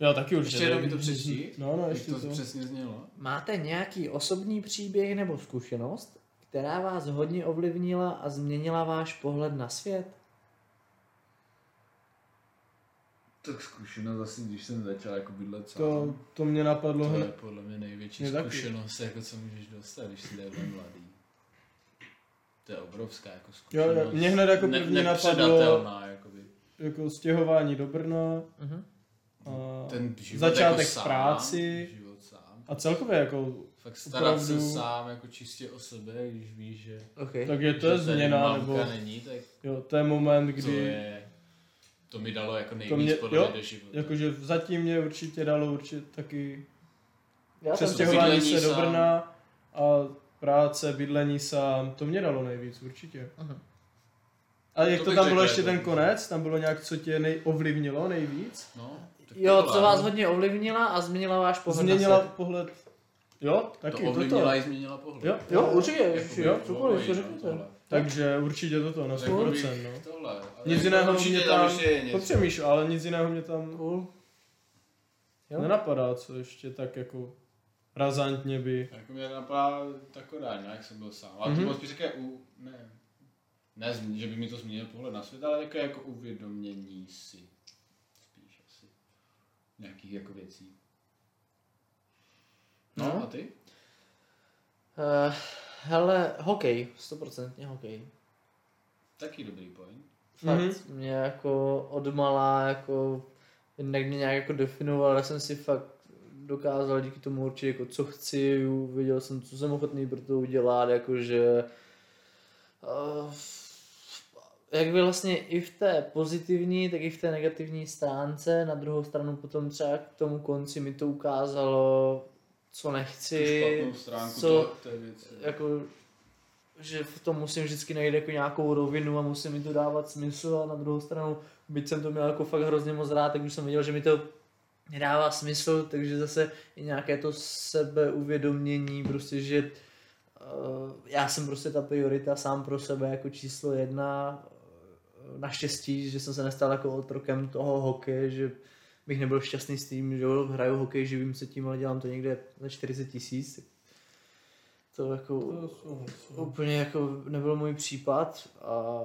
Jo, taky určitě. Ještě jednou mi to přečti. No, no, Jak ještě to, to. přesně znělo? Máte nějaký osobní příběh nebo zkušenost, která vás hodně ovlivnila a změnila váš pohled na svět? Tak zkušenost asi, když jsem začal jako bydlet sám. To, to mě napadlo To je hned. podle mě největší Mě taky. zkušenost, jako co můžeš dostat, když jsi takhle mladý. To je obrovská jako Jo, zkušenost. jo, mě hned jako Ne- první napadlo nepředatelná, jakoby. jako stěhování do Brna Mhm. a, Ten život Začátek jako v sám, práci. Život sám. a celkově jako, Fakt starat Opravdu. se sám jako čistě o sebe, když víš, že Okay. takže to je že tady změna, mamka nebo není, tak jo, to je moment, to kdy je... To mi dalo jako nejvíc mě- podle jo, jako- mě do života. jakože zatím mě určitě dalo určitě taky Já jsem Přestěhování Bydlení se do sám. Brna a práce, bydlení sám, to mě dalo nejvíc určitě. Aha. A jak To to, to bych tam řekl, bylo je ještě to ten dobře. konec? Tam bylo nějak, co tě nej- ovlivnilo nejvíc? No, tak Jo, tohle, co vás no. hodně ovlivnila a změnila váš pohled Změnila na svět. pohled. Jo, To taky ovlivnila toto. i změnila pohled. Jo, Jo, určitě, Jakoby jo, obojí, cokoliv, co no, řeknete. tohle. Takže určitě toto, na Tak jakoby 100%. No. Tohle. ale Nic jako jiného určitě mě tam tam, ještě je něco. popřemýšlel, ale nic jiného mě tam Cool. Jo. nenapadá, co ještě tak jako razantně by. Jako mě napadá taková nějak jsem byl sám. Ale Mhm. to bylo spíš také u... Ne, ne, zm- že by mi to změnilo pohled na svět, ale takové jako uvědomění si. Spíš asi. Nějakých jako věcí. No, No. a ty? Uh, hele, hokej, stoprocentně hokej. Taky dobrý point. Fakt, Mhm. mm-hmm. mě jako odmala, jako jednak mě nějak jako definoval, já jsem si fakt dokázal díky tomu určitě jako co chci, viděl jsem, co jsem ochotný pro to udělat, jako, jakože uh, jak by vlastně i v té pozitivní, tak i v té negativní stránce, na druhou stranu potom třeba k tomu konci mi to ukázalo, co nechci, Tu špatnou stránku co, to, té věci. jako, že v tom musím vždycky najít jako nějakou rovinu a musím mi to dávat smysl a na druhou stranu, byť jsem to měl jako fakt hrozně moc rád, tak už jsem viděl, že mi to nedává smysl, takže zase i nějaké to sebeuvědomění, prostě, že uh, já jsem prostě ta priorita sám pro sebe jako číslo jedna, Eh, naštěstí, že jsem se nestal jako otrokem toho hokeje, že bych nebyl šťastný s tím, že jo, hraju hokej, živím se tím, ale dělám to někde za 40 tisíc, to jako To jsou- jsou- úplně jako nebyl můj případ a,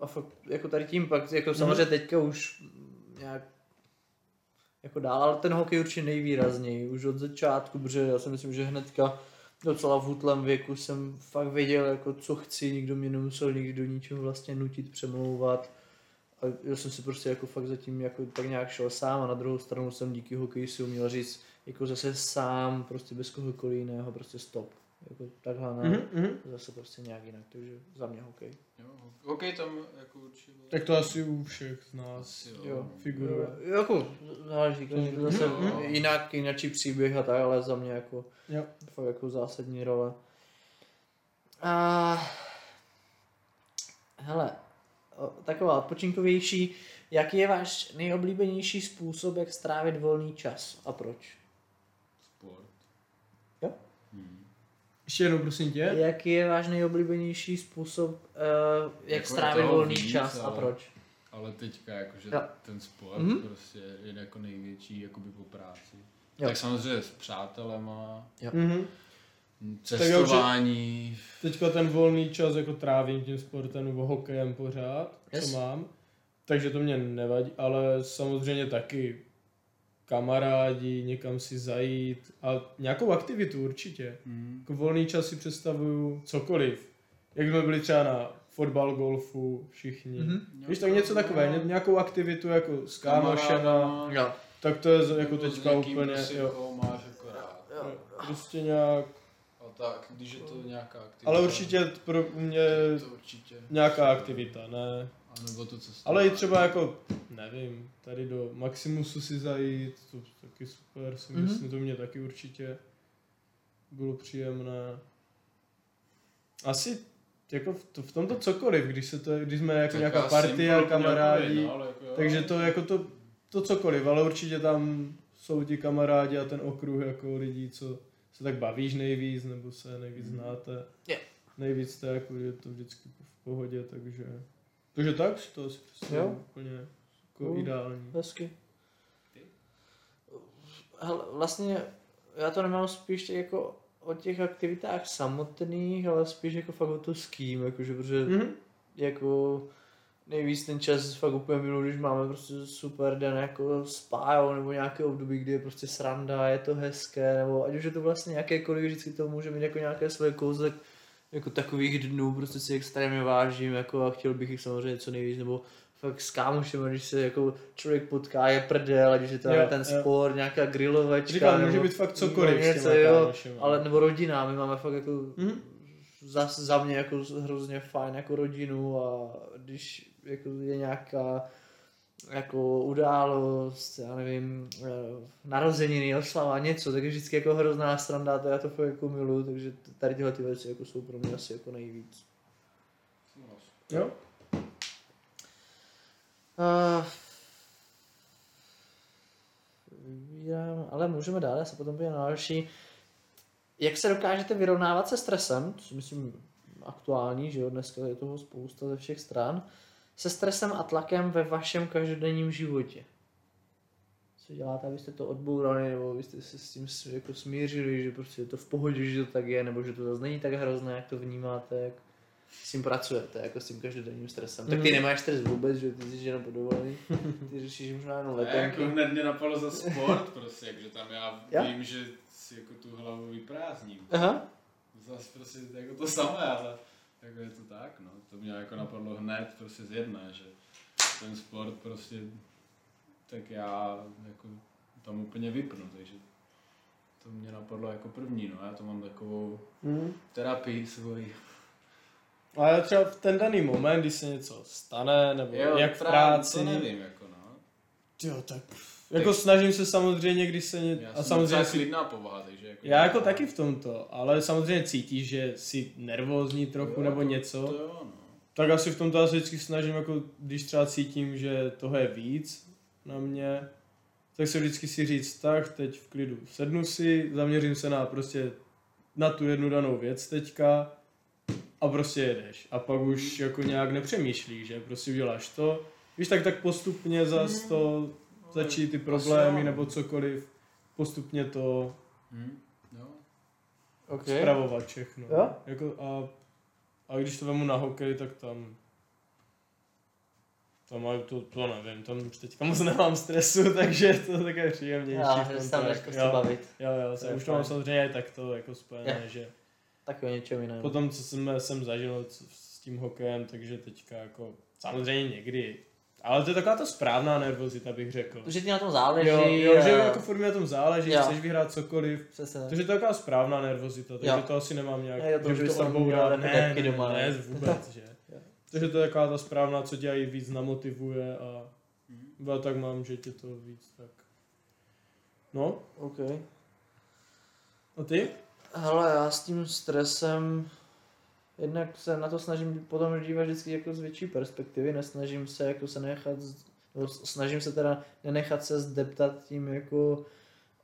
a fakt jako tady tím pak, jako samozřejmě teďka už nějak jako dál, ale ten hokej určitě nejvýrazněji, už od začátku, protože já si myslím, že hnedka docela v útlém věku jsem fakt věděl, jako co chci, nikdo mě nemusel nikdy do ničeho vlastně nutit, přemlouvat. A já jsem si prostě jako fakt zatím jako tak nějak šel sám a na druhou stranu jsem díky hokeji si uměl říct jako zase sám, prostě bez kohokoliv jiného, prostě stop. Jako takhle ne, Mhm, mhm. zase prostě nějak jinak, takže za mě hokej. Jo, hokej tam jako určitě bylo. Tak to asi u všech z nás Asi jo. figuruje. Jako, záleží, každý to zase Mhm. jinak, jinačí příběh a tak, ale za mě jako, Jo. fakt jako zásadní role. A, hele, o, taková odpočinkovější, jaký je váš nejoblíbenější způsob, jak strávit volný čas a proč? Sport. Jo. Hmm. Ještě jednou prosím tě. Jaký je váš nejoblíbenější způsob, uh, jak Jako je strávit toho volný víc, čas a ale- proč? Ale teďka jakože Jo. ten sport Mhm. prostě je jako největší jakoby po práci. Jo. Tak samozřejmě s přátelema, Mhm. cestování, Teďka ten volný čas jako trávím tím sportem nebo hokejem pořád, Yes. co mám. Takže to mě nevadí, ale samozřejmě taky kamarádi, někam si zajít a nějakou aktivitu určitě. Mm. Jako volný čas si představuju cokoliv. Jak jsme byli třeba na fotbal, golfu, všichni. Mm-hmm. Víš, tak něco takové, ně- nějakou aktivitu jako s kámošema, No, Jo. tak to je z- jako teďka úplně, prostě jo. máš akorát. Prostě nějak, jako A tak, když je to nějaká aktivita. ale určitě t- pro mě To určitě. nějaká aktivita, ne. A nebo to, co jste- Ale i třeba jako, nevím, tady do Maximusu si zajít, to taky super, si Mhm. myslím, to mě taky určitě bylo příjemné. Asi jako v, to, v tomto cokoliv, když, se to, když jsme jako Tak nějaká já party a symbol kamarádi, nějaký, no, ale jako jo. takže to jako to, to cokoliv, ale určitě tam jsou ti kamarádi a ten okruh jako lidí, co se tak bavíš nejvíc, nebo se nejvíc Mhm. znáte. Jo. Nejvíc to je jako, je to vždycky v pohodě, takže... Takže tak si to asi představím Jo. úplně jako Cool. ideální. Hezky. Hele, vlastně já to nemám spíš tak jako o těch aktivitách samotných, ale spíš jako fakt o to s kým, jakože, protože Mhm. jako nejvíc ten čas fakt úplně minul, když máme prostě super den jako s pájou nebo nějaké období, kdy je prostě sranda, je to hezké, nebo ať už je to vlastně jakékoliv, vždycky to může mít jako nějaké svoje kouzek, jako takových dnů prostě si extrémně vážím jako a chtěl bych jich samozřejmě co nejvíc, nebo fakt s kámošem, když se jako člověk potká, je prdel, ať už je to Jo, ten jo. sport, nějaká grilovačka, Říkám, může nebo být fakt cokoliv s něco, těma jo, kámošema. ale nebo rodina, my máme fakt jako Mhm. za, za mě jako hrozně fajn jako rodinu a když jako je nějaká jako událost, já nevím, eh, narozeniny, oslava, něco, tak je vždycky jako hrozná sranda, to já to fakt jako miluju, takže t- tady tyhle ty věci jako jsou pro mě asi jako nejvíc. Jo? Uh, ale můžeme dál, já se potom bude na další. Jak se dokážete vyrovnávat se stresem, což myslím aktuální, že jo, dneska je toho spousta ze všech stran, se stresem a tlakem ve vašem každodenním životě? Co děláte, abyste to odbourali, nebo abyste se s tím s- jako smířili, že prostě je to v pohodě, že to tak je, nebo že to zase není tak hrozné, jak to vnímáte, jak s tím pracujete, jako s tím každodenním stresem. Tak ty Mm. Mhm. nemáš stres vůbec, že jo, ty jsi jenom podovolený, ty řešíš možná jenom Ne, jako letenky. hned mě napadlo za sport, prostě, takže tam já Jo? vím, že si jako tu hlavu vyprázdním. Aha, Zase prostě jako to samé, ale jako je to tak, no. To mě jako napadlo hned prostě z jedné, že ten sport prostě, tak já jako tam úplně vypnu, takže to mě napadlo jako první, no. Já to mám takovou Mhm. terapii svoji. Ale třeba v ten daný moment, když se něco stane, nebo jak v prá- práci, To nevím, jako no. jo, tak jako snažím se samozřejmě, když se ně... Já a jsem samozřejmě samozřejmě si klidná povaha, takže jako... Já jako taky v tomto, ale samozřejmě cítíš, že jsi nervózní trochu Jo, nebo to- něco, To jo, no. tak asi v tomto já se vždycky snažím, jako když třeba cítím, že toho je víc na mě, tak se vždycky si říct, tak teď v klidu sednu si, zaměřím se na prostě na tu jednu danou věc teďka a prostě jedeš. A pak už Hmm. jako nějak nepřemýšlíš, že prostě uděláš to, víš, tak tak postupně zas to začít ty problémy Hmm. Prostě jo. nebo cokoliv, postupně to Hm? Jo. okay. spravovat všechno. Jo? Jako a, a když to vemu na hokej, tak tam tam mají to, to nevím, tam už teďka moc nemám stresu, takže to je také příjemnější. Já, v že tom se tam tak. budeš prostě jo, bavit. jo, jo, je jsem, už to mám fajn. samozřejmě i takto jako spojené, že Tak o něčem jiném. po tom, co jsem, jsem zažil c- s tím hokejem, takže teďka jako samozřejmě někdy, ale to je taková ta správná nervozita, bych řekl. Že ti na tom záleží. Jo, jo, že a- jako furt mi na tom záleží, Jo. chceš vyhrát cokoliv, Přesně. tak. takže to je taková správná nervozita, takže Jo. to asi nemám nějak, Ne, já to že už by bych to tam odbourá, měl ne, jako ne, taky doma, ne, ne. vůbec, že. takže to je taková ta správná, co dělají víc namotivuje a já tak mám, že tě to víc tak. No, Okay. a ty? Hele, já s tím stresem jednak se na to snažím potom dívat vždycky jako z větší perspektivy, nesnažím se jako se nechat, z- nebo s- snažím se teda nenechat se zdeptat tím jako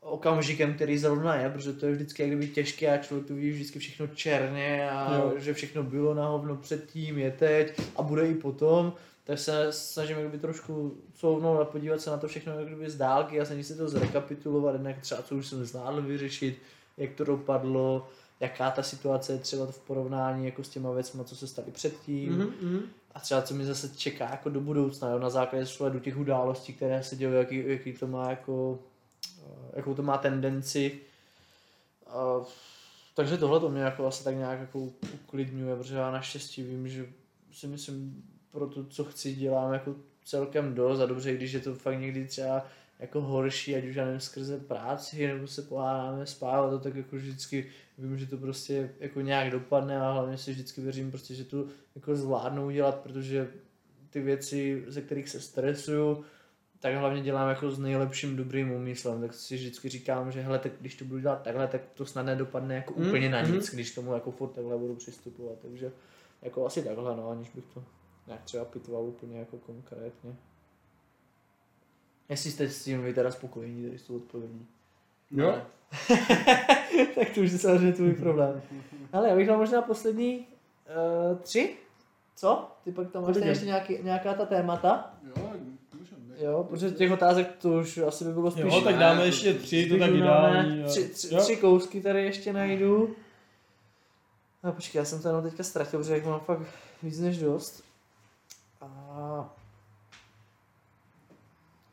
okamžikem, který zrovna je, protože to je vždycky jak kdyby těžké a člověk to vidí vždycky všechno černě a Jo. jo. že všechno bylo na hovno předtím, je teď a bude i potom, tak se snažím jak kdyby trošku couvnout a podívat se na to všechno jak kdyby z dálky a snažím se to zrekapitulovat, jednak třeba co už jsem zvládl vyřešit, jak to dopadlo, jaká ta situace je třeba v porovnání jako s těma věcma, co se staly předtím mm-hmm. a třeba co mi zase čeká jako do budoucna, jo, na základě sledu těch událostí, které se dějí, jaký, jaký to má jako jakou to má tendenci. A, takže tohle to mě jako asi tak nějak jako uklidňuje, protože já naštěstí vím, že si myslím pro to, co chci, dělám jako celkem dost a dobře, když je to fakt někdy třeba jako horší, ať už já nevím, skrze práci, nebo se pohádáme spávat, to tak jako vždycky vím, že to prostě jako nějak dopadne a hlavně si vždycky věřím prostě, že to jako zvládnou dělat, protože ty věci, ze kterých se stresuju, tak hlavně dělám jako s nejlepším dobrým úmyslem, tak si vždycky říkám, že hele, tak když to budu dělat takhle, tak to snad nedopadne jako Mm, mm, úplně na mhm. nic, když tomu jako furt takhle budu přistupovat, takže jako asi takhle, no, aniž bych to nějak třeba pitoval úplně jako konkrétně. Jestli jste s tím vy teda spokojení, tady jsou odpovědní. Jo? tak to už je samozřejmě tvůj problém. Ale já bych dal možná poslední uh, tři. Co? Ty pak tam máš Klidně. ještě nějaký, nějaká ta témata. Jo, můžeme. Jo, protože těch otázek to už asi by bylo spíš... Jo, tak dáme ještě tři, to tak Zbývá ideální. ne. jo. Tři, tři, Jo. tři kousky tady ještě najdu. A počkej, já jsem to jenom teďka ztratil, protože jak mám fakt víc než dost. A...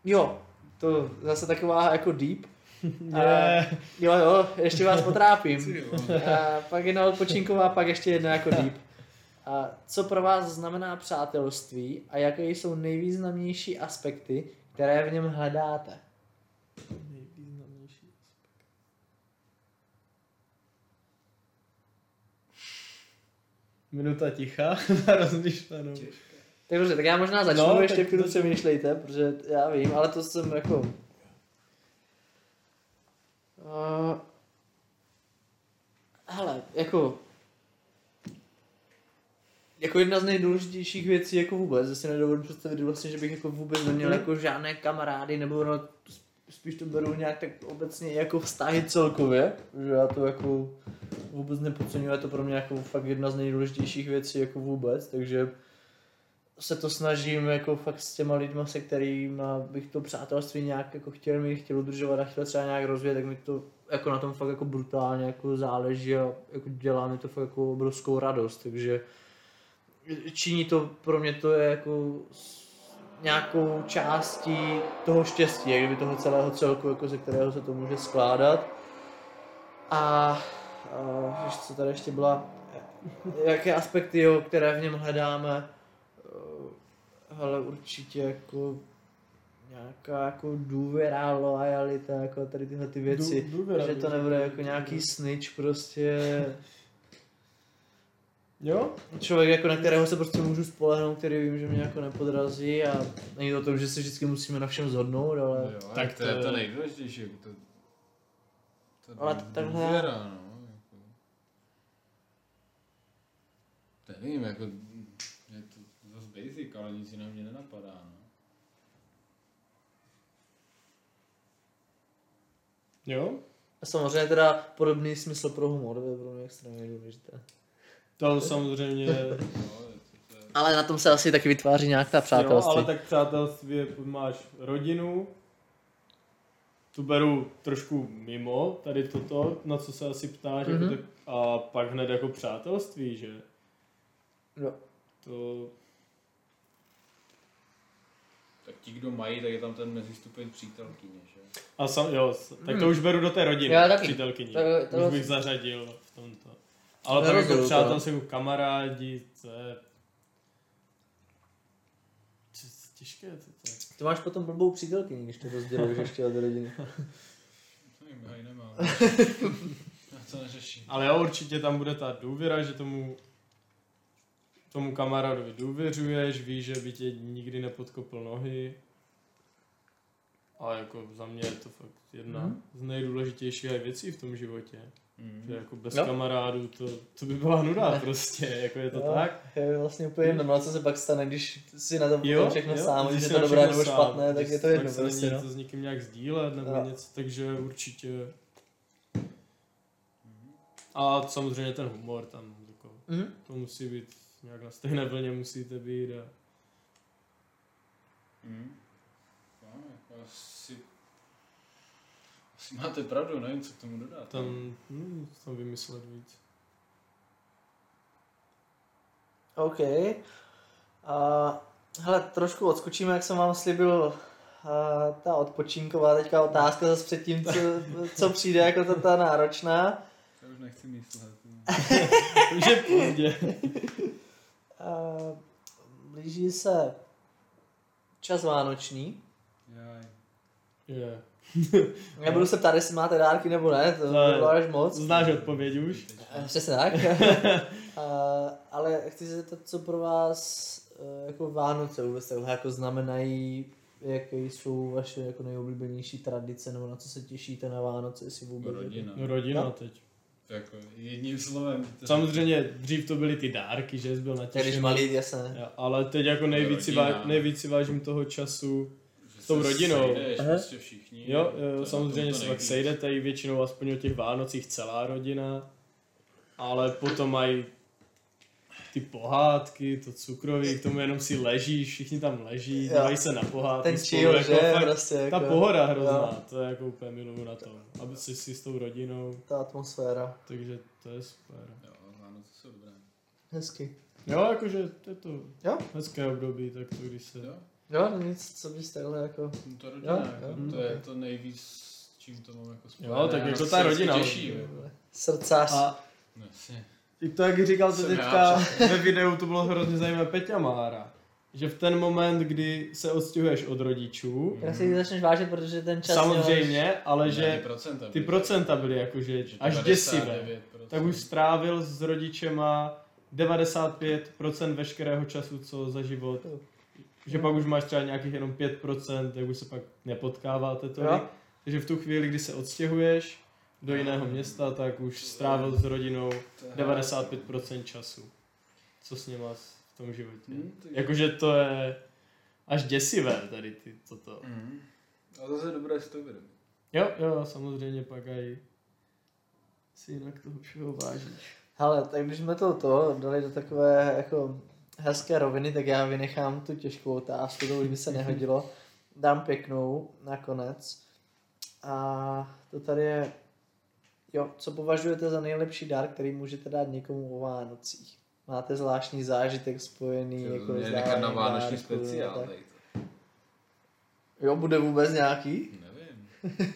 Jo, to zase taková jako deep. Ne. Jo, jo, ještě vás potrápím. A pak jedna odpočinková, pak ještě jedna jako deep. A co pro vás znamená přátelství a jaké jsou nejvýznamnější aspekty, které v něm hledáte? Nejvýznamnější. Minuta ticha na rozmyšlenou. Tak dobře, tak já možná začnu, No, no, tak ještě chvíli to- přemýšlejte, protože já vím, ale to jsem jako... Uh, hele, jako... Jako jedna z nejdůležitějších věcí jako vůbec, já si nedovedu představit vlastně, že bych jako vůbec neměl jako žádné kamarády, nebo no, spíš to beru nějak tak obecně jako vztahy celkově, že já to jako vůbec nepodceňuji, je to pro mě jako fakt jedna z nejdůležitějších věcí jako vůbec, takže se to snažím jako fakt s těma lidma, se kterými bych to přátelství nějak jako chtěl mít, chtěl udržovat a chtěl třeba nějak rozvíjet, tak mi to jako na tom fakt jako brutálně jako záleží a jako dělá mi to fakt jako obrovskou radost, takže činí to, pro mě to je jako s- nějakou částí toho štěstí, jak kdyby toho celého celku, jako ze kterého se to může skládat. A, a ještě, co tady ještě byla, jaké aspekty, jo, které v něm hledáme, Eh, hele, určitě jako nějaká jako důvěra, loajalita, jako tady tyhle ty věci. Dů- důvěra, že to důvěra. nebude jako nějaký snitch prostě. Jo? člověk, jako na kterého se prostě můžu spolehnout, který vím, že mě jako nepodrazí a není to o tom, že se vždycky musíme na všem zhodnout, No ale... Jo, tak to je to nejdůležitější. jako To, to Ale takhle- důvěra, no. Jako. Nevím, jako, je to zase basic, ale nic jiného mě nenapadá, no. Jo? A samozřejmě teda podobný smysl pro humor, to je pro mě extrémně důležité. To samozřejmě Jo, je to, to je... Ale na tom se asi taky vytváří nějak ta Jo, přátelství. ale tak přátelství je, máš rodinu, tu beru trošku mimo tady toto, na co se asi ptáš, mm-hmm. Mhm. jako tak, a pak hned jako přátelství, že? Jo. To, Tak ti, kdo mají, tak je tam ten mezistupeň přítelkyně, že? a sam, jo, s- tak to už beru do té rodiny, Hmm. Já taky. přítelkyni. To- to- už bych zařadil v tomto. Ale To pak nerozděluju jako to. přátelství, jako kamarádi, to je... To je Těžké to, to je. Ty máš potom blbou přítelkyni, když to rozděluješ ještě od rodiny. Nevím, já ji nemám. Já to neřeším. Ale jo, určitě tam bude ta důvěra, že tomu tomu kamarádovi důvěřuješ, víš, že by tě nikdy nepodkopl nohy. A jako za mě je to fakt jedna Mhm. z nejdůležitějších věcí v tom životě. Mhm. Že jako bez No. kamarádů to, to by byla nuda prostě, jako je to Jo. tak. Je vlastně úplně jedno, no a co se pak stane, když si na tom Jo, potom všechno jo, sám, když je jsi to na dobré všechno nebo sám, špatné, tak když je to pak jedno se vlastně, prostě, není no. to s nikým nějak sdílet nebo Jo. něco, takže určitě. Mhm. A samozřejmě ten humor tam jako Mhm. To musí být nějak na stejné vlně musíte být a Mm. No, jako asi... Asi máte pravdu, nevím, co k tomu dodat. tam, hm, tam vymyslet víc. OK. A hele, trošku odskočíme, jak jsem vám slíbil a ta odpočinková teďka otázka zase před tím, co, co přijde jako ta, ta náročná. Já už nechci myslet. Už je pozdě. A blíží se čas vánoční. Jaj. Je. Nebudu se ptát, jestli máte dárky nebo ne, to Ne. by bylo až moc. Znáš odpověď už? Eh, Přesně tak. A, ale chci se zeptat, co pro vás eh, jako Vánoce vůbec takhle jako znamenají, jaké jsou vaše jako nejoblíbenější tradice, nebo na co se těšíte na Vánoce, jestli vůbec. Jako jako Rodina. No rodina teď. Jako, jedním slovem. to- Samozřejmě dřív to byly ty dárky, že jsi byl na Tak když malý, jasně. Jo, ale teď jako nejvíc si, Rodina. vá, nejvíc si vážím toho času. že s tou se rodinou. Sejdeš, Aha. prostě všichni. Jo, To je jo na samozřejmě tom to se pak nejvíc. sejdete i většinou aspoň o těch Vánocích celá rodina. Ale potom mají ty pohádky, to cukroví, k tomu jenom si ležíš, všichni tam leží, Jo. dívají se na pohádky. Ten spolu, chill, jako že? fakt Prostě Ta jako pohoda hrozná, Jo. to je jako úplně miluju na tom. Aby si si s tou rodinou, ta atmosféra. takže to je super. Jo, Vánoce jsou dobré. Hezky. Jo, jakože to je to Jo. hezké období, tak to když se... Jo, Jo, no nic, co byste takhle jako... no to rodina, Jo, jako, jo. to je to nejvíc, s čím to mám jako spojené. Jo, tak na jako co ta se rodina. Těším. Srdcař. A No, jasně. I to, jak říkal to Jsem teďka ve videu, to bylo hrozně zajímavé Peťa Mára. Že v ten moment, kdy se odstěhuješ od rodičů, Já si ji začneš vážit, protože ten čas... samozřejmě, ale Ne, že ty procenta, ty byly, procenta byly jakože že to až děsivé. 99%. Tak už strávil s rodičema 95% veškerého času, co za život. Že pak už máš třeba nějakých jenom 5%, jak už se pak nepotkáváte tolik. Jo. Takže v tu chvíli, kdy se odstěhuješ do jiného města, tak už strávil s rodinou To je 95% času, co s něma s- v tom životě. Hm, Hmm, ty- Jakože to je až děsivé tady ty, toto. Mhm. A zase je dobré si to uvědomit. Jako Jo, jo, samozřejmě pak aj si jinak toho všeho vážíš. Hele, tak když jsme to, to dali do takové jako hezké roviny, tak já vynechám tu těžkou otázku, to už by se nehodilo. Dám pěknou nakonec. A to tady je, jo, co považujete za nejlepší dar, který můžete dát někomu o Vánocích? Máte zvláštní zážitek spojený Ty, jako mě s nechat na dáváním vánoční dárků, speciál tak. tady to. Jo, bude vůbec nějaký? Nevím.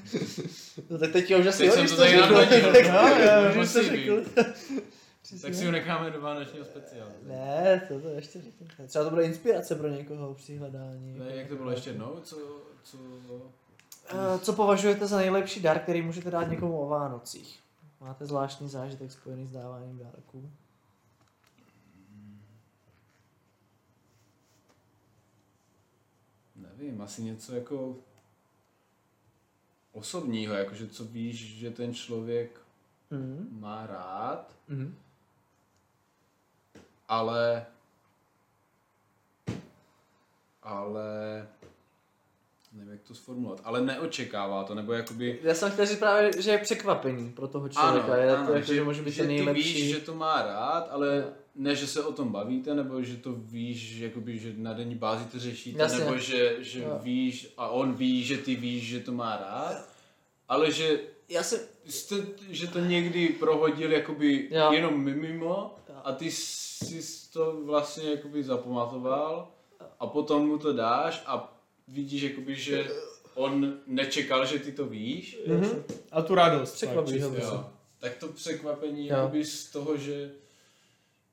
No tak teď je už asi Teď jo, jsem když to to tady řekl. nadhodil. Tak, no, Jo, jo, když to musí řekl. Tak si ho necháme do vánočního speciálu. Ne, to to ještě řekněte. Třeba to bude inspirace pro někoho při hledání. Ne, jak to bylo ještě jednou? Co, co... Eh, Co považujete za nejlepší dar, který můžete dát někomu o Vánocích? Máte zvláštní zážitek spojený s dáváním dárků? Nevím, asi něco jako osobního, jakože co víš, že ten člověk Mm. má rád, Mm. ale ale nevím, jak to sformulovat, ale neočekává to, nebo jakoby Já jsem chtěl říct právě, že je překvapení pro toho člověka. je to jako, že, může být že ten nejlepší. ty víš, že to má rád, ale ne, že se o tom bavíte, nebo že to víš, že jakoby, že na denní bázi to řešíte, Jasně. nebo že, že Jo. víš a on ví, že ty víš, že to má rád, ale že, Já se... jste, že to někdy prohodil jakoby Jo. jenom mimo Jo. a ty jsi to vlastně jakoby zapamatoval a potom mu to dáš a vidíš, jakoby, že on nečekal, že ty to víš. Mhm. A tu radost. Překvapí fakt, ho čistě. Jo. Tak to překvapení Jo. jakoby z toho, že, Že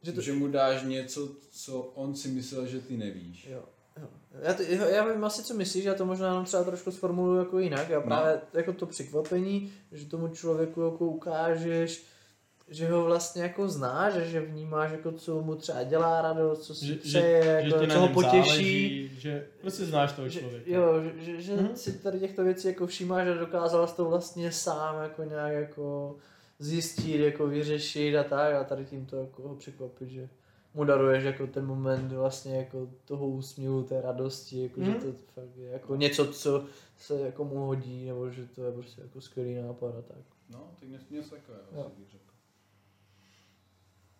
že, to- to... že mu dáš něco, co on si myslel, že ty nevíš. Jo. jo. Já, to, jo, já vím asi, co myslíš, já to možná jenom třeba trošku sformuluju jako jinak. No. Já právě jako to překvapení, že tomu člověku jako ukážeš, že ho vlastně jako znáš, a že vnímáš, jako co mu třeba dělá radost, co si Že- že- přeje, Že jako, ti na co ho něm potěší. záleží, že prostě znáš toho Že, člověka. jo, že, že, že Mhm. si tady těchto věcí jako všímáš a dokázal jsi to vlastně sám jako nějak jako zjistit, jako vyřešit a tak a tady tím to jako ho překvapit, že mu daruješ jako ten moment vlastně jako toho úsměvu, té radosti, jako že Mhm. to fakt je jako něco, co se jako mu hodí, nebo že to je prostě jako skvělý nápad a tak. No, tak něco, něco takového Jo. asi bych řekl.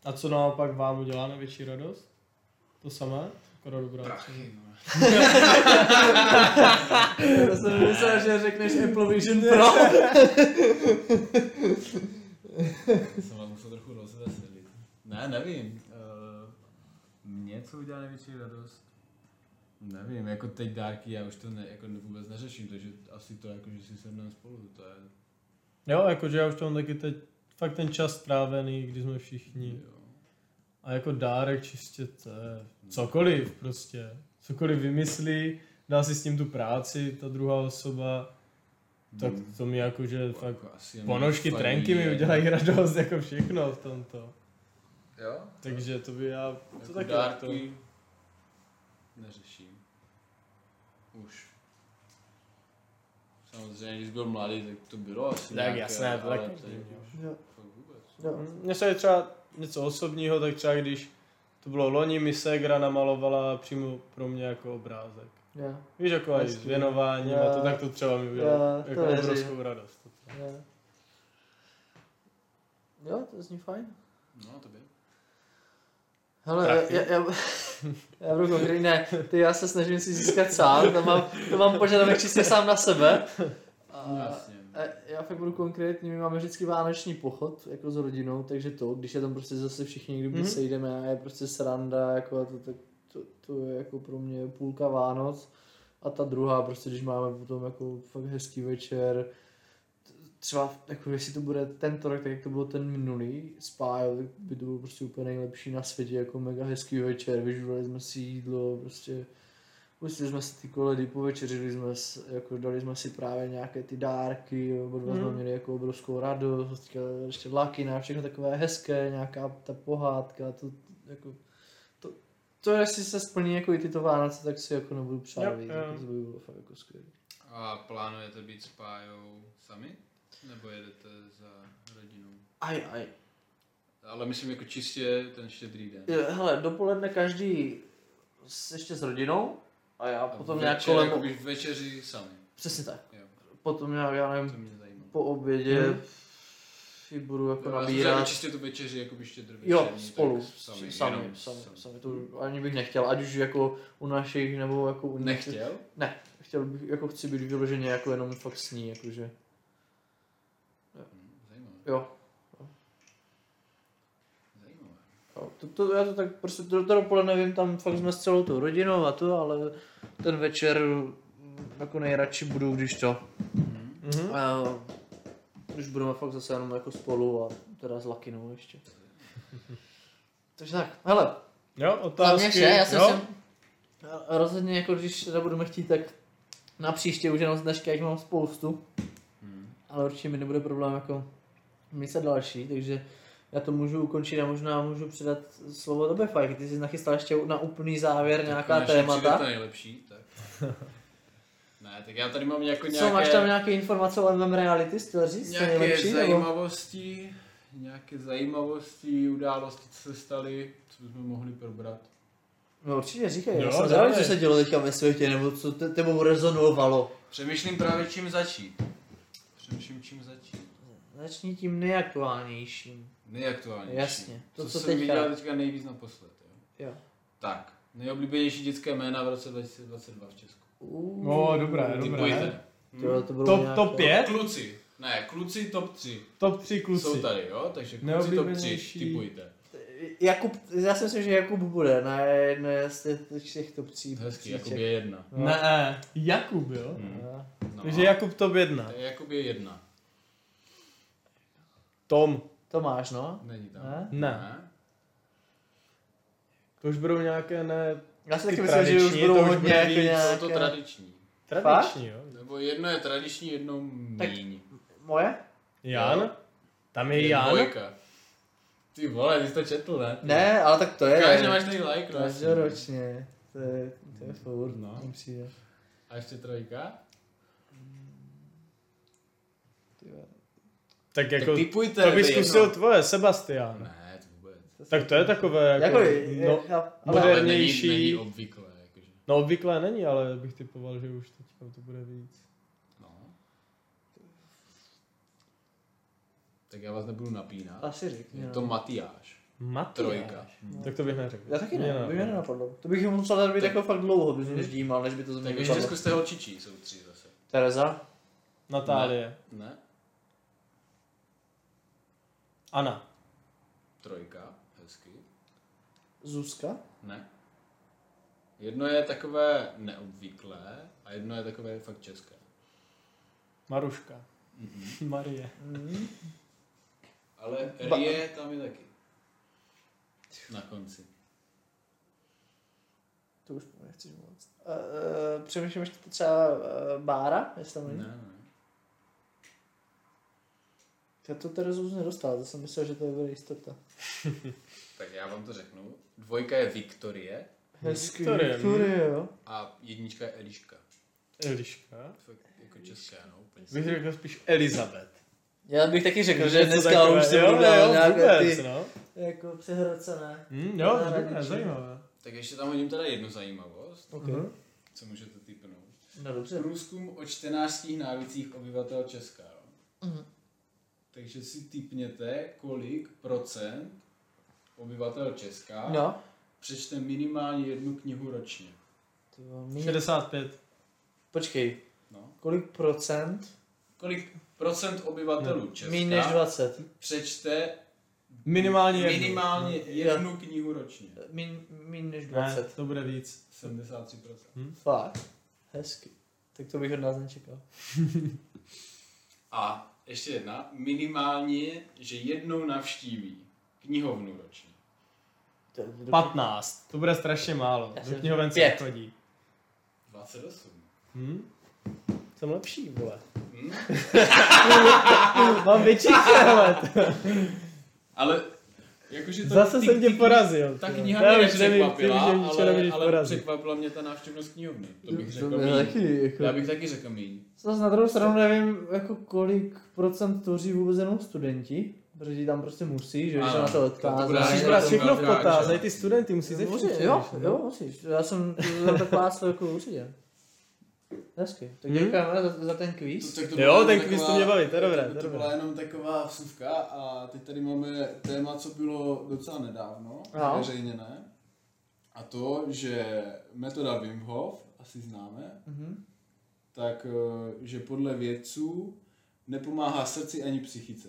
A co naopak vám udělá největší radost? To samé? Skoro dobrá. Prachy. no. Já jsem myslel, že řekneš Apple Vision Pro. Jsem vás musel trochu rozveselit. Eh, Ne, nevím. Uh, mě co udělá největší radost? Nevím, jako teď dárky já už to ne, jako vůbec neřeším, takže asi to jako, že si sedneme spolu, to je, Jo, jakože já už to mám taky teď fakt ten čas strávený, kdy jsme všichni. jo. A jako dárek čistě to je cokoliv prostě. Cokoliv vymyslí, dá si s tím tu práci, ta druhá osoba, tak to mi jakože fakt Mm. Jako asi jen Ponožky, fajný, trenky mi jako- udělají radost, jako všechno v tomto. Jo, Takže to by já, to jako taky to. dárky neřeším. Už. Samozřejmě, když byl mladý, tak to bylo asi Tak nějaké, jasné, to ale tak teď každý měl. už fakt vůbec. Mně se je třeba něco osobního, tak třeba když to bylo loni, mi ségra namalovala přímo pro mě jako obrázek. Jo, Víš, jako až s Hezký. věnováním a to, Jo. tak to třeba mi udělalo Jo, to jako věřím. obrovskou radost. jo. Jo, to zní fajn. No, to by. Hele, Prachy? já, já, já, já budu konkrétní, ne, ty já se snažím si získat sám, tam mám, to mám požadavek čistě sám na sebe. A, Jasně. a já fakt budu konkrétní, my máme vždycky vánoční pochod, jako s rodinou, takže to, když je tam prostě zase všichni někdy Mhm. mm-hmm. sejdeme a je prostě sranda, jako a to, tak to, to, je jako pro mě půlka Vánoc. A ta druhá, prostě když máme potom jako fakt hezký večer, t- třeba jako jestli to bude tento rok, tak jak to bylo ten minulý spájel, tak by to bylo prostě úplně nejlepší na světě, jako mega hezký večer, vyžurali jsme si jídlo, prostě pustili jsme si ty koledy, povečeřili jsme, s- jako dali jsme si právě nějaké ty dárky, jo, oba dva jsme Mhm. měli jako obrovskou radost, teďka ještě lakina, všechno takové hezké, nějaká ta pohádka, to jako, to, to jestli se splní jako i tyto Vánoce, tak si jako nebudu Jo, přát víc, jo. jako to by bylo fakt jako skvělé. A plánujete být s Pájou sami? Nebo jedete za rodinou? Aj, aj. Ale myslím jako čistě ten štědrý den. Jo, Eh, Hele, dopoledne každý s, ještě s rodinou a já A potom večer, nějak kolem... Jako bych večeři sami. Přesně tak. Jo, Potom nějak, já to nevím, mě zajímalo. po obědě Mhm. hmm. ji budu jako Jo, No, já jsem nabírat. zažil čistě tu večeři, jako by štědrý Jo, spolu. Sami, Sami, sami, jenom sami, sami, to ani bych nechtěl, ať už jako u našich nebo jako u Nechtěl? Nechtěl? Chtěl bych, jako chci být vyloženě jako jenom fakt s ní, jakože. Hm, Zajímavé. Jo. Zajímavé. jo. To, to, já to tak prostě to, to dopoledne vím, tam fakt jsme s celou tou rodinou a to, ale ten večer mm, jako nejradši budu, když to Hm, Mhm. A když budeme fakt zase jenom jako spolu a teda s Lakinou ještě. Takže tak, hele, Jo, za mě otázky. vše, já jsem, jo? jsem a- a rozhodně jako když teda budeme chtít, tak na příště už jenom z dneška, jak mám spoustu, hm. ale určitě mi nebude problém jako myslet další, takže já to můžu ukončit a možná můžu předat slovo tobě, Fajky, ty jsi nachystal ještě na úplný závěr nějaká Konečně přijde to témata. nejlepší, tak. ne, tak já tady mám jako nějaké... Co, máš tam nějaké informace o MM Reality, jsi chtěl říct? nějaké nejlepší, nebo? zajímavosti, nějaké zajímavosti, události, co se staly, co bychom mohli probrat. No určitě říkej, Jo, já jsem zvědavý, dávej. co se dělo teďka ve světě, nebo co te, tebou rezonovalo. Přemýšlím právě čím začít. Přemýšlím čím začít. Začni tím nejaktuálnějším. Nejaktuálnější. Jasně, to, co, co jsem teďka. viděl teďka nejvíc naposled. Jo? Jo. Tak, nejoblíbenější dětské jména v roce 2022 v Česku. Uuu, No, dobré, dobré. Typujte. Tyjo, to bylo Top, nějak- top 5? Kluci. Ne, kluci top 3. Top 3 Kluci. Jsou kluci. tady, jo? Takže kluci top 3, Nejoblíbenější- typujte. Jakub, já si myslím, že Jakub bude na jedné z těch, z těch top tří. Hezký, příček. Jakub je jedna. No. Ne, E. Jakub, jo? Hm. Jo. No. Takže Jakub top 1. To je Jakub je jedna. Tom. To máš, no. Není tam. Ne? Ne. To už budou nějaké ne... Já si Ty taky myslím, že už tradiční, budou to už hodně bude jako víc, Jsou nějaké... to tradiční. Tradiční, jo? Nebo jedno je tradiční, jedno míň. Moje? Jan? Tam je Jen Jan? Dvojka. Ty vole, ty jsi to četl, ne? Ne, ale tak to je. Každý máš tady like, no. Každoročně. To je, to Mm. je furt, No. mně přijde. A ještě trojka? Ty jo. Tak jako... tak typujte. To bych je jedno. zkusil tvoje, Sebastian. Ne, to vůbec. Tak to je takové jako... Jako, no, no, Ale ale, Moderní. není, Modernější. není obvyklé, jakože. no obvyklé není, ale bych typoval, že už teďka to bude víc. No. Tak já vás nebudu napínat. asi řekni. Je no. to Matyáš. Matrojka. Trojka. Tak to bych neřekl. Já taky Mě ne, by mě nenapadlo. To bych musel být Tak- jako fakt dlouho, bych než dímal, než by to ze mě Tak ještě vypadlo. zkuste holčičí, jsou tři zase. Tereza? Natálie. Ne? Ana. Trojka. Hezky. Zuzka? Ne. Jedno je takové neobvyklé a jedno je takové fakt české. Maruška. Marie. Ale Rie tam je taky. Na konci. To už nechci moc. Uh, uh, přemýšlím ještě třeba uh, Bára, jestli tam není. Ne, ne. Já to Terezu nedostal, to jsem myslel, že to je bude jistota. Tak já vám to řeknu. Dvojka je Viktorie Hezký, Victoria, Victoria, jo. a jednička je Eliška. Eliška. Fakt jako česká, no úplně. Bych řekl spíš Elizabeth. Já bych taky řekl, že Něco dneska takové. už se jo, budou jo, nějaké vůbec, ty No, no. jako přehrocené. Hm, jo, Ne, ne, dobré, ne. zajímavé. Tak ještě tam hodím teda jednu zajímavost, Okay. Mhm. co můžete typnout. No dobře. Průzkum o čtenářských návycích obyvatel Česka. No. Mhm. Takže si typněte, kolik procent obyvatel Česka No. přečte minimálně jednu knihu ročně. Ty vole, míň- 65. Počkej, No. kolik procent? Kolik procent obyvatelů Česka Míň než 20. přečte Minimálně jednu. minimálně jednu knihu ročně? Míň, míň než Ne, 20. to bude víc. 73%. Fakt. Hezky. Tak to bych od nás nečekal. A ještě jedna, minimálně, že jednou navštíví knihovnu ročně. To je dobrý. 15. To bude strašně málo. Já Do jsem- knihoven se pět. nechodí. 28. Hm? Jsem lepší, vole. Hm? Mám větší přehled. Ale jakože to... Zase ty- jsem tě ty- porazil. Ta ty kniha vole. mě Já už nevím, ty už nepřekvapila, mě ničeho ale, nevidíš ale porazit. překvapila mě ta návštěvnost knihovny. To To- bych to řekl mě míň. taky, jako- Já bych taky řekl míň. Zas na druhou stranu nevím, jako kolik procent tvoří vůbec jenom studenti, protože ti tam prostě musí, že jo, Ano, na to jako to odkázat. bude Musíš Já brát jsem všechno v velká potaz, žena. i ty studenty, musíš ze všech Musí, jo, jo, musíš. Já jsem na to klásl jako určitě. Hezky. Tak Hmm? děkujeme za, za ten To- kvíz. tak to Jo, byla ten jenom quiz to taková- mě baví, to je dobré, to To je byla dobré. jenom taková vsuvka a teď tady máme téma, co bylo docela nedávno, Ano. veřejněné. A to, že metoda Wim Hof, asi známe, Mhm. tak eh, že podle vědců nepomáhá srdci ani psychice.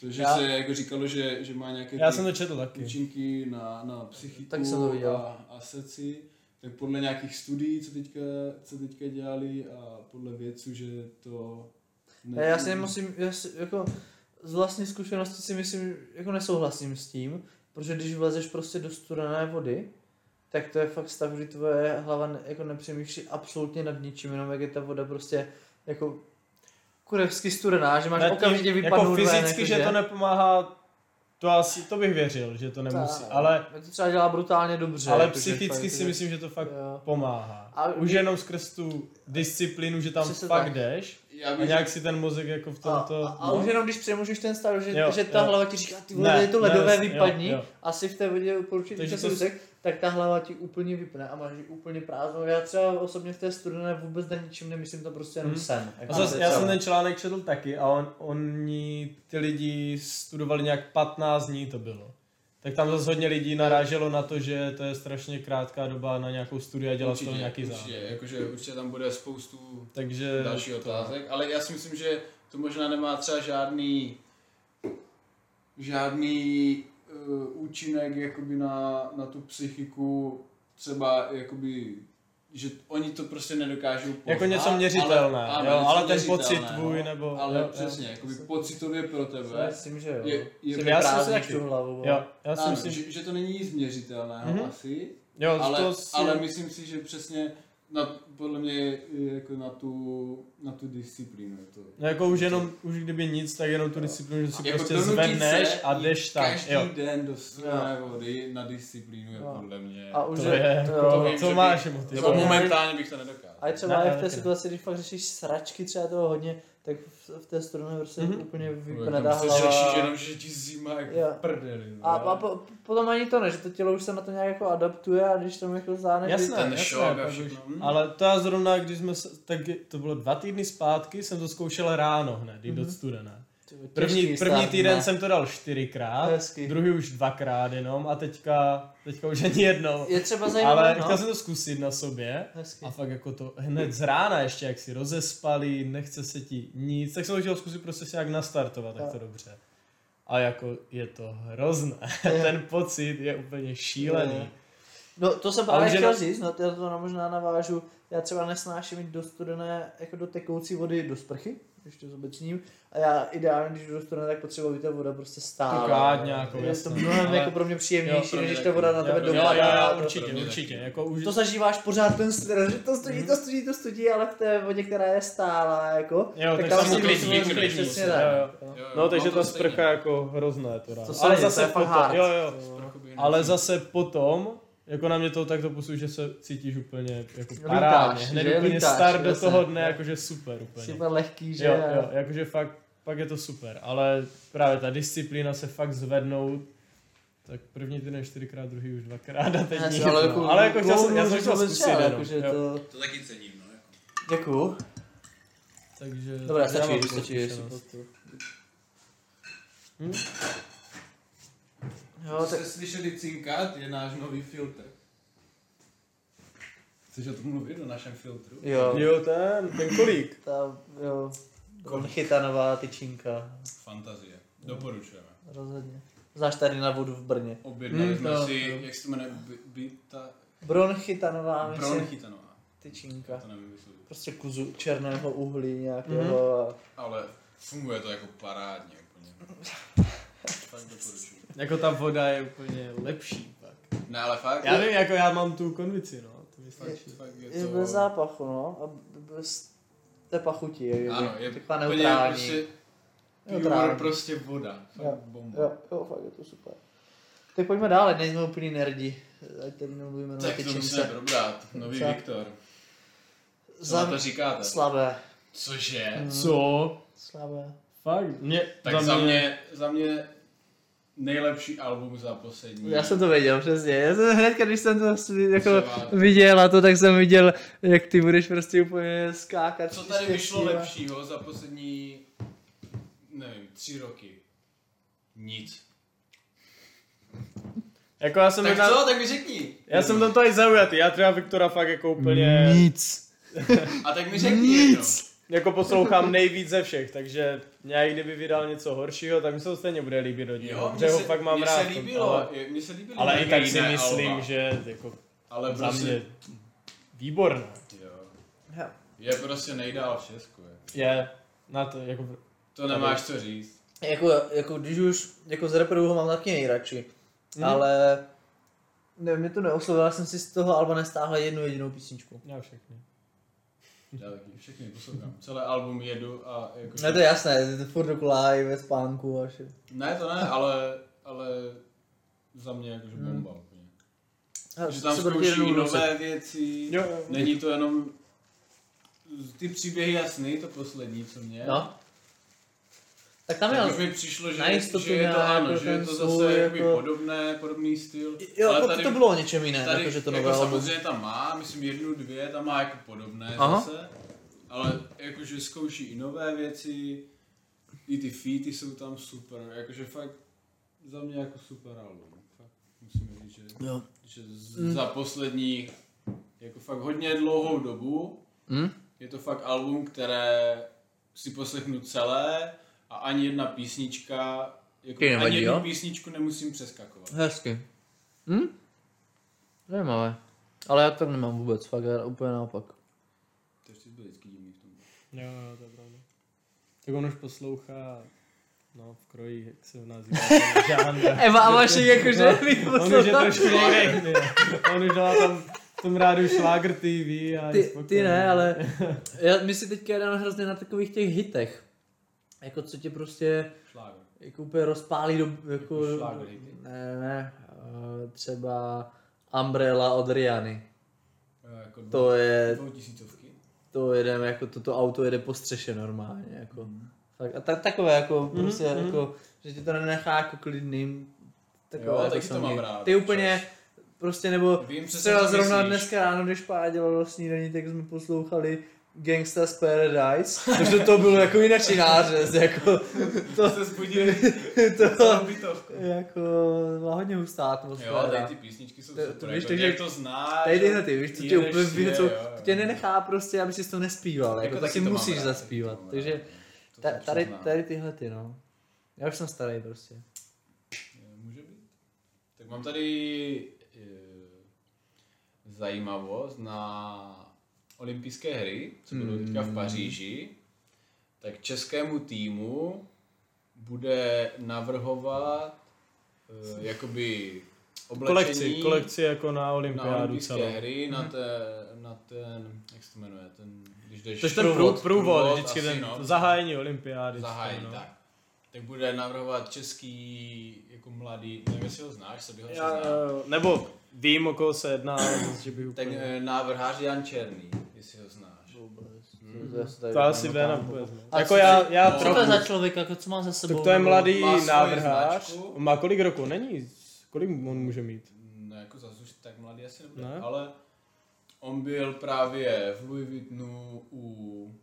Protože Já- Já... se jako říkalo, že, že má nějaké Já ty jsem to četl taky. účinky na, na psychiku Taky jsem to viděl. a, a srdci, tak podle nějakých studií, co teďka, co teďka dělali a podle vědců, že to... Já, já si nemusím, já si, jako z vlastní zkušenosti si myslím, jako nesouhlasím s tím, protože když vlezeš prostě do studené vody, tak to je fakt stav, kdy tvoje hlava ne, jako nepřemýšlí absolutně nad ničím, jenom jak je ta voda prostě jako kurevsky studená, že máš Nad tím, okamžitě Jako vypadnout ven, fyzicky, že to nepomáhá, to asi, to bych věřil, že to nemusí, Tak, ale, mě to třeba dělá brutálně dobře. ale jakože psychicky fakt, si myslím, že to fakt Jo. pomáhá. A Už my- jenom skrz tu disciplínu, že tam Přesně fakt tak. jdeš Já a bych nějak si ten mozek jako v A, tomto... a, a už jenom když přemůžeš ten stav, že, Jo, že ta jo. hlava ti říká, ty Ne, vole, je to ne, ledové jo, vypadní, jo. asi v té vodě po určitý Takže čas to s- úsek, tak ta hlava ti úplně vypne a máš ji úplně prázdnou. Já třeba osobně v té studené vůbec na ničím nemyslím, to prostě jenom Hmm. sen. Jako A zase, to je já celé. jsem ten článek četl taky a on, oni, ty lidi studovali nějak 15 dní to bylo. Tak tam zase hodně lidí naráželo na to, že to je strašně krátká doba na nějakou studii a dělat z toho nějaký určitě, závěr. jakože určitě tam bude spoustu Takže další otázek, ale já si myslím, že to možná nemá třeba žádný žádný uh, účinek jakoby na, na tu psychiku třeba jakoby že t- oni to prostě nedokážou poznat, Jako něco měřitelné, ale, ano, jo, něco ale ten měřitelného, pocit tvůj nebo... ale jo, přesně, jakoby pocitově pro Já tebe myslím, že jo. je, je Že já jsem si vyprázdníš taky- tu hlavu. Jo, jo, já si ano, myslím, že... že, že to není nic měřitelného Mhm. asi, Jo, ale, to si... ale myslím si, že přesně na, podle mě jako na tu, na tu disciplínu je to. No jako už jenom, už kdyby nic, tak jenom tu disciplínu, že si prostě donutit zvedneš Jako se a jít jdeš tam. Každý Jo, den do studené vody na disciplínu je Jo. podle mě. A už to je, jo. to, vím, že co bych- máš motivovat. Nebo momentálně bych to nedokázal. A je třeba Ne, ne, ne, ne. v té situaci, když fakt řešíš sračky třeba toho hodně, tak v, v té studené prostě Mhm. úplně Jako vypne tam ta se hlava. řešíš jenom, že ti zima jako Jo. v prdeli. A, vole. a po, potom ani to ne, že to tělo už se na to nějak jako adaptuje a když tam jako záne, Jasné, ten jasné, šok a jako všechno. už- Mm. Ale to já zrovna, když jsme, se- tak to bylo dva týdny zpátky, jsem to zkoušel ráno hned, Mhm. jít do studené. První, první týden jsem to dal čtyřikrát, Hezky. druhý už dvakrát jenom a teďka, teďka už ani jednou. Je třeba Ale zajímavé, chtěl no. jsem to zkusit na sobě Hezky. a fakt jako to hned z rána ještě, jak si rozespalý, nechce se ti nic, tak jsem to chtěl zkusit prostě si nějak nastartovat, tak to dobře. A jako je to hrozné, ten pocit je úplně šílený. No to jsem právě že chtěl na- říct, no to já to na- možná navážu. Já třeba nesnáším jít do studené, jako do tekoucí vody do sprchy, když to zobecním. A já ideálně, když jdu do studené, tak potřeba, aby ta voda prostě stála. Tukát nějakou, Je to jasně. mnohem Ale- jako pro mě Jo, příjemnější, pro mě než když ta taky. voda na tebe jo, jo, dopadá. jo, To- určitě, určitě. Jako už... to zažíváš pořád ten stres, že to studí, to studí, to studí, ale v té vodě, která je stála, jako. Mhm. Jo, tak tam se si uklidní, musíš uklidní uklidnit, se, přesně jo, tak. Jo, No, jo, takže mám to ta stejně. sprcha jako hrozné to dá. To samozřejmě, to je fakt hard. jo, jo. Jakoby Ale zase potom, jako na mě to takto působí, že se cítíš úplně jako Lítáš, parádně. Hned že? úplně Lítáš, star do jasně, toho dne, jo. jakože super úplně. Super lehký, že? Jo, jo, jakože fakt, pak je to super, ale právě ta disciplína se fakt zvednout, tak první týden čtyřikrát, druhý už dvakrát a teď Já si- nic, no. ale jako chtěl jsem, já jsem dlouho chtěl vůbec zkusit ne, jenom, jakože jo. to... To taky cením, no. Jako. Děkuju. takže Dobrá, já mám stačí, tu stačí, zkušenost. stačí. Hm? Jo, No, tak Jste slyšeli cinkat, je náš nový filtr. Chceš o tom mluvit, o našem filtru? jo, Jo, ten, ten kolik? ta, jo, Konchytanová tyčinka, Fantazie. Doporučujeme. Hmm, rozhodně. Znáš tady na vodu v Brně. Objednali Hmm, jsme to- si, to- jak se to jmenuje, by, by ta Bronchitanová, myslím, bronchytanová. Já tyčinka. to nevím vyslovit. Prostě kuzu černého uhlí nějakého. Mm. Ale funguje to jako parádně úplně. Fakt doporučuji. Jako ta voda je úplně lepší pak. Ne, ale fakt, Já vím, jako já mám tu konvici, no, to mi fakt, stačí. fakt Je je to... to... bez zápachu, no. A b- bez té pachuti. Je, Ano, je taková úplně neutrální. prostě pure Neutrální. prostě voda. Jo, Fakt bomba. Jo, jo, fakt je to super. Tak pojďme dále, nejsme úplný nerdi. Ať tady nemluvíme na Tak to musíme tyčince. probrat. Nový Co? Viktor. Co Za na to říkáte? slabé. Cože? Co? Slabé. Fakt? Hmm. Mě, Tak za mě, za mě nejlepší album za poslední. Já jsem to věděl, přesně. Já jsem hned, když jsem to studi- jako Třeba- viděl a to, tak jsem viděl, jak ty budeš prostě úplně skákat. Co tady příspěvky vyšlo a- lepšího za poslední, nevím, tři roky? Nic. Jako já jsem Tak jedná- co, tak mi řekni. Já jsem tam tady zaujatý, já třeba Viktora fakt jako úplně, Nic. A tak mi řekni jedno. jako poslouchám nejvíc ze všech, takže já i kdyby vydal něco horšího, tak mi se to stejně bude líbit od něj, Jo, protože mně ho se, fakt mám mně rád. se líbilo, ale, ale, mně se líbilo. ale i nějaké tak si jiné myslím, alba. že jako Ale za prostě, mě výborné. Jo. Jo. Je prostě nejdál v Česku. Je. Je, na to, jako, To nemáš co říct. Jako, jako když už, jako z reperů ho mám taky nejradši, mm. ale ne, mě to neoslovilo, já jsem si z toho Alba nestáhl jednu jedinou písničku. já všechny. Já taky všechny poslouchám. Celé album jedu a jako... No to je jasné, to furt dokola i ve spánku a vše. Ne, to ne, ale, ale za mě jakože bomba úplně. Že tam zkouší nové věci, Jo, jo. není to jenom ty příběhy jasný, to poslední, co mě. No. Tak tam Tak je už mi přišlo, že, na jistotu že je to měla ano, jako že je ten to svůj zase jakoby jako- podobné, podobný styl. Jo, ale tady, to bylo o něčem jiném, tady jakože to nové jako album. samozřejmě tam má, myslím jednu, dvě, tam má jako podobné Aha. zase. Ale jakože zkouší i nové věci, i ty feety jsou tam super, jakože fakt za mě jako super album. Fakt musím říct, že Jo. že z, Hmm. mm. za poslední jako fakt hodně dlouhou dobu Mm? je to fakt album, které si poslechnu celé a ani jedna písnička, jako Ti nevadí, ani jednu jo? písničku nemusím přeskakovat. Hezky. Hm? Zajímavé. Ale já to nemám vůbec, fakt já úplně naopak. To je byl vždycky divný v tom. Jo, jo, to je pravda. Tak on už poslouchá, no, v kroji, jak se u nás říká, žánr. Eva a Vašek jakože On už je vyposlouchal. trošku někde jinde. On už dává tam v tom rádiu Šlágr TV a je Ty, spokojený. ty ne, ale já, my si teďka jdeme hrozně na takových těch hitech. Jako co tě prostě Šláger. jako úplně rozpálí do... Jako, Jako šlágr hity? ne, ne, ne, eh, třeba Umbrella od Riany. Eh, Jako To je, dvou tisícovky. to jedeme, jako toto auto jede po střeše normálně, jako. Tak, a tak, takové, jako, mm, prostě, mm. jako, že ti to nenechá jako klidným. Jo, jako taky to mám songy. rád, Ty úplně, prostě, nebo Vím přesně, třeba co zrovna myslíš. dneska ráno, když Pája dělalo snídaní, tak jsme poslouchali Gangsta's Paradise, protože to bylo jako jinak nářez, jako, to, se zbudili to, celou bytovku. jako, byla hodně hustá Jo, atmosféra. tady ty písničky jsou To- to super. víš, jako, takže- jak to znáš. Tady tyhle jo. ty, víš, to tě Jedeš úplně je, vyhecou, jo, jo. to tě nenechá prostě, aby si to nespíval, jako, to taky si to mám musíš rád, taky to zaspívat, mám rád, takže no. To ta, se tady, přiznám. tady tyhle ty, no. Já už jsem starý prostě. Může být. Tak mám tady eh, zajímavost na olympijské hry, co budou Hmm. teďka v Paříži, tak českému týmu bude navrhovat eh, jakoby oblečení Kolekci, kolekci jako na na olympiádu olympijské celou. Mhm. hry, na, té, na ten, jak se to jmenuje, ten, když jdeš To je ten průvod, průvod vždycky asi, ten no, zahájení olympiády. zahájení, no. tak. Tak bude navrhovat český jako mladý, nevím jestli ho znáš, se by ho Já, zná. eh, nebo vím, o koho se jedná, ale zase, že bych Ten úplně... eh, návrhář Jan Černý, jestli ho znáš. Hmm. To asi Vena vůbec. ne. A Jako co já, já No. Co to je trochu. za člověk, jako co má za sebou? Tak to je nebo- mladý Má svoji návrhář. značku. On Má kolik roku? Není. Kolik on může mít? No jako zase už tak mladý asi nebude, Ne. ale on byl právě v Louis Vuittonu u...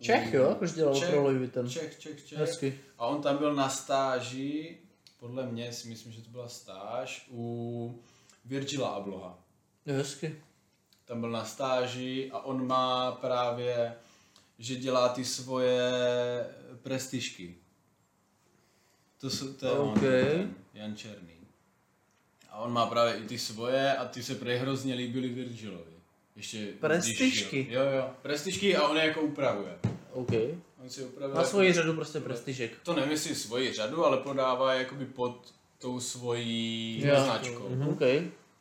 Čech, jo? Jakož dělal Čech. pro Louis Vuitton. Čech, Čech, Čech. Hezky. A on tam byl na stáži, podle mě si myslím, že to byla stáž, u Virgila Abloha. Jo, Hezky. Tam byl na stáži a on má právě, že dělá ty svoje prestižky. To, jsou, to je on, OK. ten Jan Černý. A on má právě i ty svoje a ty se prej hrozně líbily Virgilovi. Ještě když šel. Prestižky? Jo, jo. Prestižky a on je jako upravuje. OK. On si upravuje. Má jako- svoji řadu prostě prestižek. to nevím, jestli svoji řadu, ale prodává jakoby pod tou svojí Jo. značkou. Mhm. OK.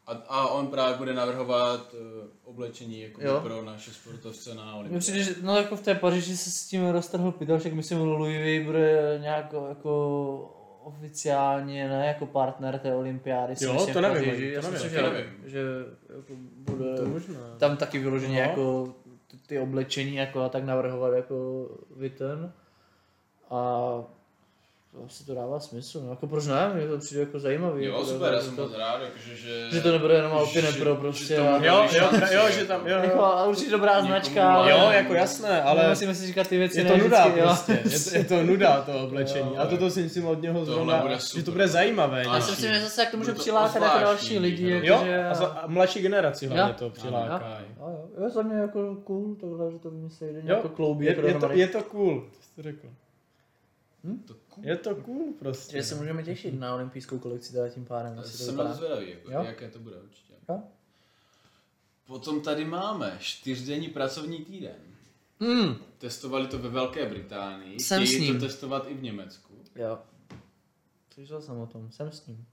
A, a on právě bude navrhovat uh, oblečení jakoby Jo. pro naše sportovce na Mně olympiádu. přijde, že no jako v té Paříži se s tím roztrhl pidošek, myslím Louis Vuitton bude nějak jako oficiálně, ne jako partner té olympiády. si Jo, myslím, to v nevím, Paříži. ani, to Já si nevím, myslím, to že, nevím. že jako bude To možná. tam taky vyloženě No. jako ty, ty oblečení jako a tak navrhovat jako Vuitton. A to asi to dává smysl, no. jako proč ne, mně to přijde jako zajímavý. Jo, jako super, já jako jsem to, moc rád, jakože, že... že to nebude jenom že- Alpine že- Pro že prostě. to a- bude Jo, když jo, tam pra- si jo, je, že tam, jo. jo, Jako, jo. a určitě dobrá Někomu značka, ale... dává. Jo, jako jasné, ale Nemusíme si říkat ty věci, je ne to nuda vždycky, jo. prostě. Je to, je to nuda to oblečení. A toto si myslím od něho Tohle bude zrovna, super. že to bude zajímavé. Ale nějaký. Já si myslím, že zase jak to může Bude to přilákat jako další zvláštní, lidi, jo. Jo, jakože... a, za, a mladší generaci hlavně Jo. to přiláká. Jo, jo, jo, za mě jako cool tohle, že to vymysleli Jo, jako kloubí je, je, to, je to cool, to jsi to řekl. To cool. Je to cool prostě. Že se můžeme těšit na olympijskou kolekci teda tím pádem. jestli to Jsem na to vypadá. zvědavý, jako, Jo. jaké to bude určitě. Jo. Potom tady máme čtyřdenní pracovní týden. Mm, Testovali to ve Velké Británii, Jsem s chtějí ním. to testovat i v Německu. jo. Slyšel jsem o tom, jsem s ním.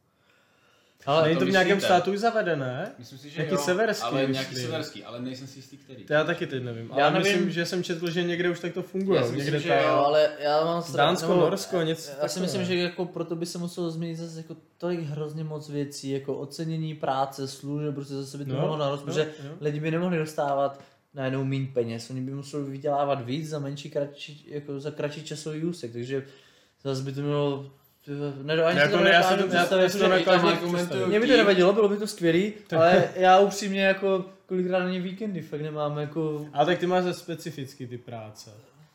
Ale Ale není to to v nějakém myslíte? státu už zavedené? Myslím si, že Nějaký jo, severský, ale myslím. nějaký severský, ale nejsem si jistý, který. To já taky teď nevím. Ale Já já nevím. nevím. myslím, že jsem četl, že někde už tak to funguje. Já si myslím, někde že tam. jo. ale já mám strach. Dánsko, Norsko, něco Já si takové. myslím, že jako proto by se muselo změnit zase jako tolik hrozně moc věcí, jako ocenění práce, služeb, prostě zase by to No, mohlo no, narost, protože jo. lidi by nemohli dostávat najednou míň peněz, oni by museli vydělávat víc za menší, kratší, jako za kratší časový úsek, takže zase by to mělo Nedo, ani Jako si to ne, já nedokážu si to- já- já si představit, to protože Tam nedokážu argumentují- představit. mě by to nevadilo, bylo by to skvělý, ale já upřímně jako kolikrát ani víkendy fakt nemám jako... Ale tak ty máš zase specifický ty práce.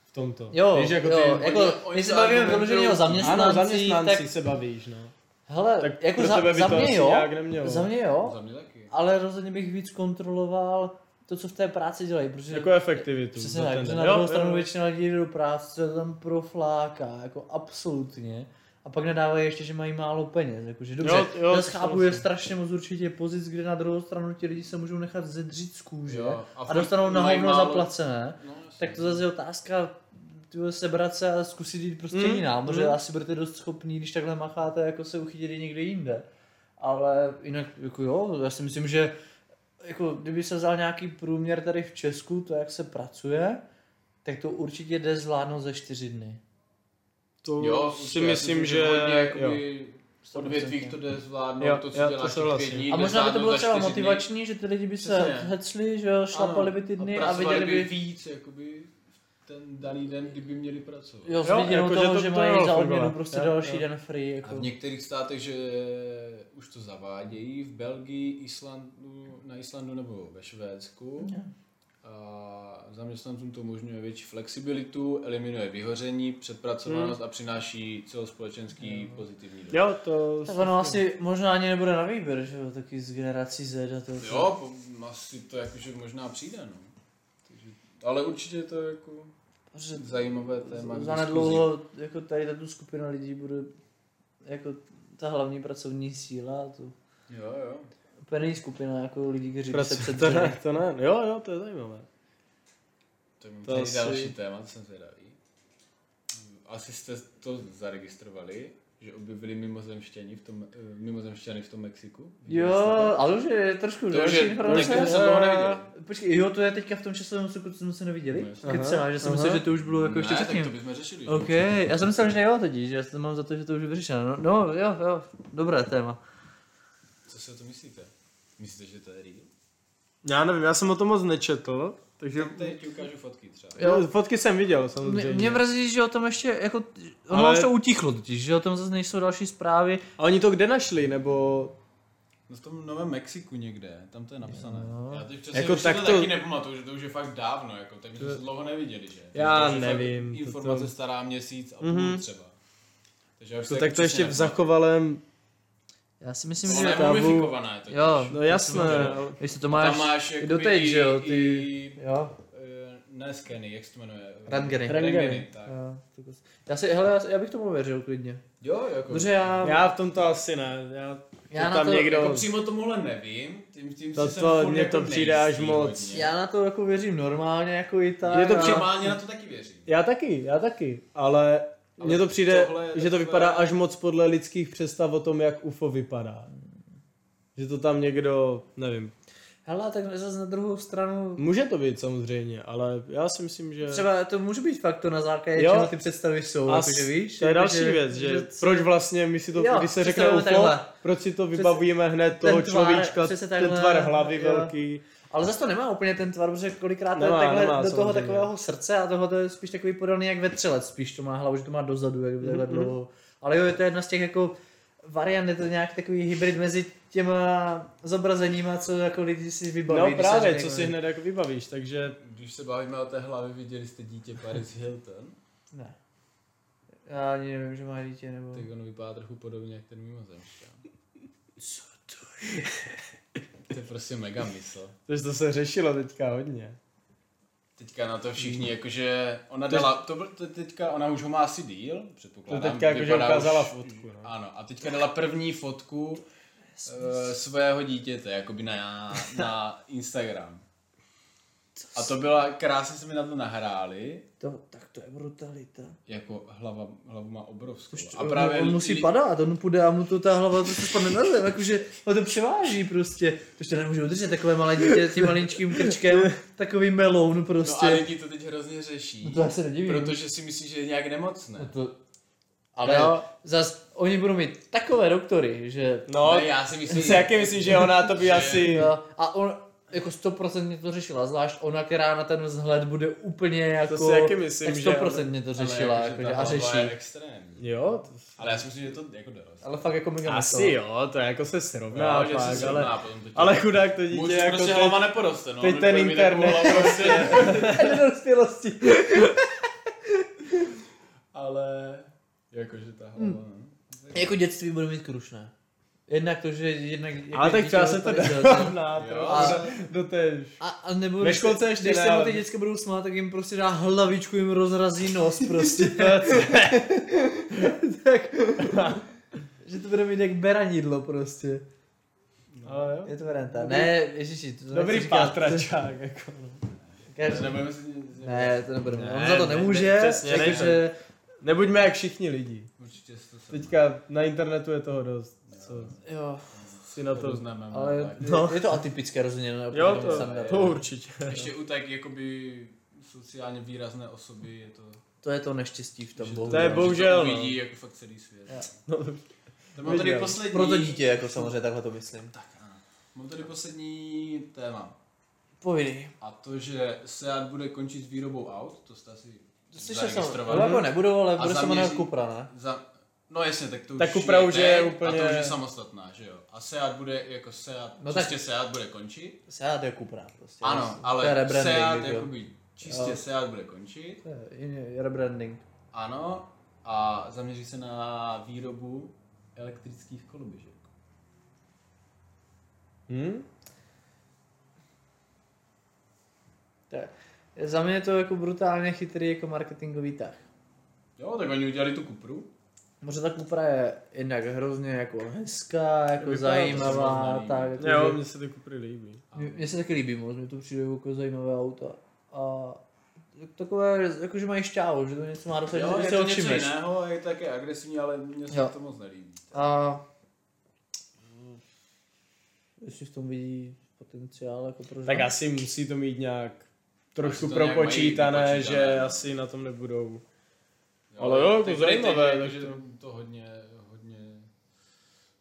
V tomto. Jo, Víš, jako jo, ty... jako, oni když se se bavíme argumentují- vyloženě o Ano, zaměstnancích, zaměstnanci tak tak... se bavíš, no. Hele, Tak jako pro za, tebe by za to mě asi jo, nějak nemělo. za mě jo, Za mě taky. ale rozhodně bych víc kontroloval to, co v té práci dělají, protože Jako efektivitu. přesně za tak, ten protože den. na Jo, druhou jo. stranu většina lidí jde do práce, co to tam profláká, jako absolutně. A pak nadávají ještě, že mají málo peněz, jakože dobře, Jo, jo, to já chápu, je souhlasím. strašně moc určitě pozic, kde na druhou stranu ti lidi se můžou nechat zedřít z kůže Jo, a a, a furt dostanou na mají hovno málo- zaplacené. No, jasně. Tak to zase je otázka ty vole, sebrat se a zkusit jít prostě Mm, Hmm. mm, jinam, protože mm. asi budete dost schopný, když takhle macháte, jako se uchytit i někde jinde. Ale jinak, jako jo, já si myslím, že jako, kdyby se vzal nějaký průměr tady v Česku, to jak se pracuje, tak to určitě jde zvládnout ze čtyři dny. To Jo, si myslím, že... Hodně, jo. jakoby, v odvětvích to jde zvládnout, jo, to, co jo, děláš to těch pět dní, A jde možná by zvládnout to bylo za třeba čtyři dny. motivační, že ty lidi by se Přesně. hecli, že jo, šlapali by ty Ano, dny a, pracovali viděli by... víc, jakoby, v ten daný den, kdyby měli pracovat. Jo, s Jo, vidinou jako, že toho, to- že to mají dalo za odměnu fungovat. prostě Jo, další jo. den free. A Jako. v některých státech, že už to zavádějí, v Belgii, Islandu, na Islandu nebo ve Švédsku. Jo. A zaměstnancům to umožňuje větší flexibilitu, eliminuje vyhoření, Hmm. předpracovanost a přináší celospolečenský pozitivní dopad. Jo, to... Tak ono asi možná ani nebude na výběr, že jo, taky z generací Z a to. Jo, po, asi to jakože možná přijde, no. Takže, ale určitě to je jako Protože zajímavé téma. k za diskuzi. nedlouho jako tady tato skupina lidí bude jako ta hlavní pracovní síla a to Jo, jo. Úplně není skupina jako lidí, kteří by se Pracuji, Prostě to, předřeli. ne, to ne, jo, jo, to je zajímavé. To To je asi... asi- další téma, co jsem zvědavý. Asi jste to zaregistrovali, že objevili mimozemštění v tom, eh, mimozemšťany v tom Mexiku? Viděli Jo, jste to? ale už je trošku To už další je- informace. tak to jsem toho Eh, neviděl. Počkej, jo, to je teďka v tom časovém úseku, co jsme se neviděli. No, jasně. Kecá, že jsem myslel, že to už bylo jako ještě ne, tak předtím. to bychom řešili. že? OK, já jsem myslel, že jo teď, že já to mám za to, že to už je vyřešeno. No, no jo, jo, dobré téma. Co si o to myslíte? Myslíte, že to je real? Já nevím, já jsem o tom moc nečetl, takže... Tady ti ukážu fotky třeba. Jo. Fotky jsem viděl Mě, samozřejmě. mě mrzí, že o tom ještě, jako, ono Ale- Ale... už to utichlo totiž, že o tom zase nejsou další zprávy. A oni to kde našli, nebo... No v tom Novém Mexiku někde, tam to je napsané. Jo. Já teď přesně Jako jako tak tak to to- taky nepamatuju, že to už je fakt dávno, jako, tak my jsme To- se dlouho neviděli, že? Já to už je fakt nevím, to- Informace to- stará měsíc a půl Mhm. třeba. Takže já už To, se tak jako to ještě přesně v zachovalém... Já si myslím, nepamatuju. že... Ona je mumifikovaná, je to. Jo, No jasné, ale- Když si to Máš, máš... tam máš jakoby doteď, i- že jo, ty- i, Jo, eh, ne skeny, jak se to jmenuje? Rentgeny. Rentgeny, tak. jo, to kus- já si, hele, já- já bych tomu věřil klidně. Jo, jako. Protože já... Já v tomto asi ne, já... Já to na tam to- někdo... Jako přímo tomuhle nevím, tím, tím To- si jsem to- furt mně jako to přijde až nejistý moc. hodně. Já na to jako věřím normálně, jako i tak. Je to a- při- Normálně na to taky věřím. Já taky, já taky, ale... Ale Mně to přijde, tohle je že to takové- vypadá až moc podle lidských představ o tom, jak UFO vypadá. Že to tam někdo, nevím. Hele, tak zase na druhou stranu... Může to být samozřejmě, ale já si myslím, že... Třeba to může být fakt to na základě, Jo. čeho ty představy jsou, A jakože s- víš? to je jako, další že- věc, že, proč vlastně my si to, Jo, když se řekne představujeme UFO, takhle. proč si to vybavíme hned toho ten tvar, človíčka, přesně ten takhle, tvar hlavy jo. velký. Ale zase to nemá úplně ten tvar, protože kolikrát to Nemá, je takhle nemá, do toho samozřejmě. takového srdce a toho to je spíš takový podaný jak vetřelec, spíš to má hlavu, že to má dozadu, jak takhle mm-hmm. dlouho. Ale jo, je to jedna z těch jako variant, je to nějak takový hybrid mezi těma zobrazeníma, co jako lidi si vybaví. No když se právě, řekne co jako- si hned jako vybavíš, takže Když se bavíme o té hlavě, viděli jste dítě Paris Hilton? Ne. Já ani nevím, že má dítě nebo... Tak on vypadá trochu podobně jak ten mimozemšťan. Co to je? To je prostě mega mysl. takže to se řešilo teďka hodně. Teďka na to všichni, jakože ona dala, to byl, to teďka, ona už ho má asi díl, To předpokládám. teďka jakože vypadá ukázala už- fotku. No. Ano, a teďka dala první fotku uh, svého dítěte, jakoby na, na Instagram. A to byla, krásně se mi na to nahráli, To, tak to je brutalita. jako hlava, hlavu má obrovskou. A právě on, on musí li- padat, on půjde a mu to ta hlava to se spadne na zem, jakože ho to převáží prostě. To ještě nemůže udržet takové malé dítě s tím malinčkým krčkem, takový meloun No a prostě. lidi to teď hrozně řeší. No to já se nedivím. Protože si myslí, že je nějak nemocné. to, ale No Jo. jo. zas oni budou mít takové doktory, že... No, ne, já si myslím, si jaký myslíš, že ona to by Že- asi... Jo, a on jako 100% to řešila, zvlášť ona, která na ten vzhled bude úplně jako... si taky myslím, tak že- 100% to řešila ale jako, jakože ta a řeší. hlava je extrémní. Jo, to... Ale já si myslím, že to jako dorost. Ale fakt jako mega asi masová. jo, to jako se srovná, že se pak, ale... srovná potom to tělo. Ale chudák to Můj dítě jako... prostě teď- hlava neporoste, no. teď On ten bude mít takovou internet hlavu prostě. Nedospělosti. Ale... Jakože ta hlava, Hmm. no. Jako dětství budu mít krušné. Jednak to, že jednak... jako Ale tak třeba se to dávná Jo, trochu ale- do té... A, a nebo Ve školce ještě když se dál. mu ty děcka budou smát, tak jim prostě dá hlavičku, jim rozrazí nos prostě. tak, že to bude mít jak beranidlo prostě. Ale no, jo. Je to varianta. Ne, ježiši, to nechci Dobrý říkat. pátračák, jako no. Každý- Nebudeme si... Ne, to nebudeme. Ne, On za to ne, nemůže, ne, přesně, takže... Nebuďme jak všichni lidi. Určitě se to se... Teďka na internetu je toho dost, co Jo, si na to... Poznáme, ale No. je to atypické rozhodně. ne, úplně Jo, tomu to, standardu. to určitě. Ještě u tak jakoby sociálně výrazné osoby je to... To je to neštěstí v tom bohu. To je že bohužel, To no. uvidí jako fakt celý svět. Jo. No, To mám tady Viděl. poslední... Proto dítě, jako samozřejmě takhle to myslím. Mám tady poslední téma. Povídej. A to, že Seat bude končit s výrobou aut, to jste asi Slyšel jsem, zaregistrovali. nebo No, jako nebudou, ale A bude se zaměří- jmenovat Kupra, ne? Za... No jasně, tak to už Tak Cupra už je teď úplně- A to už je samostatná, že jo. A Seat bude, jako Seat, No no tak- čistě Seat bude končit. Seat je Kupra prostě. Ano, To je ale rebranding, Seat, jako víš jo. jakoby, čistě Jo. Seat bude končit. To je jiný rebranding. Ano, a zaměří se na výrobu elektrických koloběžek. Hm? To je- Za mě je to jako brutálně chytrý jako marketingový tah. Jo, tak oni udělali tu Cupru. Mořetakupra je jednak hrozně jako hezká, jako Vypadá to zajímavá, srovnaný. tak. Jako, Jo, že- mně se ty kupry líbí. Mně- Mně se taky líbí moc, mi to přijde jako zajímavé auto. A takové, jako že mají šťávu, že to prostě něco má dostat, Jo, je že se to něco očimeš. jiného, je také agresivní, ale mně se Jo. to moc nelíbí. A jestli v tom vidí potenciál, jako pro Tak asi musí to mít nějak trošku Asi to nějak mají propočítané, že vypočítané, no. asi na tom nebudou. Ale jo, jako ty zajímavé, ratingy, takže- že to hodně, hodně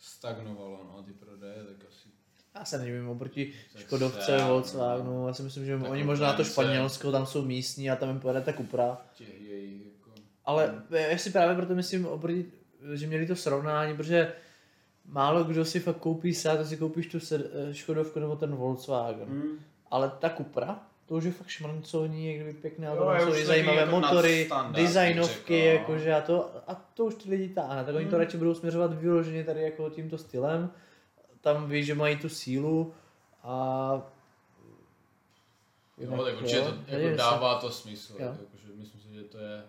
stagnovalo, no, ty prodeje, tak asi. Já se nevím, oproti Tak Škodovce, se- Volkswagenu, no. jako já si myslím, že Tak oni možná to Ukrajince. Španělsko, tam jsou místní a tam jim pojede ta Kupra. těch jejich jako... Ale já si právě proto myslím, oproti, že měli to srovnání, protože málo kdo si fakt koupí Seat, to si koupíš tu sed- eh, Škodovku nebo ten Volkswagen. Hmm. Ale ta Kupra, to už je fakt šmrncovní, jak kdyby pěkné auto, tam jsou i zajímavé jako motory, designovky, no. jakože a to, a to už ty lidi táhne, tak oni Hmm. to radši budou směřovat vyloženě tady jako tímto stylem, tam ví, že mají tu sílu a... No, tak určitě jo, to nevím, jako dává to smysl, Jo. jakože myslím si, že to je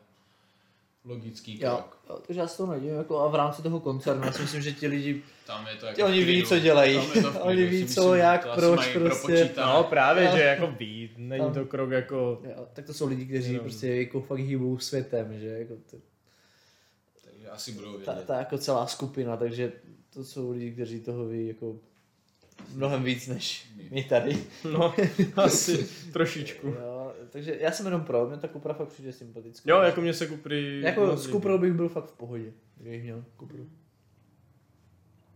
logický Jo, krok. jo, takže já se to nedím, jako a v rámti toho koncernu, já si myslím, že ti lidi, Tam je to ti jako oni v ví, klidu. co dělají, Tam je to v klidu, oni si ví, co, myslím, jak, to asi proč, mají prostě, propočítané. No právě, Jo. že jako ví, není to krok jako... jo, tak to jsou lidi, kteří Jenom. prostě jako fakt hýbou světem, že jako to, Takže asi budou ta, vědět. ta jako celá skupina, takže to jsou lidi, kteří toho ví jako mnohem víc než My. my tady. No, asi trošičku. Jo, takže já jsem jenom pro, mě ta Kupra fakt přijde sympatická. Jo, jako mě se kupry... jako moc s líbí. Kuprou bych byl fakt v pohodě, kdybych měl Kupru.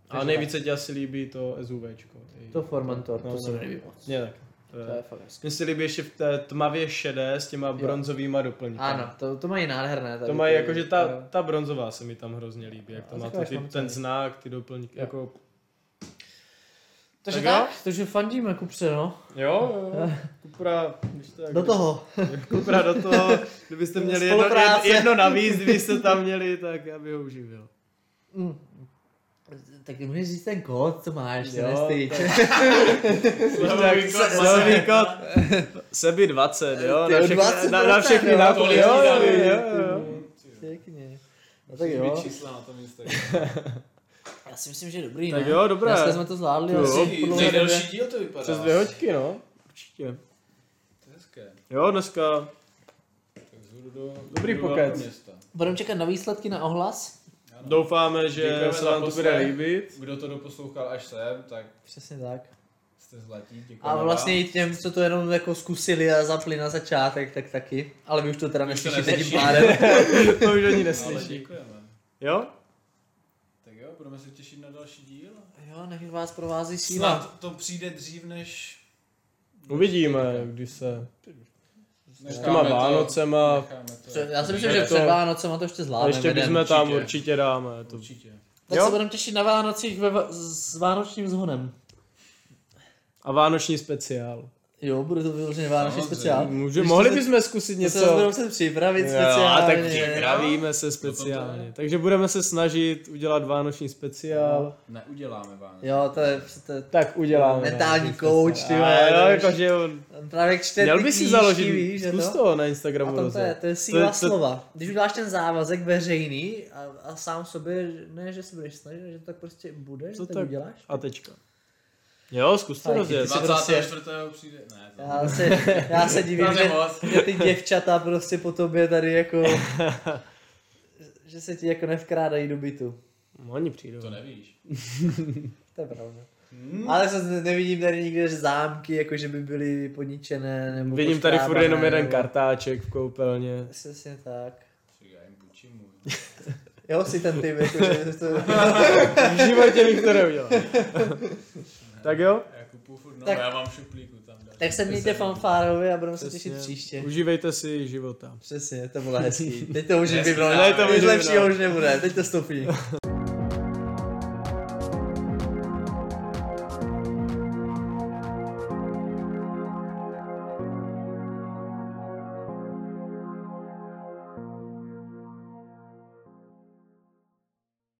A nejvíce ti asi líbí to SUVčko. ty- To Formentor, No, to se no. mi líbí moc. Mě tak. To To je je... fakt hezké. Mně se líbí ještě v té tmavě šedé s těma bronzovýma doplňkami. Ano, to, to mají nádherné. Tady To mají ty- jako, že ta, ta bronzová se mi tam hrozně líbí, jak to A má to, taková ty, šmamcová. ten znak, ty doplňky, Jo. jako... Takže Tak jo. tak, takže fandíme kupře, no. Jo, jo, Kupra, když to Do jako, toho. Kupra do toho, kdybyste měli jedno, Spolupráce. jedno navíc, kdybyste tam měli, tak já bych ho uživil. Mm. Tak můžeš říct ten kód, co máš, se Jo, nestyď. Slevový kód, Slevový kód, sebi 20, jo, Ty na jo, všechny, 20%, na, na všechny jo, nákupy, tolik jo, ti jo, dali, jo, jo. Pěkně. No Tak tak jo. čísla na tom Instagramu. Já si myslím, že je dobrý, Tak ne? jo, dobré. Dneska jsme to zvládli. Jo, asi po dlouhé době. Nejdelší díl to vypadá. Přes dvě hoďky, no, určitě. To je hezké. Jo, dneska Tak zhruba do... Dobrý do pokec. velkého města. Budeme čekat na výsledky na ohlas. doufáme, že Děkujeme se za vám to bude poslech. líbit. Kdo to doposlouchal až sem, tak Přesně tak. jste zlatí, děkujeme A vlastně i těm, co to jenom jako zkusili a zapli na začátek, tak taky. Ale vy už to teda Už to neslyšíte tím neslyšíte. pádem. To vám. už ani No, Ale neslyší. děkujeme. Jo? Tak jo, budeme se těšit na další díl. Jo, nech vás provází síla. Snad to přijde dřív, než... Uvidíme, když se... S těma necháme to- Vánocema... necháme to- Pře- Já si myslím, že Je to- před Vánocema to ještě zvládneme. Ještě jeden. bychom tam určitě. určitě dáme. To... Určitě. Tak Jo? se budeme těšit na Vánocích ve, va- s vánočním zhonem. A vánoční speciál. Jo, bude to vyloženě vánoční Samozřejmě. speciál. Může, Ještě mohli se- bychom zkusit Něco se budeme něco. muset připravit Jo, a speciálně. tak připravíme se speciálně. Takže budeme se snažit udělat vánoční speciál. Neuděláme Vánoce. Jo, to je, to je Tak uděláme. Mentální vánoční coach, speciál. ty vole, A to Jo, už- jakože on... on právě čte Měl ty by si knížky, založit, víš, že zkus to? toho na A Instagramu tam to je, rozjet. to je síla to- slova. Když uděláš ten závazek veřejný a, a sám sobě, ne, že se budeš snažit, že to tak prostě bude, To že tak, tak- uděláš. A tečka. Jo, zkus to Fajn, rozjet. ty si prostě- 24. přijde... Ne, to Já se, já se divím, Tam je že, moc. že ty děvčata prostě po tobě tady jako, že se ti jako nevkrádají do bytu. No, Oni přijdou. To nevíš. To je pravda. Hmm. Ale zase ne- nevidím tady nikde že zámky, jako že by byly poničené nebo Vidím tady furt poškrábané, jenom jeden nebo- kartáček v koupelně. Přesně tak. Já jim půjčím můj. Jo, si ten typ, jako, že to... V životě bych to neudělal. tak jo? Já kupuju furt, no, Tak- já mám v šuplíku tam. další. Tak se mějte fanfárovi a budeme se těšit příště. Užívejte si života. Přesně, to bylo hezký. Teď to už Hezký by bylo, závěr. to už Hezký lepšího už nebude, teď to stopí.